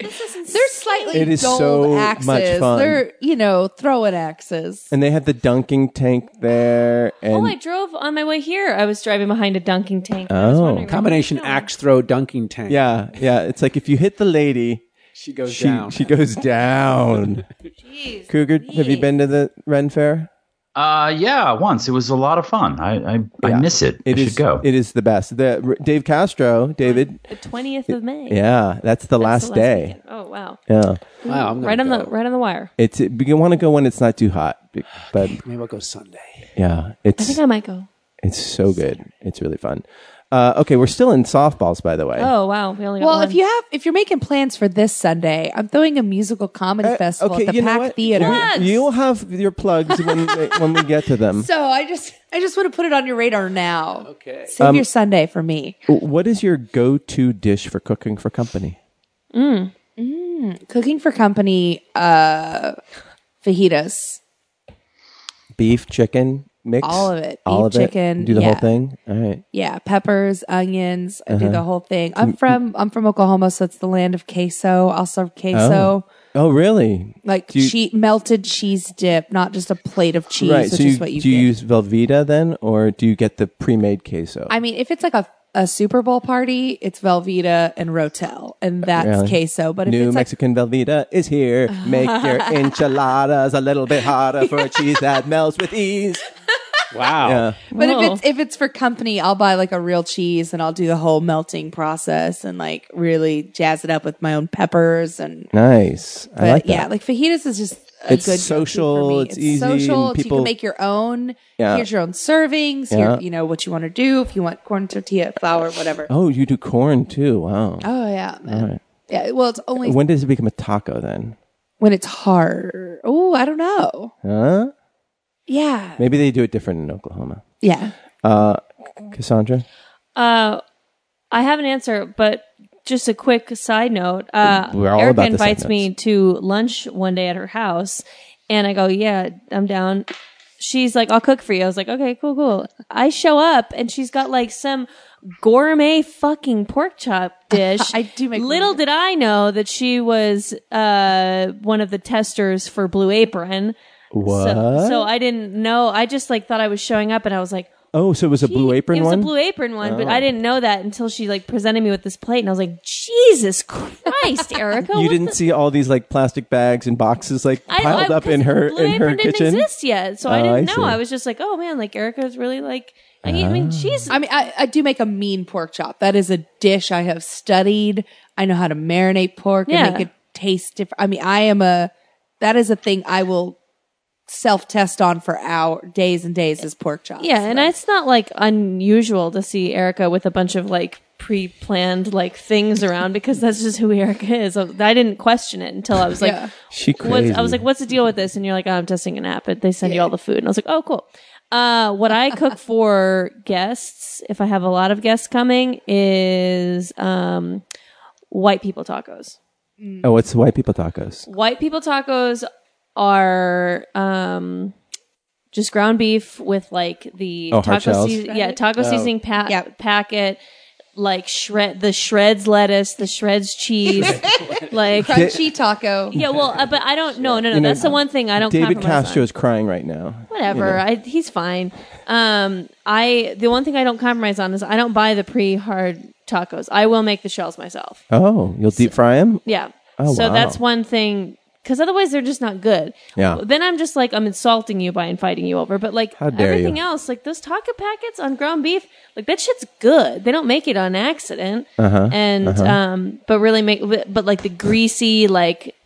Speaker 5: they're slightly
Speaker 2: It is
Speaker 5: dulled
Speaker 2: so
Speaker 5: axes.
Speaker 2: much fun.
Speaker 5: They're you know throwing axes.
Speaker 2: and they had the dunking tank there, and
Speaker 3: oh, I drove on my way here. I was driving behind a dunking tank. I was
Speaker 2: Oh.
Speaker 3: wondering-
Speaker 4: Combination axe throw dunking tank.
Speaker 2: yeah, yeah. It's like if you hit the lady,
Speaker 4: She goes
Speaker 2: she
Speaker 4: down.
Speaker 2: she goes down. Cougar, have you been to the Ren Fair?
Speaker 6: Uh, yeah, once it was a lot of fun. I I, I miss it.
Speaker 2: It
Speaker 6: I
Speaker 2: is
Speaker 6: should go.
Speaker 2: It is the best. The R- Dave Castro, David.
Speaker 3: The twentieth of May.
Speaker 2: Yeah, that's the
Speaker 3: That's
Speaker 2: last
Speaker 3: the
Speaker 2: day.
Speaker 3: weekend. Oh wow!
Speaker 2: Yeah,
Speaker 4: wow, I'm gonna
Speaker 3: Right on
Speaker 4: go.
Speaker 3: the right on the wire.
Speaker 2: it's it, you want to go when it's not too hot, be- but
Speaker 4: Maybe I'll go Sunday.
Speaker 2: yeah,
Speaker 3: I think
Speaker 2: it's
Speaker 3: I might go.
Speaker 2: it's so good. It's really fun. Uh, okay, we're still in softballs, by the way.
Speaker 3: Oh wow! We only got
Speaker 5: Well,
Speaker 3: one.
Speaker 5: if you have if you're making plans for this Sunday, I'm throwing a musical comedy
Speaker 2: Uh,
Speaker 5: festival
Speaker 2: okay,
Speaker 5: at the
Speaker 2: you know
Speaker 5: Pack
Speaker 2: what?
Speaker 5: Theater.
Speaker 3: Plugs!
Speaker 2: You, will have your plugs when they- when we get to them.
Speaker 5: So I just I just want to put it on your radar now.
Speaker 4: Okay.
Speaker 5: Save
Speaker 2: Um,
Speaker 5: your Sunday for me.
Speaker 2: what is your go-to dish for cooking for company?
Speaker 5: Cooking for company uh fajitas.
Speaker 2: Beef, chicken mix,
Speaker 5: All of it.
Speaker 2: all of
Speaker 5: Beef,
Speaker 2: it?
Speaker 5: chicken,
Speaker 2: Do the whole
Speaker 5: yeah.
Speaker 2: thing. All right.
Speaker 5: Yeah, peppers, onions, I do the
Speaker 2: Uh-huh.
Speaker 5: whole thing. I'm from I'm from Oklahoma, so it's the land of queso. I'll serve queso.
Speaker 2: Oh, really?
Speaker 5: Like
Speaker 2: Do you-
Speaker 5: che- melted cheese dip, not just a plate of cheese,
Speaker 2: right.
Speaker 5: which
Speaker 2: So
Speaker 5: is
Speaker 2: you-
Speaker 5: what you
Speaker 2: do you
Speaker 5: get.
Speaker 2: use Velveeta then, or do you get the pre-made queso?
Speaker 5: I mean, if it's like a, a Super Bowl party, it's Velveeta and Rotel, and that's
Speaker 2: Really?
Speaker 5: queso. But if
Speaker 2: New
Speaker 5: it's like
Speaker 2: Mexican Velveeta is here. Make your enchiladas a little bit hotter for a cheese that melts with ease.
Speaker 4: Wow.
Speaker 2: Yeah.
Speaker 5: But
Speaker 3: Whoa.
Speaker 5: if
Speaker 2: Oh.
Speaker 5: it's if it's for company, I'll buy like a real cheese and I'll do the whole melting process and like really jazz it up with my own peppers and.
Speaker 2: Nice.
Speaker 5: But
Speaker 2: I like that.
Speaker 5: yeah, like fajitas is just a
Speaker 2: It's
Speaker 5: good go-to
Speaker 2: social,
Speaker 5: for me.
Speaker 2: it's easy, and
Speaker 5: social. it's- You
Speaker 2: people-
Speaker 5: can make your own.
Speaker 2: Yeah.
Speaker 5: Here's your own servings.
Speaker 2: Yeah.
Speaker 5: Here, you know what you want to do. If you want corn tortilla, flour, whatever. Oh,
Speaker 2: oh, you do corn too. Wow.
Speaker 5: yeah, man. yeah. Well, it's only when,
Speaker 2: When does it become a taco then?
Speaker 5: it's hard. Oh, I don't know.
Speaker 2: Huh?
Speaker 5: Yeah,
Speaker 2: Maybe they do it different in Oklahoma. Uh,
Speaker 5: yeah.
Speaker 2: Cassandra?
Speaker 3: Uh, I have an answer, but just a quick side note. Uh,
Speaker 2: We're all
Speaker 3: Erica
Speaker 2: about the
Speaker 3: invites
Speaker 2: side
Speaker 3: me to lunch one day at her house, and I go, "Yeah, I'm down." She's like, "I'll cook for you." I was like, "Okay, cool, cool." I show up, and she's got like some gourmet fucking pork chop dish.
Speaker 5: I do make
Speaker 3: Little did I know that she was uh, one of the testers for Blue Apron.
Speaker 2: What?
Speaker 3: So, so I didn't know. I just like thought I was showing up, and I was like,
Speaker 2: Oh, so it was a blue apron
Speaker 3: It was
Speaker 2: one. Oh.
Speaker 3: a blue apron one, but I didn't know that until she like presented me with this plate, and I was like, "Jesus Christ, Erica!"
Speaker 2: you
Speaker 3: what
Speaker 2: didn't
Speaker 3: the-
Speaker 2: see all these like plastic bags and boxes like
Speaker 3: I-
Speaker 2: piled
Speaker 3: I-
Speaker 2: up in
Speaker 3: 'cause
Speaker 2: her
Speaker 3: Blue
Speaker 2: in
Speaker 3: Apron
Speaker 2: her
Speaker 3: didn't
Speaker 2: kitchen.
Speaker 3: exist yet, so I
Speaker 2: Oh,
Speaker 3: didn't
Speaker 2: I
Speaker 3: know.
Speaker 2: see. Uh,
Speaker 3: I was just like, "Oh man, like Erica's really like." I mean, I mean, she's.
Speaker 5: I mean, I, I do make a mean pork chop. That is a dish I have studied. I know how to marinate pork
Speaker 3: Yeah.
Speaker 5: and make it taste different. I mean, I am a, that is a thing I will self test on for hour, days and days is pork chops.
Speaker 3: Yeah, and it's not like unusual to see Erica with a bunch of like pre-planned like things around because that's just who Erica is. I I didn't question it until I was like,
Speaker 5: Yeah.
Speaker 2: She
Speaker 3: what's,
Speaker 2: crazy.
Speaker 3: I was like, "What's the deal with this?" And you're like, oh, "I'm testing an app." But they send you all the food, and I was like, "Oh, cool." Uh, what I cook for guests, if I have a lot of guests coming, is um, white people tacos.
Speaker 2: oh, what's the white people tacos?
Speaker 3: White people tacos are um, just ground beef with like the
Speaker 2: Oh, hard
Speaker 3: taco,
Speaker 2: shells? Oh.
Speaker 3: sea- yeah, taco seasoning pa-
Speaker 5: Yeah.
Speaker 3: packet, like shred the shreds lettuce, the shreds cheese, like
Speaker 5: Crunchy taco.
Speaker 3: yeah. Well, uh, but I don't. No, no, no.
Speaker 2: You know,
Speaker 3: that's the one thing I don't.
Speaker 2: David
Speaker 3: compromise on
Speaker 2: Castro is crying right now.
Speaker 3: whatever. I, he's fine. Um, I the one thing I don't compromise on is I don't buy the pre-hard tacos. I will make the shells myself.
Speaker 2: Oh, you'll deep fry him?
Speaker 3: Yeah.
Speaker 2: Oh,
Speaker 3: so
Speaker 2: wow.
Speaker 3: that's one thing because otherwise they're just not good.
Speaker 2: Yeah.
Speaker 3: Then I'm just like I'm insulting you by inviting you over, but like
Speaker 2: How dare
Speaker 3: everything
Speaker 2: you.
Speaker 3: else, like those taco packets on ground beef, like that shit's good. They don't make it on accident. Uh-huh. And um, but really make but like the greasy like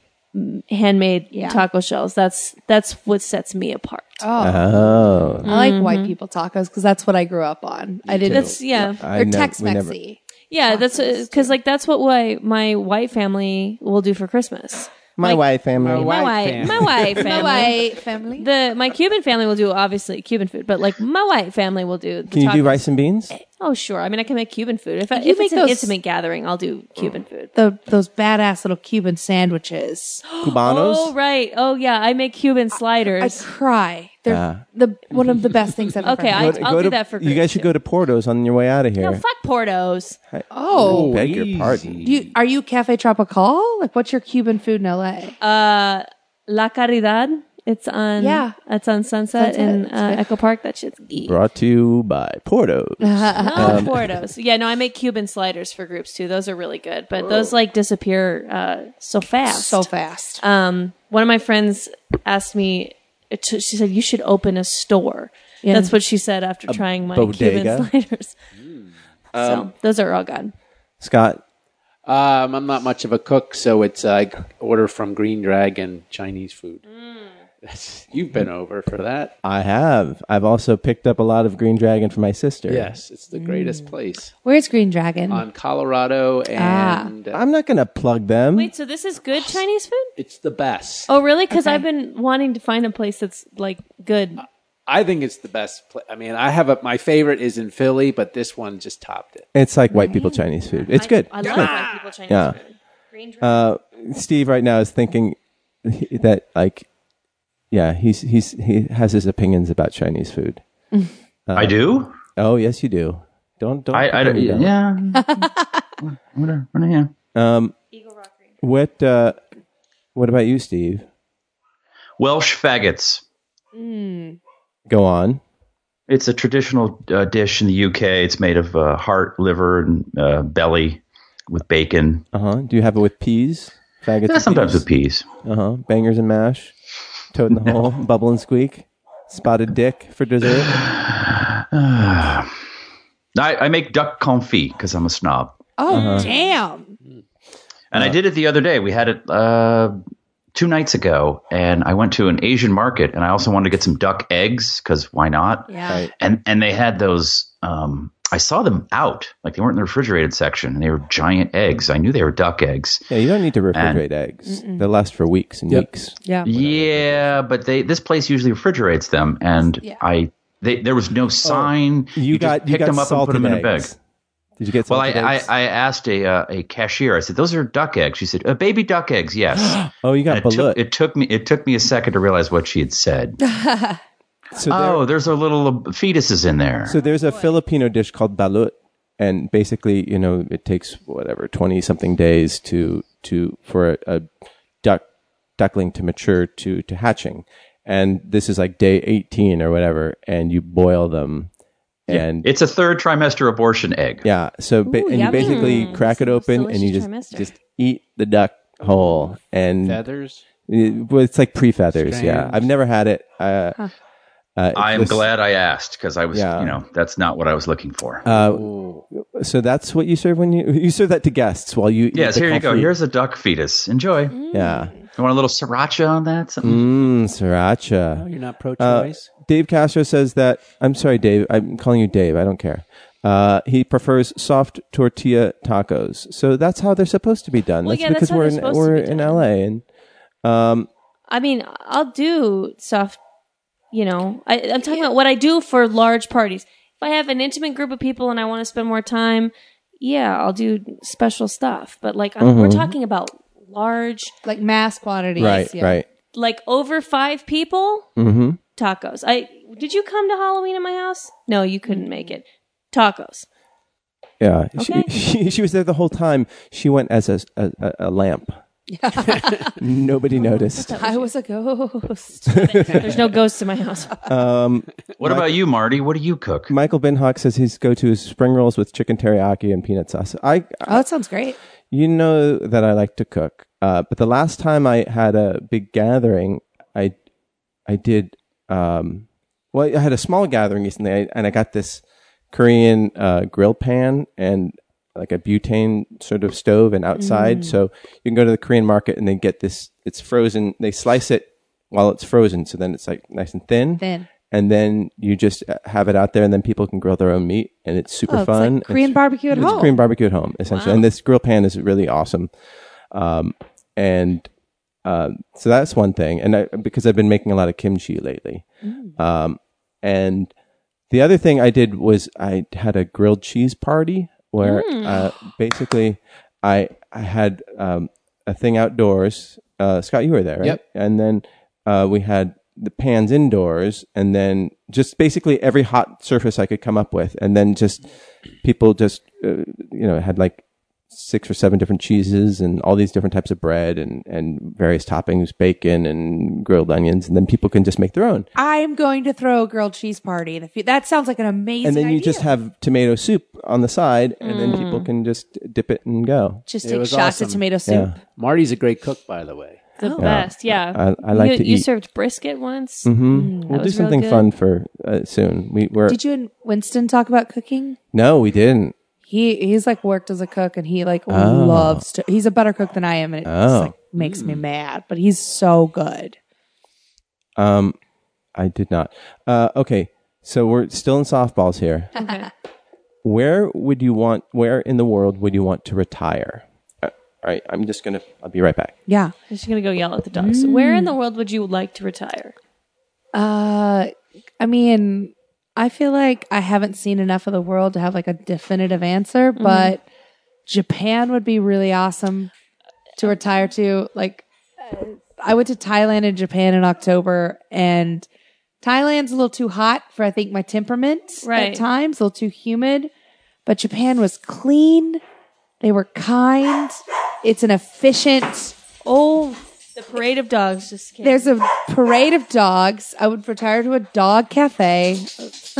Speaker 3: handmade taco shells. That's that's what sets me apart.
Speaker 2: Oh,
Speaker 5: I like white people tacos because that's what I grew up on. I didn't.
Speaker 3: That's yeah.
Speaker 2: I
Speaker 5: Or
Speaker 2: know-
Speaker 5: Tex
Speaker 2: we never-
Speaker 5: Mexy.
Speaker 3: Yeah, that's because like that's what my, my white family will do for Christmas.
Speaker 2: My
Speaker 3: Like-
Speaker 2: white family.
Speaker 3: my white,
Speaker 4: Um,
Speaker 3: my white family.
Speaker 5: White family.
Speaker 3: The my Cuban family will do obviously Cuban food, but like my white family will do. The
Speaker 2: Can you do
Speaker 3: tacos.
Speaker 2: rice and beans?
Speaker 3: Oh sure, I mean I can make Cuban food. If I,
Speaker 5: You
Speaker 3: if it's
Speaker 5: make
Speaker 3: an
Speaker 5: those-
Speaker 3: intimate gathering, I'll do Cuban food.
Speaker 5: the, those badass little Cuban sandwiches.
Speaker 2: Cubanos?
Speaker 3: Oh right, oh yeah, I make Cuban
Speaker 5: I
Speaker 3: sliders.
Speaker 5: cry. They're
Speaker 2: Yeah.
Speaker 5: the one of the best things I've ever.
Speaker 3: Okay,
Speaker 5: had.
Speaker 3: I- I'll do
Speaker 2: to,
Speaker 3: that for
Speaker 2: You guys should go to Porto's on your way out of here.
Speaker 3: no, fuck Portos.
Speaker 5: oh,
Speaker 2: Beg your pardon.
Speaker 5: Do you, are you Cafe Tropical? Like, what's your Cuban food in LA?
Speaker 3: La Caridad. It's on.
Speaker 5: Yeah.
Speaker 3: it's on Sunset,
Speaker 5: Sunset.
Speaker 3: in uh, Echo Park. That shit's geek.
Speaker 2: Brought to you by Porto's.
Speaker 3: Oh, Portos. Yeah, no, I make Cuban sliders for groups too. Those are really good, but those like disappear uh, so fast.
Speaker 5: so fast.
Speaker 3: One of my friends asked me. it t- She said you should open a store. That's what she said after trying my
Speaker 2: bodega? Hmm. Um,
Speaker 3: Cuban sliders. so those are all gone.
Speaker 2: Scott,
Speaker 4: Um, I'm not much of a cook, so it's uh, I order from Green Dragon Chinese food. That's You've been over for that.
Speaker 2: I have. I've also picked up a lot of Green Dragon for my sister.
Speaker 4: Yes, it's the greatest
Speaker 3: Mm.
Speaker 4: place
Speaker 5: Where's Green Dragon?
Speaker 4: on Colorado,
Speaker 3: Ah.
Speaker 4: and uh,
Speaker 2: I'm not going to plug them.
Speaker 3: Wait, so this is good Chinese food?
Speaker 4: it's the best.
Speaker 3: Oh, really? Because I've been wanting to find a place that's like good.
Speaker 4: I think it's the best. Pla- I mean, I have a, my favorite is in Philly, but this one just topped it.
Speaker 2: It's like white people Chinese food. It's good.
Speaker 3: I love white people Chinese
Speaker 2: Yeah.
Speaker 3: food. Green dress.
Speaker 2: Steve right now is thinking that like yeah, he's he's he has his opinions about Chinese food.
Speaker 6: I do.
Speaker 2: Oh, yes you do. Don't don't
Speaker 6: I, I
Speaker 2: pretend you don't.
Speaker 6: yeah. Whatever, whatever, yeah.
Speaker 2: What uh what about you, Steve?
Speaker 6: Welsh faggots.
Speaker 2: Go on.
Speaker 6: It's a traditional uh, dish in the UK. It's made of uh, heart, liver, and uh, belly with bacon.
Speaker 2: Uh-huh. Do you have it with peas? Faggots.
Speaker 6: Yeah,
Speaker 2: and
Speaker 6: sometimes
Speaker 2: peas?
Speaker 6: with peas.
Speaker 2: Uh-huh. Bangers and mash. Toad in the hole, bubble and squeak. Spotted dick for dessert.
Speaker 6: I, I make duck confit because I'm a snob.
Speaker 5: oh,
Speaker 2: Uh-huh.
Speaker 5: damn!
Speaker 6: And I did it the other day. We had it uh, two nights ago, and I went to an Asian market, and I also wanted to get some duck eggs because why not?
Speaker 5: Yeah.
Speaker 2: Right.
Speaker 6: And and they had those. Um, I saw them out, like they weren't in the refrigerated section, and they were giant eggs. I knew they were duck eggs.
Speaker 2: Yeah, you don't need to refrigerate eggs. They last for weeks and weeks.
Speaker 5: Yeah.
Speaker 6: Yeah, but they this place usually refrigerates them, and I they, there was no sign.
Speaker 2: Oh, You,
Speaker 6: just
Speaker 2: got you
Speaker 6: picked
Speaker 2: got
Speaker 6: them up and put
Speaker 2: salted
Speaker 6: them in a bag.
Speaker 2: eggs. Did you get
Speaker 6: Well, I,
Speaker 2: salted
Speaker 6: I,
Speaker 2: eggs?
Speaker 6: I asked a uh, a cashier. I said, "Those are duck eggs." She said, uh, "Baby duck eggs, yes."
Speaker 2: oh, you got
Speaker 6: it,
Speaker 2: balut.
Speaker 6: took, it took me it took me a second to realize what she had said.
Speaker 2: So there-
Speaker 6: oh, there's a little uh, fetuses in there.
Speaker 2: So there's a Filipino dish called balut, and basically, you know, it takes whatever twenty something days to to for a, a duck duckling to mature to to hatching, and this is like day eighteen or whatever, and you boil them, and
Speaker 6: It's a third trimester abortion egg.
Speaker 2: yeah, so ba-
Speaker 3: Ooh,
Speaker 2: and you
Speaker 3: yummy.
Speaker 2: basically crack it open and you just
Speaker 3: Delicious trimester.
Speaker 2: just eat the duck whole and
Speaker 4: Feathers.
Speaker 2: it- well, it's like pre feathers. Yeah,
Speaker 4: Strands.
Speaker 2: I've never had it. Uh, uh,
Speaker 6: I am
Speaker 2: this-
Speaker 6: glad I asked because I was,
Speaker 2: Yeah. Uh,
Speaker 6: you know, that's not what I was looking for.
Speaker 2: So that's what you serve when you you serve that to guests while you. eat
Speaker 6: yes,
Speaker 2: the
Speaker 6: here you go.
Speaker 2: comfort-
Speaker 6: Here's a duck fetus. Enjoy.
Speaker 2: yeah,
Speaker 6: You want a little sriracha on that? Something?
Speaker 2: mm, sriracha.
Speaker 4: Oh, You're not
Speaker 2: Uh,
Speaker 4: pro-choice.
Speaker 2: Dave Castro says that I'm sorry, Dave. I'm calling you Dave. I don't care. Uh, he prefers soft tortilla tacos. So that's how they're supposed to be done.
Speaker 3: Well,
Speaker 2: that's
Speaker 3: yeah, that's
Speaker 2: because
Speaker 3: how
Speaker 2: we're in we're
Speaker 3: they're supposed to be
Speaker 2: in
Speaker 3: done.
Speaker 2: LA and
Speaker 3: I mean, I'll do soft. You know, I, I'm talking about what I do for large parties. If I have an intimate group of people and I want to spend more time, yeah, I'll do special stuff. But like, I'm, we're
Speaker 2: Mm-hmm.
Speaker 3: talking about large,
Speaker 5: Like mass quantities.
Speaker 2: right,
Speaker 5: yeah.
Speaker 2: right.
Speaker 3: like over five people
Speaker 2: Mm-hmm.
Speaker 3: tacos. I did you come to Halloween at my house? No, you couldn't make it. Tacos.
Speaker 2: Yeah,
Speaker 3: Okay.
Speaker 2: she, she she was there the whole time. She went as a a, a- a lamp. Nobody noticed.
Speaker 5: I was a ghost. Oh,
Speaker 3: There's no ghosts in my house.
Speaker 6: What about you, Marty? What do you cook?
Speaker 2: Michael Binhock says his go-to is spring rolls with chicken teriyaki and peanut sauce. I
Speaker 5: oh, that sounds great.
Speaker 2: You know that I like to cook, uh, but the last time I had a big gathering, I I did. Um, well, I had a small gathering recently, and I got this Korean uh, grill pan and like a butane sort of stove, and
Speaker 5: Mm.
Speaker 2: outside, so you can go to the Korean market and they get this. It's frozen. They slice it while it's frozen, so then it's like nice and thin.
Speaker 5: Thin.
Speaker 2: And then you just uh, have it out there, and then people can grill their own meat, and it's super
Speaker 5: Oh, it's
Speaker 2: fun.
Speaker 5: like Korean barbecue at
Speaker 2: it's
Speaker 5: home.
Speaker 2: Korean barbecue at home, essentially. And this grill pan is really awesome. Um, and uh, so that's one thing. And I, because I've been making a lot of kimchi lately.
Speaker 5: Mm.
Speaker 2: Um, and the other thing I did was I had a grilled cheese party where
Speaker 5: Mm.
Speaker 2: uh, basically I I had um, a thing outdoors. Uh, Scott, you were there, right?
Speaker 4: Yep.
Speaker 2: And then uh, we had the pans indoors, and then just basically every hot surface I could come up with, and then just people just uh, you know had like six or seven different cheeses and all these different types of bread and and various toppings, bacon and grilled onions, and then people can just make their own.
Speaker 5: I'm going to throw a grilled cheese party in the future. That sounds like an amazing
Speaker 2: and then you
Speaker 5: idea.
Speaker 2: just have tomato soup on the side, and then people can just dip it and go.
Speaker 5: Just
Speaker 4: It
Speaker 5: take
Speaker 4: was
Speaker 5: shots
Speaker 4: awesome.
Speaker 5: of tomato soup.
Speaker 4: Marty's a great cook, by the way.
Speaker 3: The best. Yeah.
Speaker 2: I- I like
Speaker 3: you,
Speaker 2: to
Speaker 3: you
Speaker 2: eat.
Speaker 3: served brisket once.
Speaker 2: Mm-hmm. we'll
Speaker 3: Mm, was
Speaker 2: do
Speaker 3: real
Speaker 2: something
Speaker 3: good.
Speaker 2: fun for uh, soon. We were
Speaker 5: Did you and Winston talk about cooking?
Speaker 2: no, we didn't.
Speaker 5: He he's like worked as a cook and he like loves to. He's a better cook than I am, and it
Speaker 2: Oh.
Speaker 5: just like makes me mad. But he's so good.
Speaker 2: Um, I did not. Uh, okay, so we're still in softballs here. Where would you want? Where in the world would you want to retire? Uh, all right, I'm just gonna. I'll be right back.
Speaker 5: Yeah.
Speaker 3: I'm just gonna go yell at the dogs. Where in the world would you like to retire?
Speaker 5: Uh, I mean, I feel like I haven't seen enough of the world to have like a definitive answer, but Japan would be really awesome to retire to. Like, uh, I went to Thailand and Japan in October, and Thailand's a little too hot for I think my temperament
Speaker 3: Right.
Speaker 5: at times, a little too humid. But Japan was clean. They were kind. It's an efficient. Oh,
Speaker 3: The parade of dogs just came.
Speaker 5: there's a parade of dogs. I would retire to a dog cafe,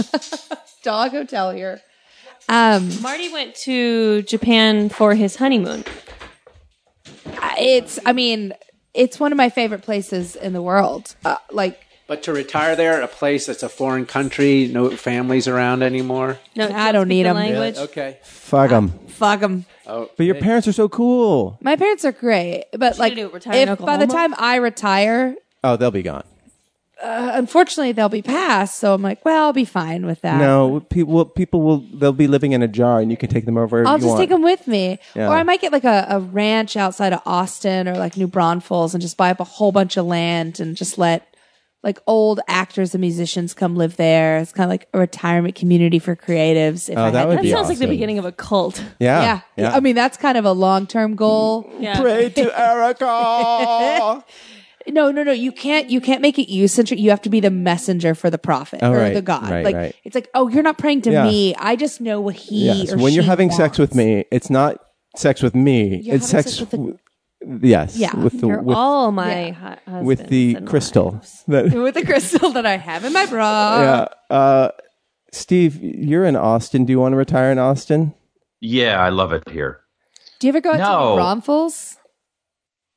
Speaker 5: dog hotel here. Um,
Speaker 3: Marty went to Japan for his honeymoon.
Speaker 5: it's, I mean, it's one of my favorite places in the world. Uh, like,
Speaker 4: But to retire there at a place that's a foreign country, no families around anymore.
Speaker 3: No,
Speaker 5: I don't
Speaker 3: speak
Speaker 5: need
Speaker 3: the
Speaker 5: 'em.
Speaker 3: Language.
Speaker 4: Okay.
Speaker 2: Fuck them.
Speaker 5: fuck them.
Speaker 2: But your parents are so cool.
Speaker 5: My parents are great, but like,
Speaker 3: do, retire in
Speaker 5: if by the
Speaker 3: Oklahoma?
Speaker 5: time I retire,
Speaker 2: Oh, they'll be gone.
Speaker 5: unfortunately, they'll be passed. So I'm like, well, I'll be fine with that.
Speaker 2: No, people. People will. They'll be living in a jar, and you can take them over.
Speaker 5: I'll
Speaker 2: you
Speaker 5: just
Speaker 2: want.
Speaker 5: take them with me.
Speaker 2: Yeah.
Speaker 5: Or I might get like a, a ranch outside of Austin or like New Braunfels and just buy up a whole bunch of land and just let like old actors and musicians come live there. It's kind of like a retirement community for creatives. If
Speaker 2: Oh,
Speaker 5: I
Speaker 2: that
Speaker 5: had
Speaker 2: would
Speaker 3: That
Speaker 2: be
Speaker 3: sounds like the
Speaker 2: awesome.
Speaker 3: beginning of a cult.
Speaker 2: Yeah,
Speaker 5: yeah. I mean, that's kind of a long term goal.
Speaker 3: Yeah.
Speaker 2: pray to Erica.
Speaker 5: No, no, no. You can't. You can't make it you centric. You have to be the messenger for the prophet or
Speaker 2: Oh, right,
Speaker 5: the god.
Speaker 2: right,
Speaker 5: like
Speaker 2: right.
Speaker 5: it's like, oh, you're not praying to
Speaker 2: Yeah.
Speaker 5: me. I just know what he.
Speaker 2: yes,
Speaker 5: or
Speaker 2: when you're
Speaker 5: she
Speaker 2: having sex with
Speaker 5: wants.
Speaker 2: me, it's not sex with me.
Speaker 5: You're
Speaker 2: it's
Speaker 5: having
Speaker 2: sex.
Speaker 5: sex with the-
Speaker 2: w- yes.
Speaker 5: Yeah,
Speaker 2: With the
Speaker 3: You're
Speaker 2: with,
Speaker 3: all my hu- husbands
Speaker 2: with the
Speaker 3: and
Speaker 2: crystal. That,
Speaker 5: with the crystal that I have in my bra.
Speaker 2: uh, Steve, you're in Austin. Do you want to retire in Austin?
Speaker 6: Yeah, I love it here.
Speaker 5: Do you ever go out
Speaker 6: No.
Speaker 5: to Romfels?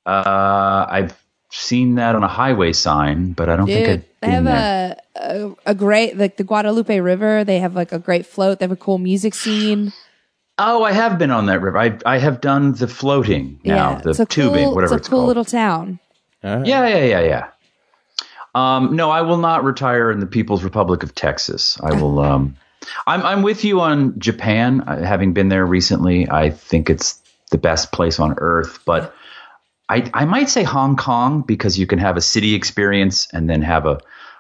Speaker 6: Uh, I've seen that on a highway sign, but I don't think
Speaker 5: Dude,
Speaker 6: I've
Speaker 5: they have
Speaker 6: been there.
Speaker 5: a, Uh, a a great like the Guadalupe River. They have like a great float. They have a cool music scene.
Speaker 6: Oh, I have been on that river. I I have done the floating now,
Speaker 5: it's
Speaker 6: the
Speaker 5: a
Speaker 6: tubing,
Speaker 5: cool,
Speaker 6: whatever
Speaker 5: it's
Speaker 6: it's,
Speaker 5: a cool
Speaker 6: called.
Speaker 5: little town.
Speaker 6: yeah, yeah, yeah, yeah. Um, no, I will not retire in the People's Republic of Texas. I will. Um, I'm I'm with you on Japan. I, having been there recently, I think it's the best place on earth. But I I might say Hong Kong because you can have a city experience and then have a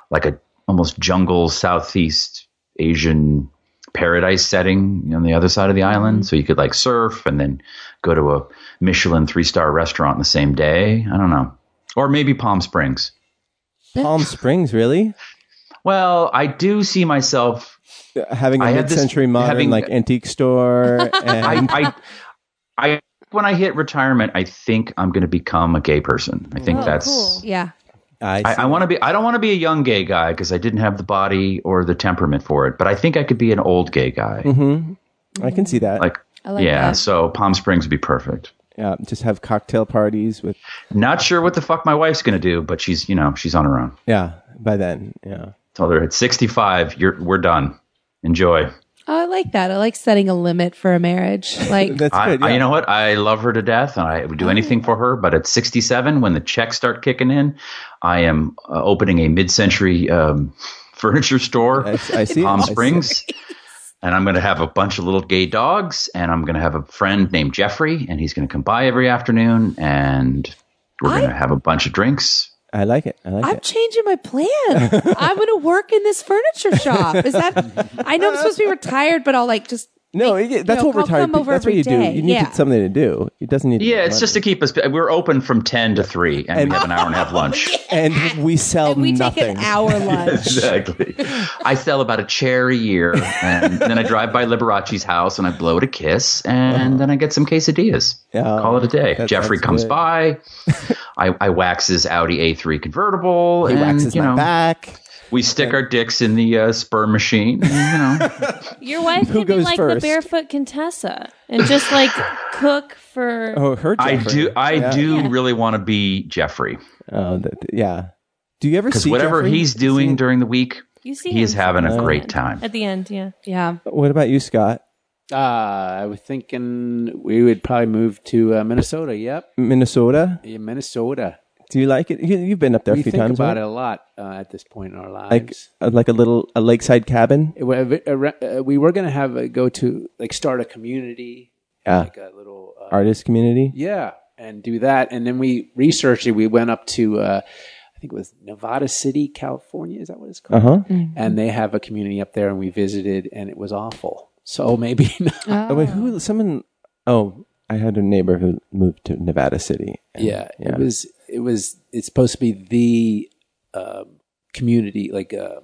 Speaker 6: like a almost jungle Southeast Asian paradise setting on the other side of the island. So you could like surf and then go to a Michelin three star restaurant the same day. I don't know. Or maybe Palm Springs.
Speaker 2: Palm Springs, really?
Speaker 6: Well, I do see myself.
Speaker 2: Having a
Speaker 6: I had this-
Speaker 2: mid-century modern
Speaker 6: having-
Speaker 2: like antique store, and
Speaker 6: I, I, I, when I hit retirement, I think I'm going to become a gay person. I
Speaker 5: Oh,
Speaker 6: think that's.
Speaker 5: Yeah,
Speaker 2: I,
Speaker 6: I, I want to be. I don't want to be a young gay guy because I didn't have the body or the temperament for it. But I think I could be an old gay guy.
Speaker 2: Mm-hmm. I can see that.
Speaker 6: Like,
Speaker 5: like
Speaker 6: yeah.
Speaker 5: that.
Speaker 6: So Palm Springs would be perfect.
Speaker 2: yeah, just have cocktail parties with
Speaker 6: Not sure what the fuck my wife's going to do, but she's you know she's on her own.
Speaker 2: yeah. By then, yeah.
Speaker 6: Told her at 65, you're we're done. Enjoy.
Speaker 5: Oh, I like that. I like setting a limit for a marriage. Like
Speaker 2: That's
Speaker 6: I,
Speaker 2: good.
Speaker 6: I-
Speaker 2: yeah. Mm.
Speaker 6: you know what? I love her to death, and I would do anything for her. But at 67, when the checks start kicking in, I am uh, opening a mid-century um, furniture store,
Speaker 2: I, I see. it.
Speaker 6: Palm
Speaker 2: I see it.
Speaker 6: Springs, and I'm going to have a bunch of little gay dogs, and I'm going to have a friend named Jeffrey, and he's going to come by every afternoon, and we're going to have a bunch of drinks.
Speaker 2: I like it. I like
Speaker 5: I'm
Speaker 2: it.
Speaker 5: changing my plan. I'm gonna work in this furniture shop. Is that? I know I'm supposed to be retired, but I'll like just
Speaker 2: No, it, that's
Speaker 5: know,
Speaker 2: what
Speaker 5: come-
Speaker 2: retired.
Speaker 5: come
Speaker 2: people-
Speaker 5: over
Speaker 2: that's what
Speaker 5: every
Speaker 2: you
Speaker 5: day.
Speaker 2: do. You need
Speaker 5: Yeah.
Speaker 2: something to do. It doesn't need. To
Speaker 6: Yeah,
Speaker 2: be
Speaker 6: it's
Speaker 2: money.
Speaker 6: just to keep us. We're open from 10 to 3, and we have an hour and a half lunch.
Speaker 2: and we sell
Speaker 5: we
Speaker 2: nothing.
Speaker 5: take an hour lunch.
Speaker 6: Exactly. I sell about a chair a year, and then I drive by Liberace's house and I blow it a kiss, and then I get some quesadillas.
Speaker 2: Uh-huh. Yeah.
Speaker 6: Call it a day.
Speaker 2: That
Speaker 6: Jeffrey
Speaker 2: sounds
Speaker 6: comes
Speaker 2: good.
Speaker 6: by. I, I wax his Audi A3 convertible.
Speaker 2: He
Speaker 6: and,
Speaker 2: waxes
Speaker 6: Mm, you
Speaker 2: my
Speaker 6: know,
Speaker 2: back.
Speaker 6: We stick our dicks in the uh, sperm machine. and, you know,
Speaker 3: Your wife
Speaker 2: Who
Speaker 3: could be
Speaker 2: goes
Speaker 3: like
Speaker 2: first?
Speaker 3: the barefoot Contessa and just like cook for.
Speaker 2: Oh, her.
Speaker 6: I
Speaker 2: Jeffrey.
Speaker 6: do. I
Speaker 2: Yeah.
Speaker 6: do really want to be Jeffrey
Speaker 2: Oh, that, yeah. Do you ever
Speaker 6: because
Speaker 2: see
Speaker 6: whatever
Speaker 2: Jeffrey?
Speaker 6: he's doing during the week,
Speaker 3: You see,
Speaker 6: he is
Speaker 3: him
Speaker 6: having a
Speaker 2: Uh,
Speaker 3: sometimes.
Speaker 6: great time.
Speaker 3: At the end, yeah.
Speaker 5: Yeah,
Speaker 2: What about you, Scott?
Speaker 4: Uh, I was thinking we would probably move to uh, Minnesota. Yep,
Speaker 2: Minnesota.
Speaker 4: yeah, Minnesota.
Speaker 2: Do you like it? You, you've been up there
Speaker 4: we
Speaker 2: a few
Speaker 4: think
Speaker 2: times.
Speaker 4: about
Speaker 2: right?
Speaker 4: it a lot uh, at this point in our
Speaker 2: Like
Speaker 4: lives.
Speaker 2: uh, like a little a lakeside cabin.
Speaker 4: It wa- a- a- uh, we were going to have a go to like start a community,
Speaker 2: Yeah.
Speaker 4: like a little uh,
Speaker 2: Artist community.
Speaker 4: yeah, and do that. And then we researched it. We went up to uh, I think it was Nevada City, California. Is that what it's
Speaker 2: Uh
Speaker 4: called?
Speaker 2: huh.
Speaker 4: And they have a community up there, and we visited, and it was awful. So maybe not.
Speaker 2: Oh wait, who? Someone. Oh, I had a neighbor who moved to Nevada City. And-
Speaker 4: yeah, it was it was it's supposed to be the um, community like um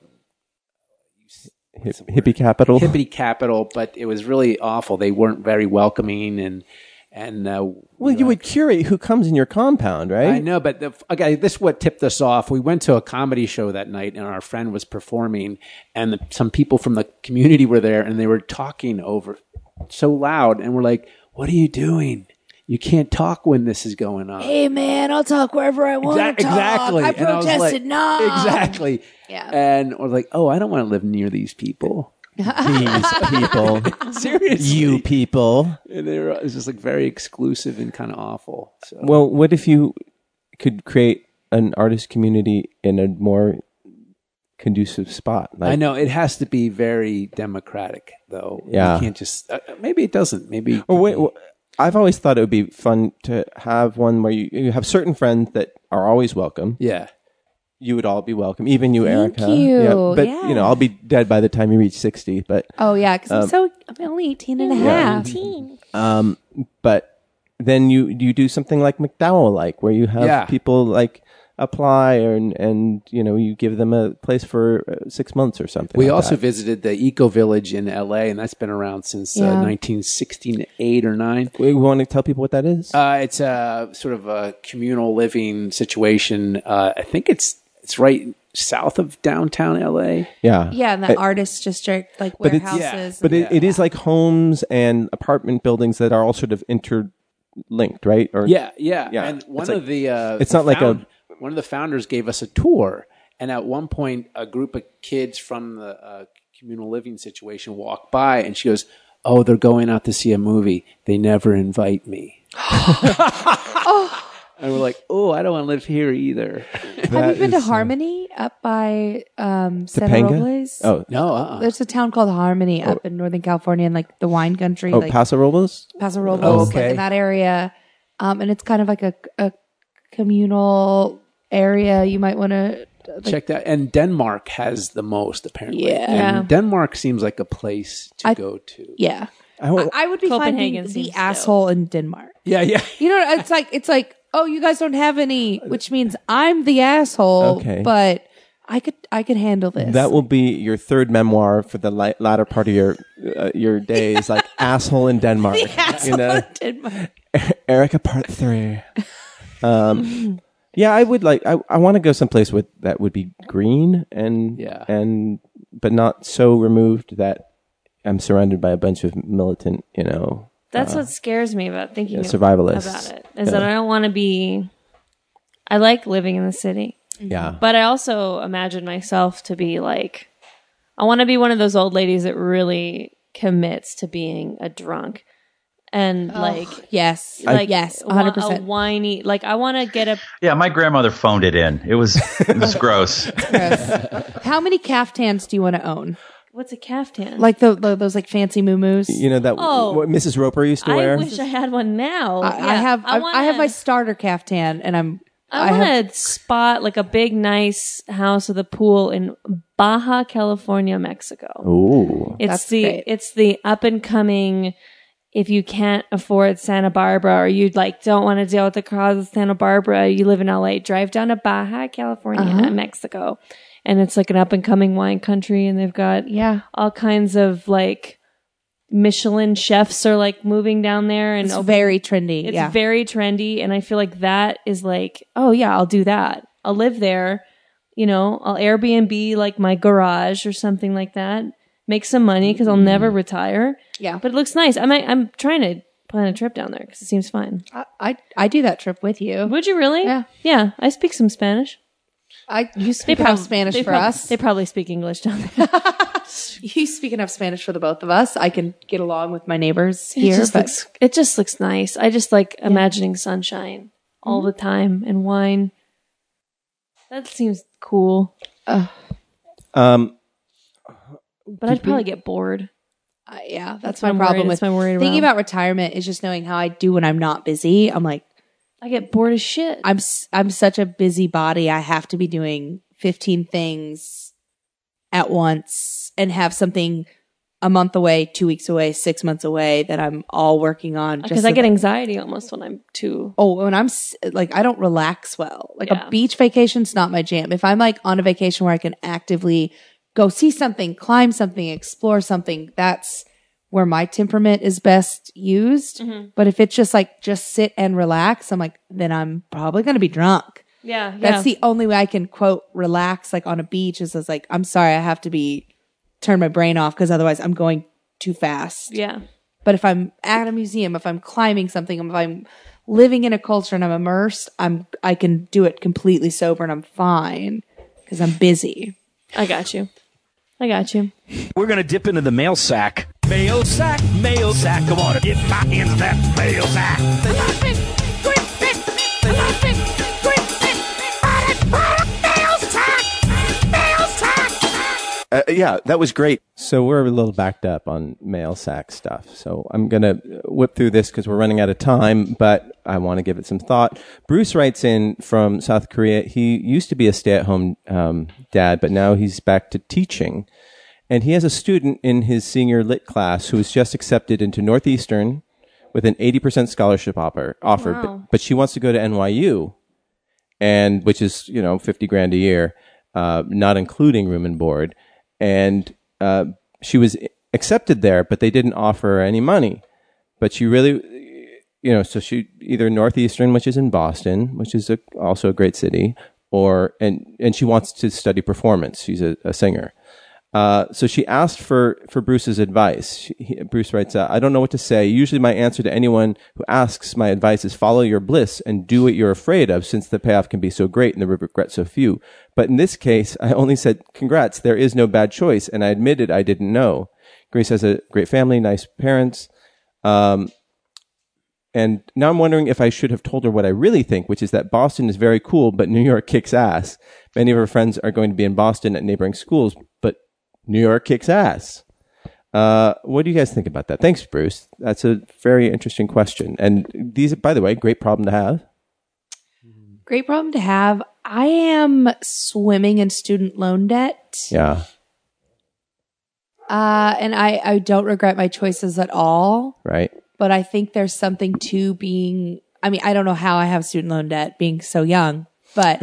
Speaker 2: Hip, hippie capital.
Speaker 4: hippie capital, but it was really awful. They weren't very welcoming and and uh,
Speaker 2: Well, you would curate who comes in your compound, right?
Speaker 4: I know, but the, okay, this is what tipped us off. We went to a comedy show that night, and our friend was performing, and the, some people from the community were there, and they were talking over so loud, and we're like, "What are you doing? You can't talk when this is going on."
Speaker 5: hey man, I'll talk wherever I want
Speaker 4: Exac-
Speaker 5: to talk.
Speaker 4: Exactly.
Speaker 5: I
Speaker 4: And was like-
Speaker 5: protested not.
Speaker 4: Exactly.
Speaker 5: Yeah.
Speaker 4: And we're like, oh, I don't want to live near these people.
Speaker 2: These people,
Speaker 4: Seriously.
Speaker 2: you people.
Speaker 4: And they were, it was just like very exclusive and kind of awful. So.
Speaker 2: Well, what if you could create an artist community in a more conducive spot? Like,
Speaker 4: I know it has to be very democratic, though.
Speaker 2: Yeah.
Speaker 4: you can't just. Uh, maybe it doesn't. Maybe
Speaker 2: Or wait, wh- I've always thought it would be fun to have one where you, you have certain friends that are always welcome.
Speaker 4: yeah.
Speaker 2: You would all be welcome, even you,
Speaker 5: Thank
Speaker 2: Erica.
Speaker 5: you.
Speaker 2: but
Speaker 5: Yeah.
Speaker 2: you know, I'll be dead by the time you reach sixty. But
Speaker 5: Oh yeah, because I'm so I'm only 18 and a half.
Speaker 2: Um, but then you you do something like McDowell, like where you have
Speaker 4: Yeah.
Speaker 2: people like apply and and you know you give them a place for uh, six months or something.
Speaker 4: We
Speaker 2: like
Speaker 4: also
Speaker 2: that.
Speaker 4: visited the Eco Village in L.A., and that's been around since uh,
Speaker 5: Yeah.
Speaker 4: 1968 or nine.
Speaker 2: we want to tell people what that is.
Speaker 4: Uh, it's a sort of a communal living situation. Uh, I think it's it's right south of downtown LA.
Speaker 2: Yeah.
Speaker 5: Yeah, and the artist district, like
Speaker 2: But it's-
Speaker 5: warehouses.
Speaker 4: Yeah,
Speaker 5: and-
Speaker 2: But it, it is like homes and apartment buildings that are all sort of interlinked, right? Or
Speaker 4: Yeah, yeah,
Speaker 2: Yeah.
Speaker 4: And one
Speaker 2: It's
Speaker 4: of
Speaker 2: like-
Speaker 4: the uh,
Speaker 2: it's not like a-
Speaker 4: one of the founders gave us a tour, and at one point, a group of kids from the uh, communal living situation walked by, and she goes, "Oh, they're going out to see a movie. They never invite me." And we're like, "Oh, I don't want to live here either."
Speaker 5: Have you been to
Speaker 2: is, uh,
Speaker 5: Harmony up by um, Santa
Speaker 2: Topanga.
Speaker 5: Robles?
Speaker 2: Oh,
Speaker 4: No, uh-uh.
Speaker 5: There's a town called Harmony up in Northern California in like the wine country,
Speaker 2: oh,
Speaker 5: like
Speaker 2: Paso Robles.
Speaker 5: Paso Robles,
Speaker 2: Oh,
Speaker 5: like
Speaker 2: okay.
Speaker 5: in that area. Um, and it's kind of like a, a communal area. You might want to.
Speaker 4: check that. And Denmark has the most apparently.
Speaker 5: Yeah.
Speaker 3: Yeah.
Speaker 4: and Denmark seems like a place to
Speaker 5: I-
Speaker 4: go to.
Speaker 5: Yeah,
Speaker 2: I don't-
Speaker 5: I would be
Speaker 3: Copenhagen
Speaker 5: finding the
Speaker 3: seems dope.
Speaker 5: asshole in Denmark.
Speaker 4: Yeah, yeah.
Speaker 5: You know, it's like it's like oh, you guys don't have any, which means I'm the asshole.
Speaker 2: Okay.
Speaker 5: but I could I could handle this.
Speaker 2: That will be your third memoir for the li- latter part of your uh, your days, like asshole in Denmark. you know, E-,
Speaker 5: Denmark.
Speaker 2: Erica part three. Um, yeah, I would like. I, I want to go someplace with that would be green and
Speaker 4: Yeah.
Speaker 2: and but not so removed that I'm surrounded by a bunch of militant, you know,
Speaker 3: That's what scares me about thinking
Speaker 2: Uh, yeah, survivalists.
Speaker 3: about it. Is that I don't want to be. I like living in the city,
Speaker 2: yeah.
Speaker 3: but I also imagine myself to be like, I want to be one of those old ladies that really commits to being a drunk, and like,
Speaker 5: Yes,
Speaker 3: like
Speaker 5: yes,
Speaker 3: wa-
Speaker 5: 100.
Speaker 3: a
Speaker 5: percent
Speaker 3: whiny. Like I want to get a
Speaker 6: Yeah, my grandmother phoned it in. It was it was gross.
Speaker 5: How many caftans do you want to own?
Speaker 3: what's a caftan?
Speaker 5: Like the, the those like fancy muumuus.
Speaker 2: You know that
Speaker 3: Oh.
Speaker 2: what Mrs. Roper used to
Speaker 3: I
Speaker 2: wear.
Speaker 3: wish I had one now.
Speaker 5: I, I
Speaker 3: Yeah,
Speaker 5: have I, I have
Speaker 3: wanna-
Speaker 5: my starter caftan, and I'm
Speaker 3: I want to spot like a big, nice house with a pool in Baja California, Mexico.
Speaker 2: Ooh,
Speaker 3: It's
Speaker 5: That's
Speaker 3: the
Speaker 5: great.
Speaker 3: it's the up and coming. If you can't afford Santa Barbara, or you like don't want to deal with the crowds of Santa Barbara, you live in LA. Drive down to Baja California,
Speaker 5: Uh-huh.
Speaker 3: Mexico, and it's like an up and coming wine country, and they've got
Speaker 5: Yeah.
Speaker 3: all kinds of like Michelin chefs are like moving down there and
Speaker 5: It's
Speaker 3: opening
Speaker 5: very trendy.
Speaker 3: it's
Speaker 5: yeah.
Speaker 3: very trendy, and I feel like that is like, oh yeah, I'll do that. I'll live there. You know, I'll Airbnb like my garage or something like that. Make some money because I'll never retire.
Speaker 5: Mm-hmm. Yeah.
Speaker 3: but it looks nice. I might, I'm trying to plan a trip down there because it seems fun.
Speaker 5: I, I I do that trip with you.
Speaker 3: Would you really?
Speaker 5: Uh, Yeah.
Speaker 3: yeah. I speak some Spanish.
Speaker 5: I you speak enough Spanish
Speaker 3: they
Speaker 5: for
Speaker 3: prob-
Speaker 5: us.
Speaker 3: They probably speak English down there.
Speaker 5: you speak enough Spanish for the both of us. I can get along with my neighbors here.
Speaker 3: it just
Speaker 5: but
Speaker 3: looks, it just looks nice. I just like imagining sunshine all
Speaker 5: Mm-hmm.
Speaker 3: the time and wine. That seems cool.
Speaker 2: um,
Speaker 3: But I'd probably get bored.
Speaker 5: uh, yeah, that's,
Speaker 3: That's
Speaker 5: my
Speaker 3: my
Speaker 5: problem
Speaker 3: worry-
Speaker 5: with
Speaker 3: that's my worry
Speaker 5: thinking
Speaker 3: about-
Speaker 5: about retirement is just knowing how I do when I'm not busy. I'm like
Speaker 3: I get bored as shit.
Speaker 5: I'm s- I'm such a busybody. I have to be doing 15 things at once and have something a month away, two weeks away, six months away that I'm all working on. just
Speaker 3: because Uh, I
Speaker 5: so
Speaker 3: get
Speaker 5: that-
Speaker 3: anxiety almost when I'm too.
Speaker 5: oh, when I'm s- like I don't relax well. Like
Speaker 3: Yeah.
Speaker 5: a beach vacation's not my jam. If I'm like on a vacation where I can actively go see something, climb something, explore something, that's where my temperament is best used.
Speaker 3: Mm-hmm.
Speaker 5: But if it's just like just sit and relax, I'm like then I'm probably going to be drunk.
Speaker 3: Yeah, yeah.
Speaker 5: That's the only way I can quote relax like on a beach is as like I'm sorry I have to be turn my brain off because otherwise I'm going too fast.
Speaker 3: yeah.
Speaker 5: But if I'm at a museum, if I'm climbing something, if I'm living in a culture and I'm immersed, I'm I can do it completely sober and I'm fine because I'm busy.
Speaker 3: I got you. I got you.
Speaker 8: We're gonna dip into the mail sack. Mail sack, mail sack. Come on, get my in that mail sack.
Speaker 1: Uh, yeah, that was great.
Speaker 2: so we're a little backed up on mail sack stuff. So I'm gonna whip through this because we're running out of time, but I want to give it some thought. Bruce writes in from South Korea. He used to be a stay-at-home um, dad, but now he's back to teaching, and he has a student in his senior lit class who was just accepted into Northeastern with an 80% scholarship offer, offer but-
Speaker 3: Wow.
Speaker 2: but, she wants to go to NYU and which is, you know, 50 grand a year, uh, not including room and board. And, uh, she was accepted there, but they didn't offer her any money, but she really, you know, so she either Northeastern, which is in Boston, which is a, also a great city, or and and she wants to study performance. She's a, a singer. Uh, so she asked for, for Bruce's advice. She, he, Bruce writes, uh, I don't know what to say. Usually, my answer to anyone who asks my advice is follow your bliss and do what you're afraid of, since the payoff can be so great and the regrets so few. But in this case, I only said, Congrats, there is no bad choice, and I admitted I didn't know. Grace has a great family, nice parents. Um, and now I'm wondering if I should have told her what I really think, which is that Boston is very cool, but New York kicks ass. Many of her friends are going to be in Boston at neighboring schools, but New York kicks ass. Uh, what do you guys think about that? Thanks, Bruce. That's a very interesting question. And these, by the way, great problem to have.
Speaker 5: Great problem to have. I am swimming in student loan debt.
Speaker 2: Yeah.
Speaker 5: Uh, and I, I don't regret my choices at all.
Speaker 2: Right.
Speaker 5: But I think there's something to being, I mean, I don't know how I have student loan debt being so young, but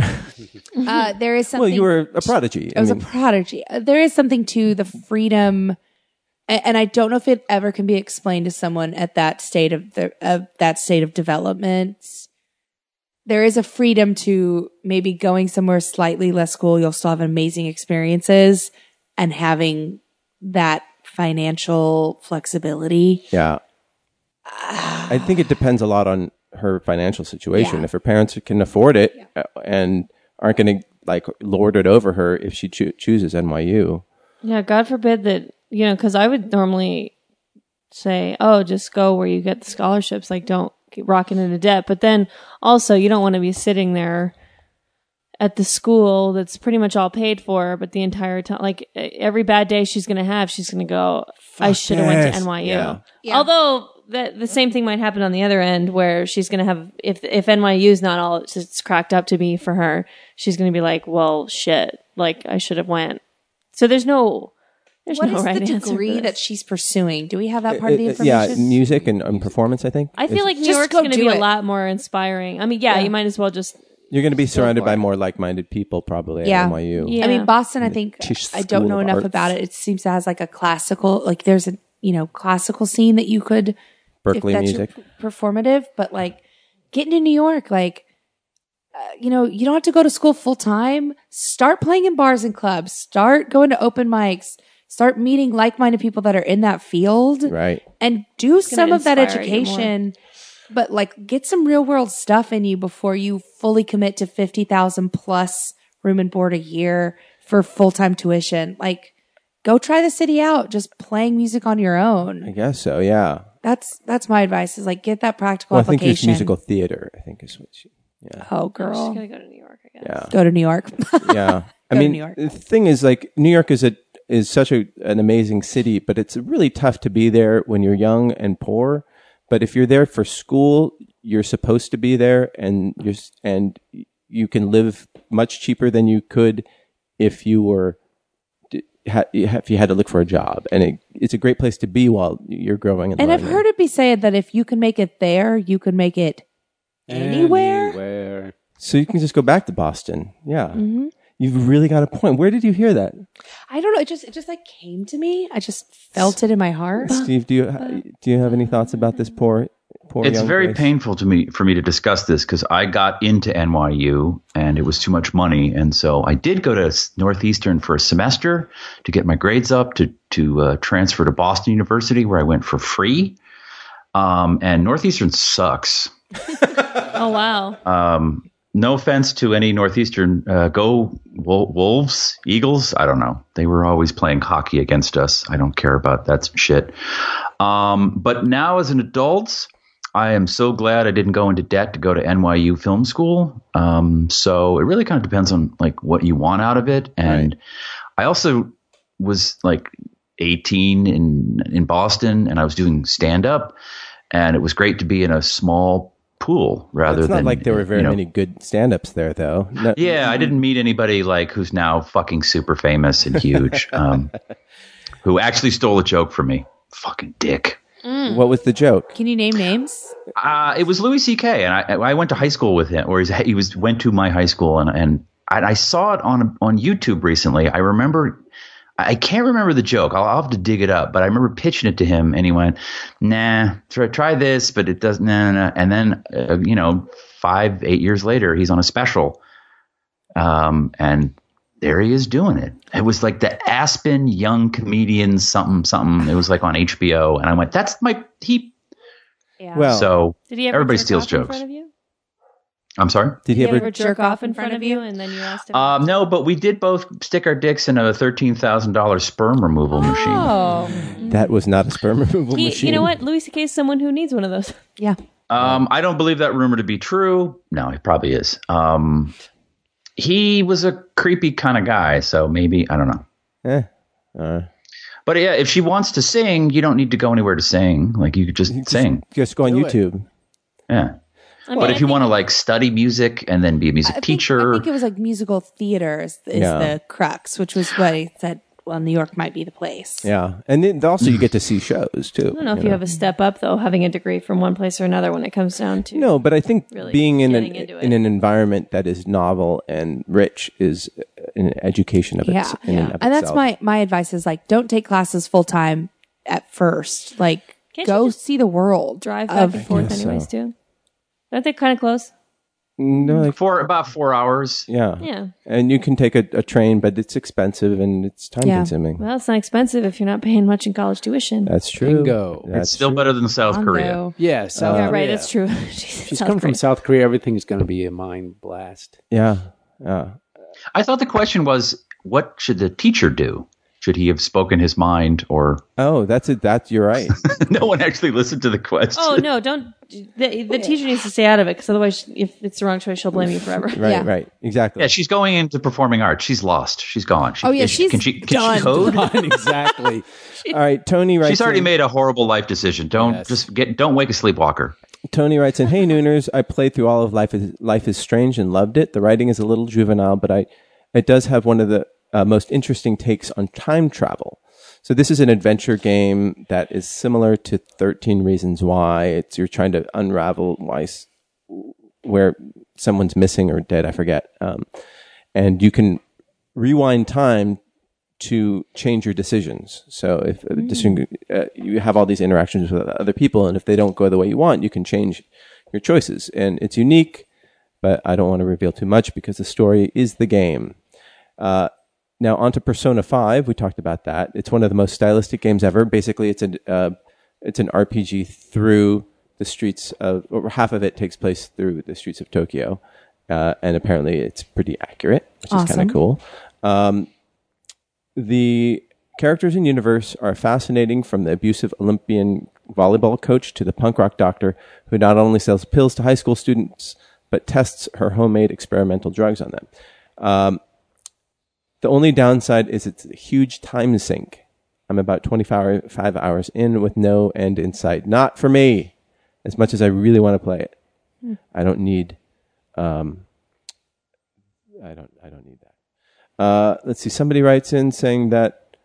Speaker 5: uh, there is something.
Speaker 2: Well, you were a prodigy.
Speaker 5: I was a prodigy. Uh, There is something to the freedom, a- and I don't know if it ever can be explained to someone at that state of the of that state of development. There is a freedom to maybe going somewhere slightly less cool. You'll still have amazing experiences, and having that financial flexibility.
Speaker 2: Yeah. I think it depends a lot on her financial situation.
Speaker 5: Yeah.
Speaker 2: If her parents can afford it uh, and aren't going to like lord it over her if she choo- chooses NYU.
Speaker 3: Yeah, God forbid that, you know, because I would normally say, oh, just go where you get the scholarships. Like, don't get rocking into debt. But then also, you don't want to be sitting there at the school that's pretty much all paid for, but the entire time, like e- every bad day she's going to have, she's going to go, I should have went
Speaker 2: yes.
Speaker 3: to NYU.
Speaker 2: Yeah.
Speaker 3: Although, the, the same thing might happen on the other end where she's going to have if if NYU's not all it's, it's cracked up to be for her she's going to be like well shit like I should have went so there's no there's
Speaker 5: What
Speaker 3: no
Speaker 5: is
Speaker 3: right
Speaker 5: the
Speaker 3: answer for
Speaker 5: degree
Speaker 3: this.
Speaker 5: that she's pursuing? Do we have that part of the
Speaker 2: It- it-
Speaker 5: information?
Speaker 2: Uh, yeah, music and, and performance, I think.
Speaker 3: I
Speaker 2: is-
Speaker 3: feel like New
Speaker 5: Just
Speaker 3: York's
Speaker 5: go
Speaker 3: going to
Speaker 5: do
Speaker 3: be
Speaker 5: it.
Speaker 3: a lot more inspiring. I mean, yeah, you might as well just
Speaker 2: you're going to be surrounded by more like minded people probably
Speaker 5: Yeah.
Speaker 2: at NYU.
Speaker 3: Yeah.
Speaker 5: I mean, Boston, I think
Speaker 2: Tisch
Speaker 5: I don't
Speaker 2: School
Speaker 5: know
Speaker 2: of
Speaker 5: enough
Speaker 2: Arts.
Speaker 5: about it. It seems to has like a classical, like there's a you know classical scene that you could if
Speaker 2: Berkeley
Speaker 5: that's your
Speaker 2: music.
Speaker 5: p- performative, but like getting to New York, like uh, you know you don't have to go to school full time. Start playing in bars and clubs. Start going to open mics. Start meeting like minded people that are in that field,
Speaker 2: Right.
Speaker 5: and do
Speaker 3: gonna
Speaker 5: some of that
Speaker 3: inspire you more.
Speaker 5: education. But like, get some real world stuff in you before you fully commit to fifty thousand plus room and board a year for full time tuition. Like, go try the city out, just playing music on your
Speaker 2: I
Speaker 5: own.
Speaker 2: guess so, yeah.
Speaker 5: That's that's my advice. Is like get that practical
Speaker 2: Well, I think
Speaker 5: application.
Speaker 2: there's musical theater, I think is what she.
Speaker 5: Oh,
Speaker 3: she's
Speaker 5: girl,
Speaker 3: going to go to New York. I guess.
Speaker 2: Yeah.
Speaker 5: go to New York.
Speaker 2: yeah. I
Speaker 5: Go to
Speaker 2: mean,
Speaker 5: New York.
Speaker 2: the thing is, like, New York is a is such a, an amazing city, but it's really tough to be there when you're young and poor. But if you're there for school, you're supposed to be there, and you're s- and you can live much cheaper than you could if you were d- ha- if you had to look for a job. And it, it's a great place to be while you're growing. And,
Speaker 5: and I've
Speaker 2: learning.
Speaker 5: heard it be said that if you can make it there, you can make it Anywhere?
Speaker 4: Anywhere.
Speaker 2: so you can just go back to Boston. Yeah,
Speaker 3: Mm-hmm.
Speaker 2: you've really got a point. Where did you hear that?
Speaker 5: I don't know. It just it just like came to me. I just felt it in my heart.
Speaker 2: Steve, do you do you have any thoughts about this poor poor?
Speaker 6: It's
Speaker 2: young
Speaker 6: very
Speaker 2: Grace?
Speaker 6: painful to me for me to discuss this because I got into NYU and it was too much money, and so I did go to S- Northeastern for a semester to get my grades up to to uh, transfer to Boston University where I went for free. Um, and Northeastern sucks.
Speaker 3: Oh wow.
Speaker 6: Um, no offense to any Northeastern. Uh, go Wol- Wolves, Eagles. I don't know. They were always playing hockey against us. I don't care about that shit. Um, but now, as an adult, I am so glad I didn't go into debt to go to NYU film school. Um, so it really kind of depends on like what you want out of it. And I also was like 18 in in Boston, and I was doing stand up, and it was great to be in a small pool rather
Speaker 2: It's not
Speaker 6: than
Speaker 2: like there were very
Speaker 6: you know,
Speaker 2: many good stand-ups there, though. No-
Speaker 6: yeah, I didn't meet anybody like who's now fucking super famous and huge, um, who actually stole a joke from me. Fucking dick.
Speaker 3: Mm.
Speaker 2: What was the joke?
Speaker 5: Can you name names?
Speaker 6: Uh, it was Louis C.K. and I, I went to high school with him, or he's, he was went to my high school, and and I, I saw it on on YouTube recently. I remember. I can't remember the joke. I'll, I'll have to dig it up, but I remember pitching it to him, and he went, "Nah, try, try this, but it doesn't." Nah, nah, nah." And then, uh, you know, five eight years later, he's on a special, Um, and there he is doing it. It was like the Aspen Young Comedian something something. It was like on HBO, and I went, "That's my he."
Speaker 3: Yeah.
Speaker 2: Well,
Speaker 6: So
Speaker 3: did he ever
Speaker 6: everybody
Speaker 3: jerk
Speaker 6: steals
Speaker 3: off in
Speaker 6: jokes.
Speaker 3: front of you?
Speaker 6: I'm sorry.
Speaker 2: did he
Speaker 3: Did he
Speaker 2: ever?
Speaker 3: ever jerk off in front of you, and then you asked him?
Speaker 6: Um, no, but we did both stick our dicks in a thirteen thousand dollar sperm removal machine.
Speaker 5: Oh,
Speaker 2: That was not a sperm removal
Speaker 3: He-
Speaker 2: machine.
Speaker 3: you know what? Louis C.K. is someone who needs one of those.
Speaker 5: yeah.
Speaker 6: Um, I don't believe that rumor to be true. No, he probably is. Um, he was a creepy kind of guy, so maybe I don't know.
Speaker 2: Eh, uh,
Speaker 6: But yeah, if she wants to sing, you don't need to go anywhere to sing. Like you could just sing.
Speaker 2: just go on YouTube.
Speaker 6: Yeah.
Speaker 3: I mean,
Speaker 6: but
Speaker 3: I
Speaker 6: if you
Speaker 3: think-
Speaker 6: want to like study music and then be a music
Speaker 5: I think-
Speaker 6: teacher,
Speaker 5: I think it was like musical theater is, is
Speaker 2: Yeah.
Speaker 5: the crux, which was what I said. Well, New York might be the place.
Speaker 2: Yeah, and then also you get to see shows too.
Speaker 3: I don't know if you have a step up though, having a degree from one place or another when it comes down to.
Speaker 2: No, but I think
Speaker 3: Really
Speaker 2: being in an
Speaker 3: getting into
Speaker 2: in
Speaker 3: it.
Speaker 2: an environment that is novel and rich is an education of
Speaker 5: yeah,
Speaker 2: its in and, of
Speaker 5: and that's
Speaker 2: itself.
Speaker 5: my my advice is like don't take classes full time at first. Like
Speaker 3: Can't you
Speaker 5: go
Speaker 3: just
Speaker 5: see the world.
Speaker 3: drive back
Speaker 5: of
Speaker 3: and forth
Speaker 2: guess
Speaker 3: anyways
Speaker 2: so.
Speaker 3: too. Aren't they kind of close?
Speaker 2: no, like,
Speaker 6: for about four hours.
Speaker 2: yeah,
Speaker 3: Yeah.
Speaker 2: and you can take a, a train, but it's expensive and it's time
Speaker 5: Yeah.
Speaker 2: consuming.
Speaker 3: Well, it's not expensive if you're not paying much in college tuition.
Speaker 2: that's true.
Speaker 4: Bingo.
Speaker 2: That's
Speaker 6: Still better than South Korea.
Speaker 5: Condo.
Speaker 4: Uh, Yeah, South
Speaker 3: yeah, right.
Speaker 4: Korea.
Speaker 3: It's true. Jesus,
Speaker 4: She's
Speaker 3: South
Speaker 4: coming from
Speaker 3: Korea.
Speaker 4: South Korea. Everything's going to be a mind blast.
Speaker 2: yeah, yeah.
Speaker 6: I thought the question was, what should the teacher do? Should he have spoken his mind, or
Speaker 2: Oh, that's it. That's you're right.
Speaker 6: no one actually listened to the question?
Speaker 3: Oh no! Don't the, the teacher needs to stay out of it because otherwise, if it's the wrong choice, she'll blame you forever.
Speaker 2: Right,
Speaker 5: Yeah.
Speaker 2: right, exactly.
Speaker 6: Yeah, she's going into performing arts. She's lost. She's gone. She,
Speaker 5: Oh, yeah,
Speaker 6: is she-
Speaker 5: she's
Speaker 6: can she can
Speaker 5: done.
Speaker 6: she code?
Speaker 4: exactly.
Speaker 2: All right, Tony writes.
Speaker 6: She's already
Speaker 2: in-
Speaker 6: made a horrible life decision. Don't
Speaker 4: Yes.
Speaker 6: just get. Don't wake a sleepwalker.
Speaker 2: Tony writes in, "Hey Nooners, I played through all of Life is Life is Strange and loved it. The writing is a little juvenile, but I it does have one of the uh, most interesting takes on time travel. So this is an adventure game that is similar to 13 Reasons Why. It's you're trying to unravel why s- where someone's missing or dead, I forget. Um, and you can rewind time to change your decisions. So if a decision, uh, you have all these interactions with other people, and if they don't go the way you want, you can change your choices. And it's unique, but I don't want to reveal too much because the story is the game. Uh, now onto Persona Five. We talked about that. It's one of the most stylistic games ever. Basically, it's an uh, it's an RPG through the streets of, or half of it takes place through the streets of Tokyo, uh, and apparently it's pretty accurate, which is kind
Speaker 5: Awesome.
Speaker 2: of cool. Um, the characters in universe are fascinating, from the abusive Olympian volleyball coach to the punk rock doctor who not only sells pills to high school students but tests her homemade experimental drugs on them. Um, The only downside is it's a huge time sink. I'm about 25 hour, five hours in with no end in sight. Not for me. As much as I really want to play it, I don't need. Um, I don't. I don't need that. Uh, let's see. Somebody writes in saying that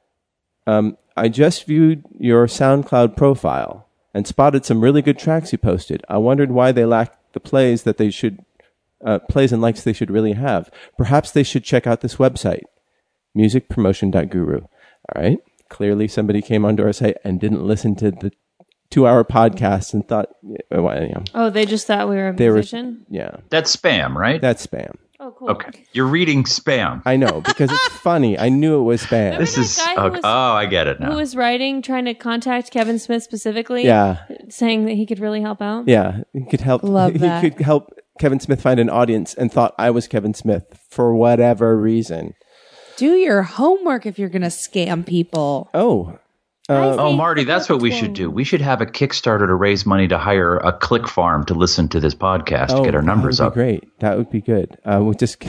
Speaker 2: um, I just viewed your SoundCloud profile and spotted some really good tracks you posted. I wondered why they lacked the plays that they should uh, plays and likes they should really have. Perhaps they should check out this website musicpromotion.guru. All right. Clearly, somebody came onto our site and didn't listen to the two hour podcast and thought, yeah, well, yeah,
Speaker 3: Oh, they just thought we were a
Speaker 2: They were-
Speaker 3: musician.
Speaker 2: yeah,
Speaker 6: That's spam, right?
Speaker 2: that's spam.
Speaker 3: Oh, cool.
Speaker 6: okay. You're reading spam.
Speaker 2: I know because it's funny. I knew it was spam.
Speaker 6: this
Speaker 3: that
Speaker 6: is.
Speaker 3: guy who
Speaker 6: oh,
Speaker 3: was-
Speaker 6: oh, I get it now.
Speaker 3: Who was writing, trying to contact Kevin Smith specifically?
Speaker 2: Yeah.
Speaker 3: saying that he could really help out.
Speaker 2: Yeah. He could help.
Speaker 5: Love
Speaker 2: he
Speaker 5: that.
Speaker 2: could help Kevin Smith find an audience and thought I was Kevin Smith for whatever reason.
Speaker 5: Do your homework if you're gonna scam people.
Speaker 2: Oh,
Speaker 6: Oh, Marty, that's what we should do. We should have a Kickstarter to raise money to hire a click farm to listen to this podcast to get our numbers
Speaker 2: Oh, that would
Speaker 6: up.
Speaker 2: Be great. That would be good. Uh, we just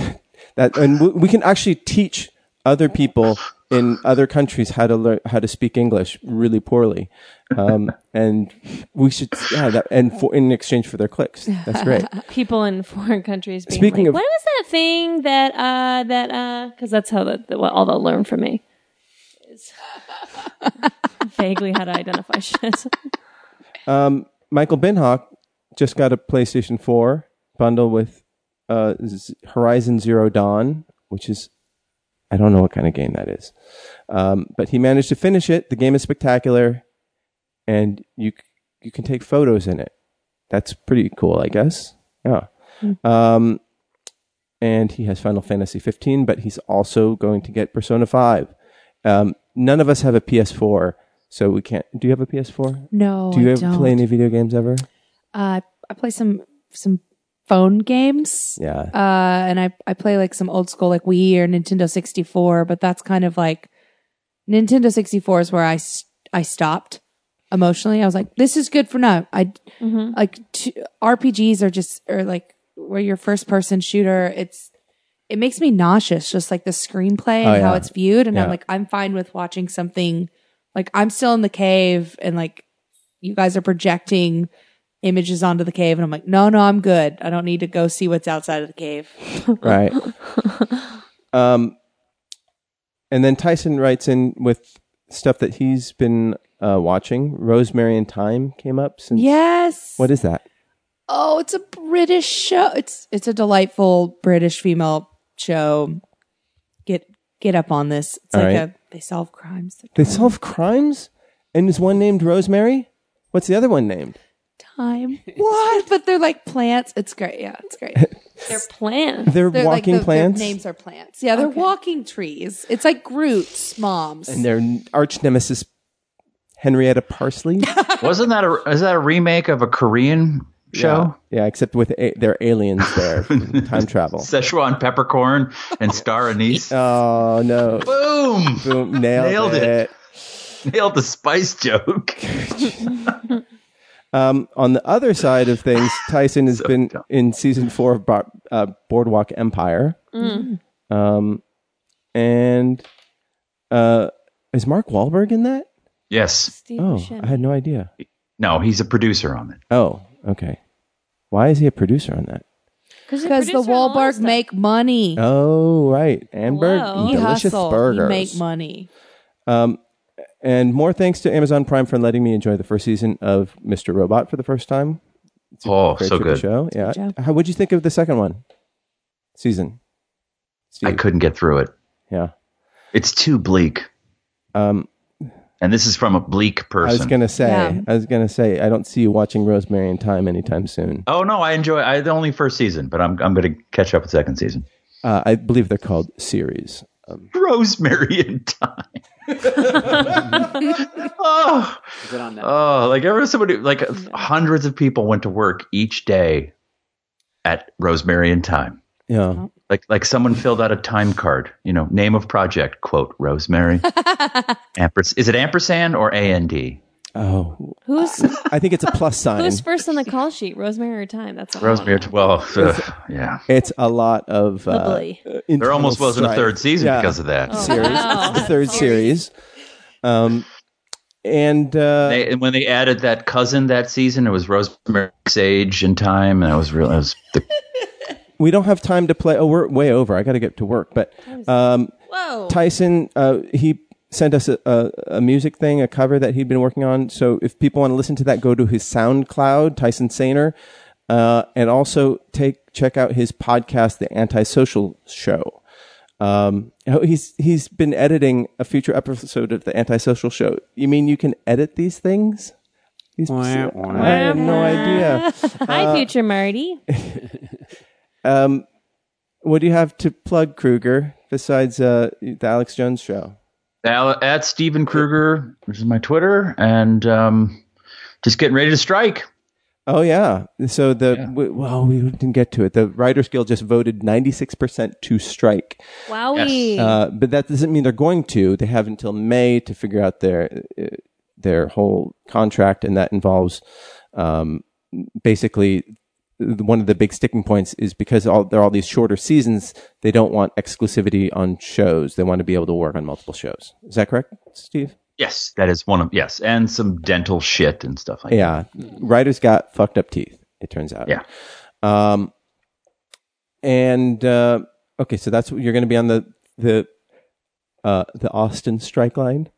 Speaker 2: that, and we, we can actually teach other people in other countries how to learn how to speak English really poorly, um, and we should yeah. That, and for, in exchange for their clicks, that's great.
Speaker 3: people in foreign countries. Being
Speaker 2: Speaking
Speaker 3: like,
Speaker 2: of-
Speaker 3: what was that thing that uh that uh because that's how that what all they'll learn from me is vaguely how to identify shit.
Speaker 2: Michael Binhock just got a PlayStation Four bundle with uh, Z- Horizon Zero Dawn, which is I don't know what kind of game that is, um, but he managed to finish it. The game is spectacular, and you c- you can take photos in it. That's pretty cool, I guess. Yeah. Um, and he has Final Fantasy 15, but he's also going to get Persona 5. Um, none of us have a PS4, so we can't. Do you have a PS4?
Speaker 5: No,
Speaker 2: Do you
Speaker 5: Oh, I
Speaker 2: ever
Speaker 5: don't.
Speaker 2: play any video games ever?
Speaker 5: Uh, I play some some phone games.
Speaker 2: Yeah.
Speaker 5: Uh, and I I play like some old school like Wii or Nintendo 64, but that's kind of like Nintendo 64 is where I s- I stopped emotionally. I was like, this is good for now. I like t- RPGs are just or like where your first person shooter. It's it makes me nauseous, just like the screenplay and
Speaker 2: Oh,
Speaker 5: how
Speaker 2: yeah.
Speaker 5: it's viewed. And I'm
Speaker 2: Yeah.
Speaker 5: like, I'm fine with watching something like I'm still in the cave and like you guys are projecting images onto the cave and I'm like, no, no, I'm good. I don't need to go see what's outside of the cave.
Speaker 2: right. um, and then Tyson writes in with stuff that he's been uh, watching. Rosemary and Time came up since.
Speaker 5: Yes.
Speaker 2: What is that?
Speaker 5: Oh, it's a British show. It's it's a delightful British female show. Get get up on this. It's
Speaker 2: All
Speaker 5: like
Speaker 2: right.
Speaker 5: a they solve crimes. They're
Speaker 2: They solve crimes, and is one named Rosemary? What's the other one named?
Speaker 5: time. what? But they're like plants. It's great. Yeah, it's great.
Speaker 3: Their plan.
Speaker 2: They're,
Speaker 5: They're like
Speaker 2: walking
Speaker 5: the- their
Speaker 2: plants.
Speaker 5: names are plants. Yeah, they're walking trees. It's like Groot's moms.
Speaker 2: and their n- arch nemesis Henrietta Parsley.
Speaker 6: Wasn't that a is that a remake of a Korean show?
Speaker 2: yeah, except with a- their aliens there, time travel.
Speaker 6: Szechuan peppercorn and star anise.
Speaker 2: Oh no!
Speaker 6: Boom!
Speaker 2: Boom! Nailed,
Speaker 6: Nailed
Speaker 2: it.
Speaker 6: it. Nailed the spice joke.
Speaker 2: Um, on the other side of things, Tyson has been
Speaker 6: dumb.
Speaker 2: in season four of Bar- uh, Boardwalk Empire.
Speaker 5: Mm.
Speaker 2: Um, and uh, is Mark Wahlberg in that?
Speaker 6: yes.
Speaker 3: Steve
Speaker 2: Oh,
Speaker 3: Buscemi.
Speaker 2: I had no idea.
Speaker 6: No, he's a producer on it.
Speaker 2: Oh, okay. Why is he a producer on that?
Speaker 3: he's a
Speaker 5: Because the
Speaker 3: producer on a lot of
Speaker 5: Wahlberg
Speaker 3: stuff.
Speaker 5: make money.
Speaker 2: Oh, right. And burg-
Speaker 3: Hello.
Speaker 5: he
Speaker 2: Oh, delicious
Speaker 5: hustle.
Speaker 2: burgers. Um,
Speaker 5: He make money.
Speaker 2: And more thanks to Amazon Prime for letting me enjoy the first season of Mr. Robot for the first time.
Speaker 6: Oh, so
Speaker 2: super
Speaker 6: good.
Speaker 2: show. Yeah. How would you think of the second one? Season.
Speaker 6: I couldn't get through it.
Speaker 2: Yeah.
Speaker 6: It's too bleak.
Speaker 2: Um,
Speaker 6: And this is from a bleak
Speaker 2: I was
Speaker 6: person.
Speaker 2: gonna say.
Speaker 5: Yeah.
Speaker 2: I was gonna say. I don't see you watching Rosemary and Time anytime soon.
Speaker 6: oh no, I enjoy I the only first season, but I'm I'm gonna catch up with second season.
Speaker 2: Uh, I believe they're called series.
Speaker 6: Rosemary and Time. oh,
Speaker 4: Is it on that?
Speaker 6: oh, like ever somebody like hundreds of people went to work each day at Rosemary and Time.
Speaker 2: Yeah.
Speaker 6: Like like someone filled out a time card, you know, name of project, quote, Rosemary. Ampers- is it ampersand or A N D?
Speaker 2: Oh,
Speaker 3: Who's
Speaker 2: I think it's a plus sign.
Speaker 3: who's first on the call sheet? Rosemary or Time? That's all.
Speaker 6: Rosemary well ugh, yeah.
Speaker 2: It's a lot of. Uh,
Speaker 3: Bubbly.
Speaker 6: There almost wasn't a third season because of that.
Speaker 2: series.
Speaker 3: Wow.
Speaker 2: the third series. Um, and uh,
Speaker 6: They, and when they added that cousin that season, it was Rosemary's age and time, and I was real. I was the,
Speaker 2: we don't have time to play. Oh, we're way over. I got to get to work. But um,
Speaker 3: Whoa.
Speaker 2: Tyson, uh, he sent us a, a, a music thing, a cover that he'd been working on. So if people want to listen to that, go to his SoundCloud, Tyson Saner, uh, and also take check out his podcast, The Antisocial Show. Um, oh, he's he's been editing a future episode of The Antisocial Show. You mean you can edit these things? These-
Speaker 4: Wah, wah.
Speaker 2: I have no idea. Uh,
Speaker 3: Hi, future Marty.
Speaker 2: Um, what do you have to plug, Kruger, besides uh, the Alex Jones show?
Speaker 6: Al- at Steven Kruger, which is my Twitter, and um, just getting ready to strike.
Speaker 2: Oh yeah. So the we, well, we didn't get to it. The Writers Guild just voted ninety six percent to strike,
Speaker 3: Wowie.
Speaker 2: uh, but that doesn't mean they're going to. They have until May to figure out their uh, their whole contract, and that involves um, basically one of the big sticking points is because all, there are all these shorter seasons. They don't want exclusivity on shows. They want to be able to work on multiple shows. Is that correct, Steve?
Speaker 6: Yes, that is one of yes, and some dental shit and stuff like
Speaker 2: Yeah, writers got fucked up teeth. It turns out.
Speaker 6: that. Yeah,
Speaker 2: Um, and uh, okay, so that's what you're going to be on the the uh, the Austin strike line.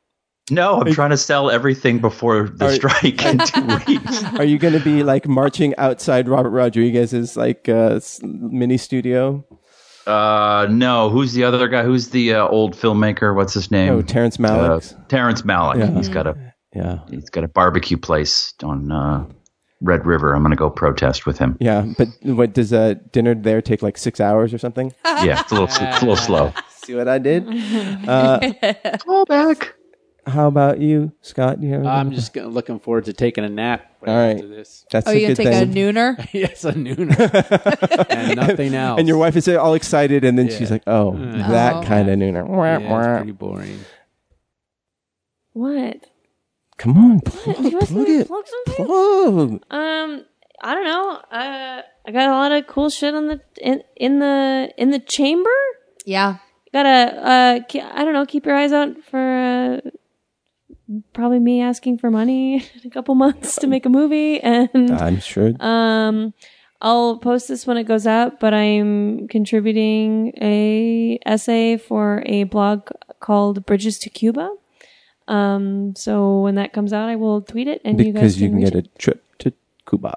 Speaker 6: no, I'm trying to sell everything before the strike in two weeks.
Speaker 2: Are you going to be like marching outside Robert Rodriguez's like uh, s- mini studio?
Speaker 6: Uh, no, who's the other guy? Who's the uh, old filmmaker? What's his name?
Speaker 2: Oh, Terrence Malick. Mm.
Speaker 6: Uh, Terrence Malick. He's got a
Speaker 2: yeah.
Speaker 6: he's got a barbecue place on uh, Red River. I'm going to go protest with him.
Speaker 2: Yeah, but what does uh, dinner there take like six hours or something?
Speaker 6: Yeah, it's a little, it's a little slow.
Speaker 2: See what I did? Uh,
Speaker 6: Call back.
Speaker 2: how about you, Scott? Do you have
Speaker 4: I'm
Speaker 2: anything?
Speaker 4: just gonna, looking forward to taking a nap right
Speaker 2: All right.
Speaker 4: after this.
Speaker 2: That's
Speaker 5: Oh,
Speaker 2: a
Speaker 5: you gonna
Speaker 2: good
Speaker 5: take
Speaker 2: thing.
Speaker 5: a nooner?
Speaker 4: yes, a nooner and nothing else. Mm.
Speaker 2: and your wife is all excited, and then she's like, "Oh, that
Speaker 5: Oh.
Speaker 2: kind of nooner."
Speaker 4: Yeah,
Speaker 2: Wah,
Speaker 4: it's
Speaker 2: wah.
Speaker 4: pretty boring.
Speaker 3: What?
Speaker 2: Come on, plug,
Speaker 3: Do you want
Speaker 2: plug
Speaker 3: somebody to
Speaker 2: it,
Speaker 3: plug something?
Speaker 2: plug.
Speaker 3: Um, I don't know. Uh, I got a lot of cool shit on the in, in the in the chamber.
Speaker 5: Yeah.
Speaker 3: Gotta uh, ke- I don't know. Keep your eyes out for uh, probably me asking for money in a couple months to make a movie, and
Speaker 2: I'm sure.
Speaker 3: um, I'll post this when it goes out. But I'm contributing a essay for a blog called Bridges to Cuba. Um, so when that comes out, I will tweet it, and you guys
Speaker 2: because you can
Speaker 3: reach
Speaker 2: get a trip to Cuba.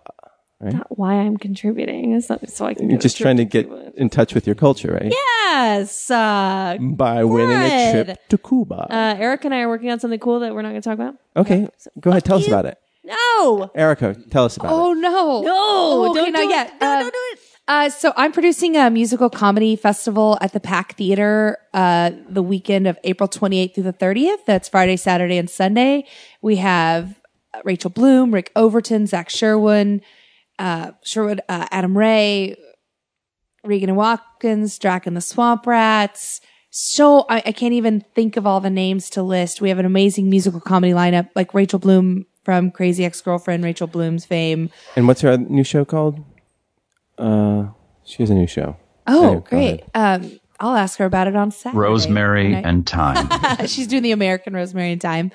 Speaker 3: not why I'm contributing. It's not so I can.
Speaker 2: You're just trying to get in touch with your culture, right?
Speaker 3: Yes. Uh,
Speaker 2: By winning a
Speaker 3: Good.
Speaker 2: trip to Cuba.
Speaker 3: uh, Eric and I are working on something cool that we're not going to talk about.
Speaker 2: okay, go ahead. Tell us about it,
Speaker 3: No.
Speaker 2: Erica. Tell us about
Speaker 5: Oh no.
Speaker 3: No.
Speaker 5: Oh, okay,
Speaker 3: don't
Speaker 5: not
Speaker 3: do
Speaker 5: yet.
Speaker 3: It. No,
Speaker 5: Uh,
Speaker 3: don't do it.
Speaker 5: Uh, so I'm producing a musical comedy festival at the Pack Theater uh, the weekend of April 28th through the 30th. That's Friday, Saturday, and Sunday. We have uh, Rachel Bloom, Rick Overton, Zach Sherwin, uh, Sherwood, uh, Adam Ray, Regan and Watkins, Drac and the Swamp Rats. So I, I can't even think of all the names to list. We have an amazing musical comedy lineup, like Rachel Bloom from Crazy Ex-Girlfriend, Rachel Bloom's fame.
Speaker 2: it. And what's her new show called? Uh, she has a new show.
Speaker 5: Oh,
Speaker 2: Anyway, go
Speaker 5: great. Um, I'll ask her about it on Saturday.
Speaker 6: Rosemary
Speaker 5: Right.
Speaker 6: and Time.
Speaker 5: She's doing the American Rosemary and Time.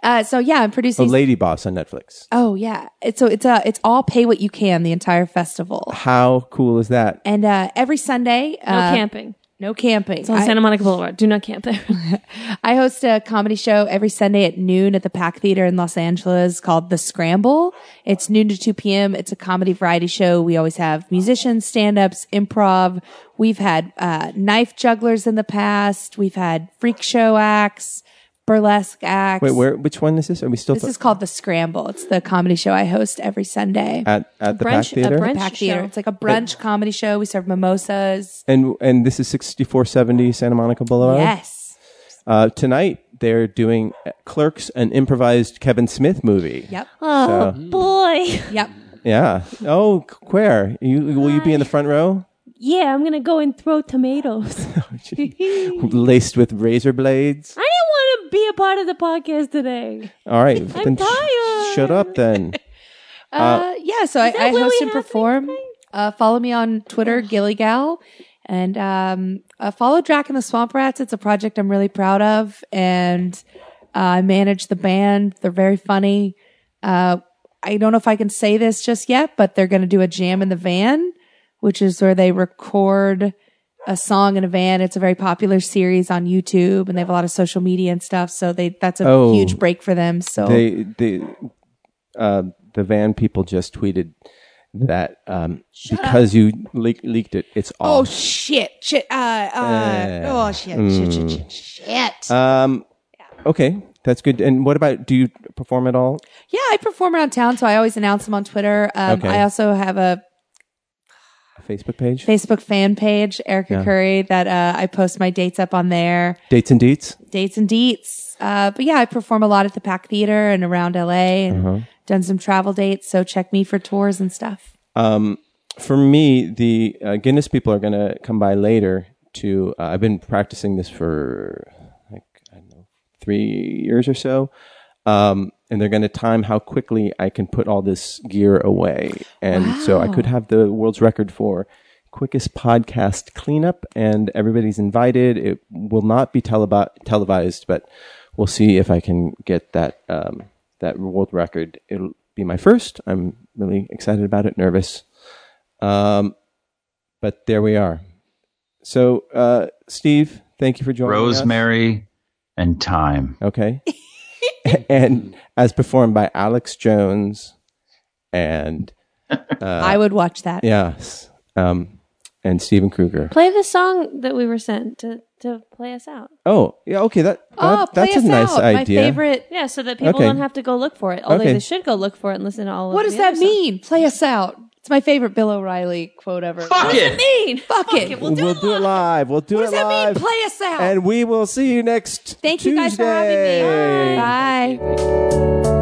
Speaker 5: Uh, so yeah, I'm
Speaker 2: Oh,
Speaker 5: producing.
Speaker 2: Lady Boss on Netflix.
Speaker 5: oh yeah, it's so it's uh it's all pay what you can the entire festival,
Speaker 2: How cool is that?
Speaker 5: and uh, every Sunday
Speaker 3: No
Speaker 5: uh,
Speaker 3: camping.
Speaker 5: no camping.
Speaker 3: It's on
Speaker 5: I-
Speaker 3: Santa Monica Boulevard. Do not camp there.
Speaker 5: I host a comedy show every Sunday at noon at the Pack Theater in Los Angeles called The Scramble. It's noon to 2 p.m. It's a comedy variety show. We always have musicians, stand ups, improv. We've had uh, knife jugglers in the past. We've had freak show acts, burlesque acts.
Speaker 2: Wait, where? Which one is this? Are we still
Speaker 5: This is called The Scramble. It's the comedy show I host every Sunday.
Speaker 2: at at the Pack
Speaker 3: brunch- a
Speaker 2: Theater?
Speaker 3: brunch-
Speaker 5: Pack Theater.
Speaker 3: show.
Speaker 5: It's like a brunch comedy show. We serve mimosas.
Speaker 2: And and this is sixty four seventy Santa Monica Boulevard.
Speaker 5: Yes.
Speaker 2: Uh, tonight they're doing Clerks, an improvised Kevin Smith movie.
Speaker 5: Yep.
Speaker 3: Oh boy.
Speaker 5: Yep.
Speaker 2: Yeah. Oh, where you will you be in the front row,
Speaker 3: Yeah, I'm gonna go and throw tomatoes.
Speaker 2: laced with razor blades?
Speaker 3: I didn't want to be a part of the podcast today.
Speaker 2: All right, then sh-
Speaker 3: tired.
Speaker 2: shut up then.
Speaker 5: Uh, yeah, so I, I
Speaker 3: really
Speaker 5: host and
Speaker 3: happening
Speaker 5: perform. Uh, follow me on Twitter, Gilly Gal, and um, uh, follow Drac and the Swamp Rats. It's a project I'm really proud of, and uh, I manage the band. They're very funny. Uh, I don't know if I can say this just yet, but they're going to do a jam in the van, which is where they record a song in a van. It's a very popular series on YouTube, and they have a lot of social media and stuff. So they that's a
Speaker 2: Oh.
Speaker 5: huge break for them. So
Speaker 2: They the uh, the van people just tweeted that um, because you leak, leaked it, it's
Speaker 5: Oh
Speaker 2: off.
Speaker 5: shit! Shit! Uh, uh, oh shit!
Speaker 2: Mm.
Speaker 5: Shit! Shit! Shit! shit.
Speaker 2: um, okay, that's good. And what about do you perform at all?
Speaker 5: yeah, I perform around town, so I always announce them on Twitter. Um,
Speaker 2: Okay.
Speaker 5: I also have a
Speaker 2: A Facebook page,
Speaker 5: Facebook fan page, Erica Curry, that uh, I post my dates up on there,
Speaker 2: dates and deets.
Speaker 5: dates and deets. Uh, but yeah, I perform a lot at the Pack Theater and around LA, and
Speaker 2: Uh-huh.
Speaker 5: done some travel dates. So check me for tours and stuff.
Speaker 2: Um, for me, the uh, Guinness people are going to come by later. To uh, I've been practicing this for like I don't know three years or so, um, and they're going to time how quickly I can put all this gear away, and so I could have the world's record for quickest podcast cleanup. And everybody's invited. It will not be teleba- televised, but we'll see if I can get that um, that world record. It'll be my first. I'm really excited about it. Nervous. Um, but there we are. So, uh, Steve, thank you for joining us.
Speaker 6: Rosemary and Time.
Speaker 2: Okay. and as performed by Alex Jones and Uh,
Speaker 5: I would watch that.
Speaker 2: yes. Um, and Steven Kruger.
Speaker 3: Play the song that we were sent to, to play us out.
Speaker 2: Oh, yeah, okay. That,
Speaker 5: Oh,
Speaker 2: that that's
Speaker 5: play
Speaker 2: a
Speaker 5: us
Speaker 2: nice
Speaker 5: out.
Speaker 2: idea.
Speaker 5: My favorite.
Speaker 3: Yeah, so that people
Speaker 2: Okay.
Speaker 3: don't have to go look for it. Although
Speaker 2: Okay.
Speaker 3: they should go look for it and listen to all of
Speaker 5: What does
Speaker 3: the
Speaker 5: that
Speaker 3: other songs.
Speaker 5: mean? Play us out. It's my favorite Bill O'Reilly quote ever.
Speaker 6: Fuck it.
Speaker 3: mean?
Speaker 5: Fuck it.
Speaker 2: We'll, do it live. We'll do
Speaker 5: What
Speaker 2: it
Speaker 5: does that mean?
Speaker 2: live.
Speaker 5: Play us out.
Speaker 2: And we will see you next
Speaker 5: Thank you guys for having me.
Speaker 2: Tuesday.
Speaker 5: Bye.
Speaker 3: Bye.
Speaker 5: Bye.
Speaker 2: Bye.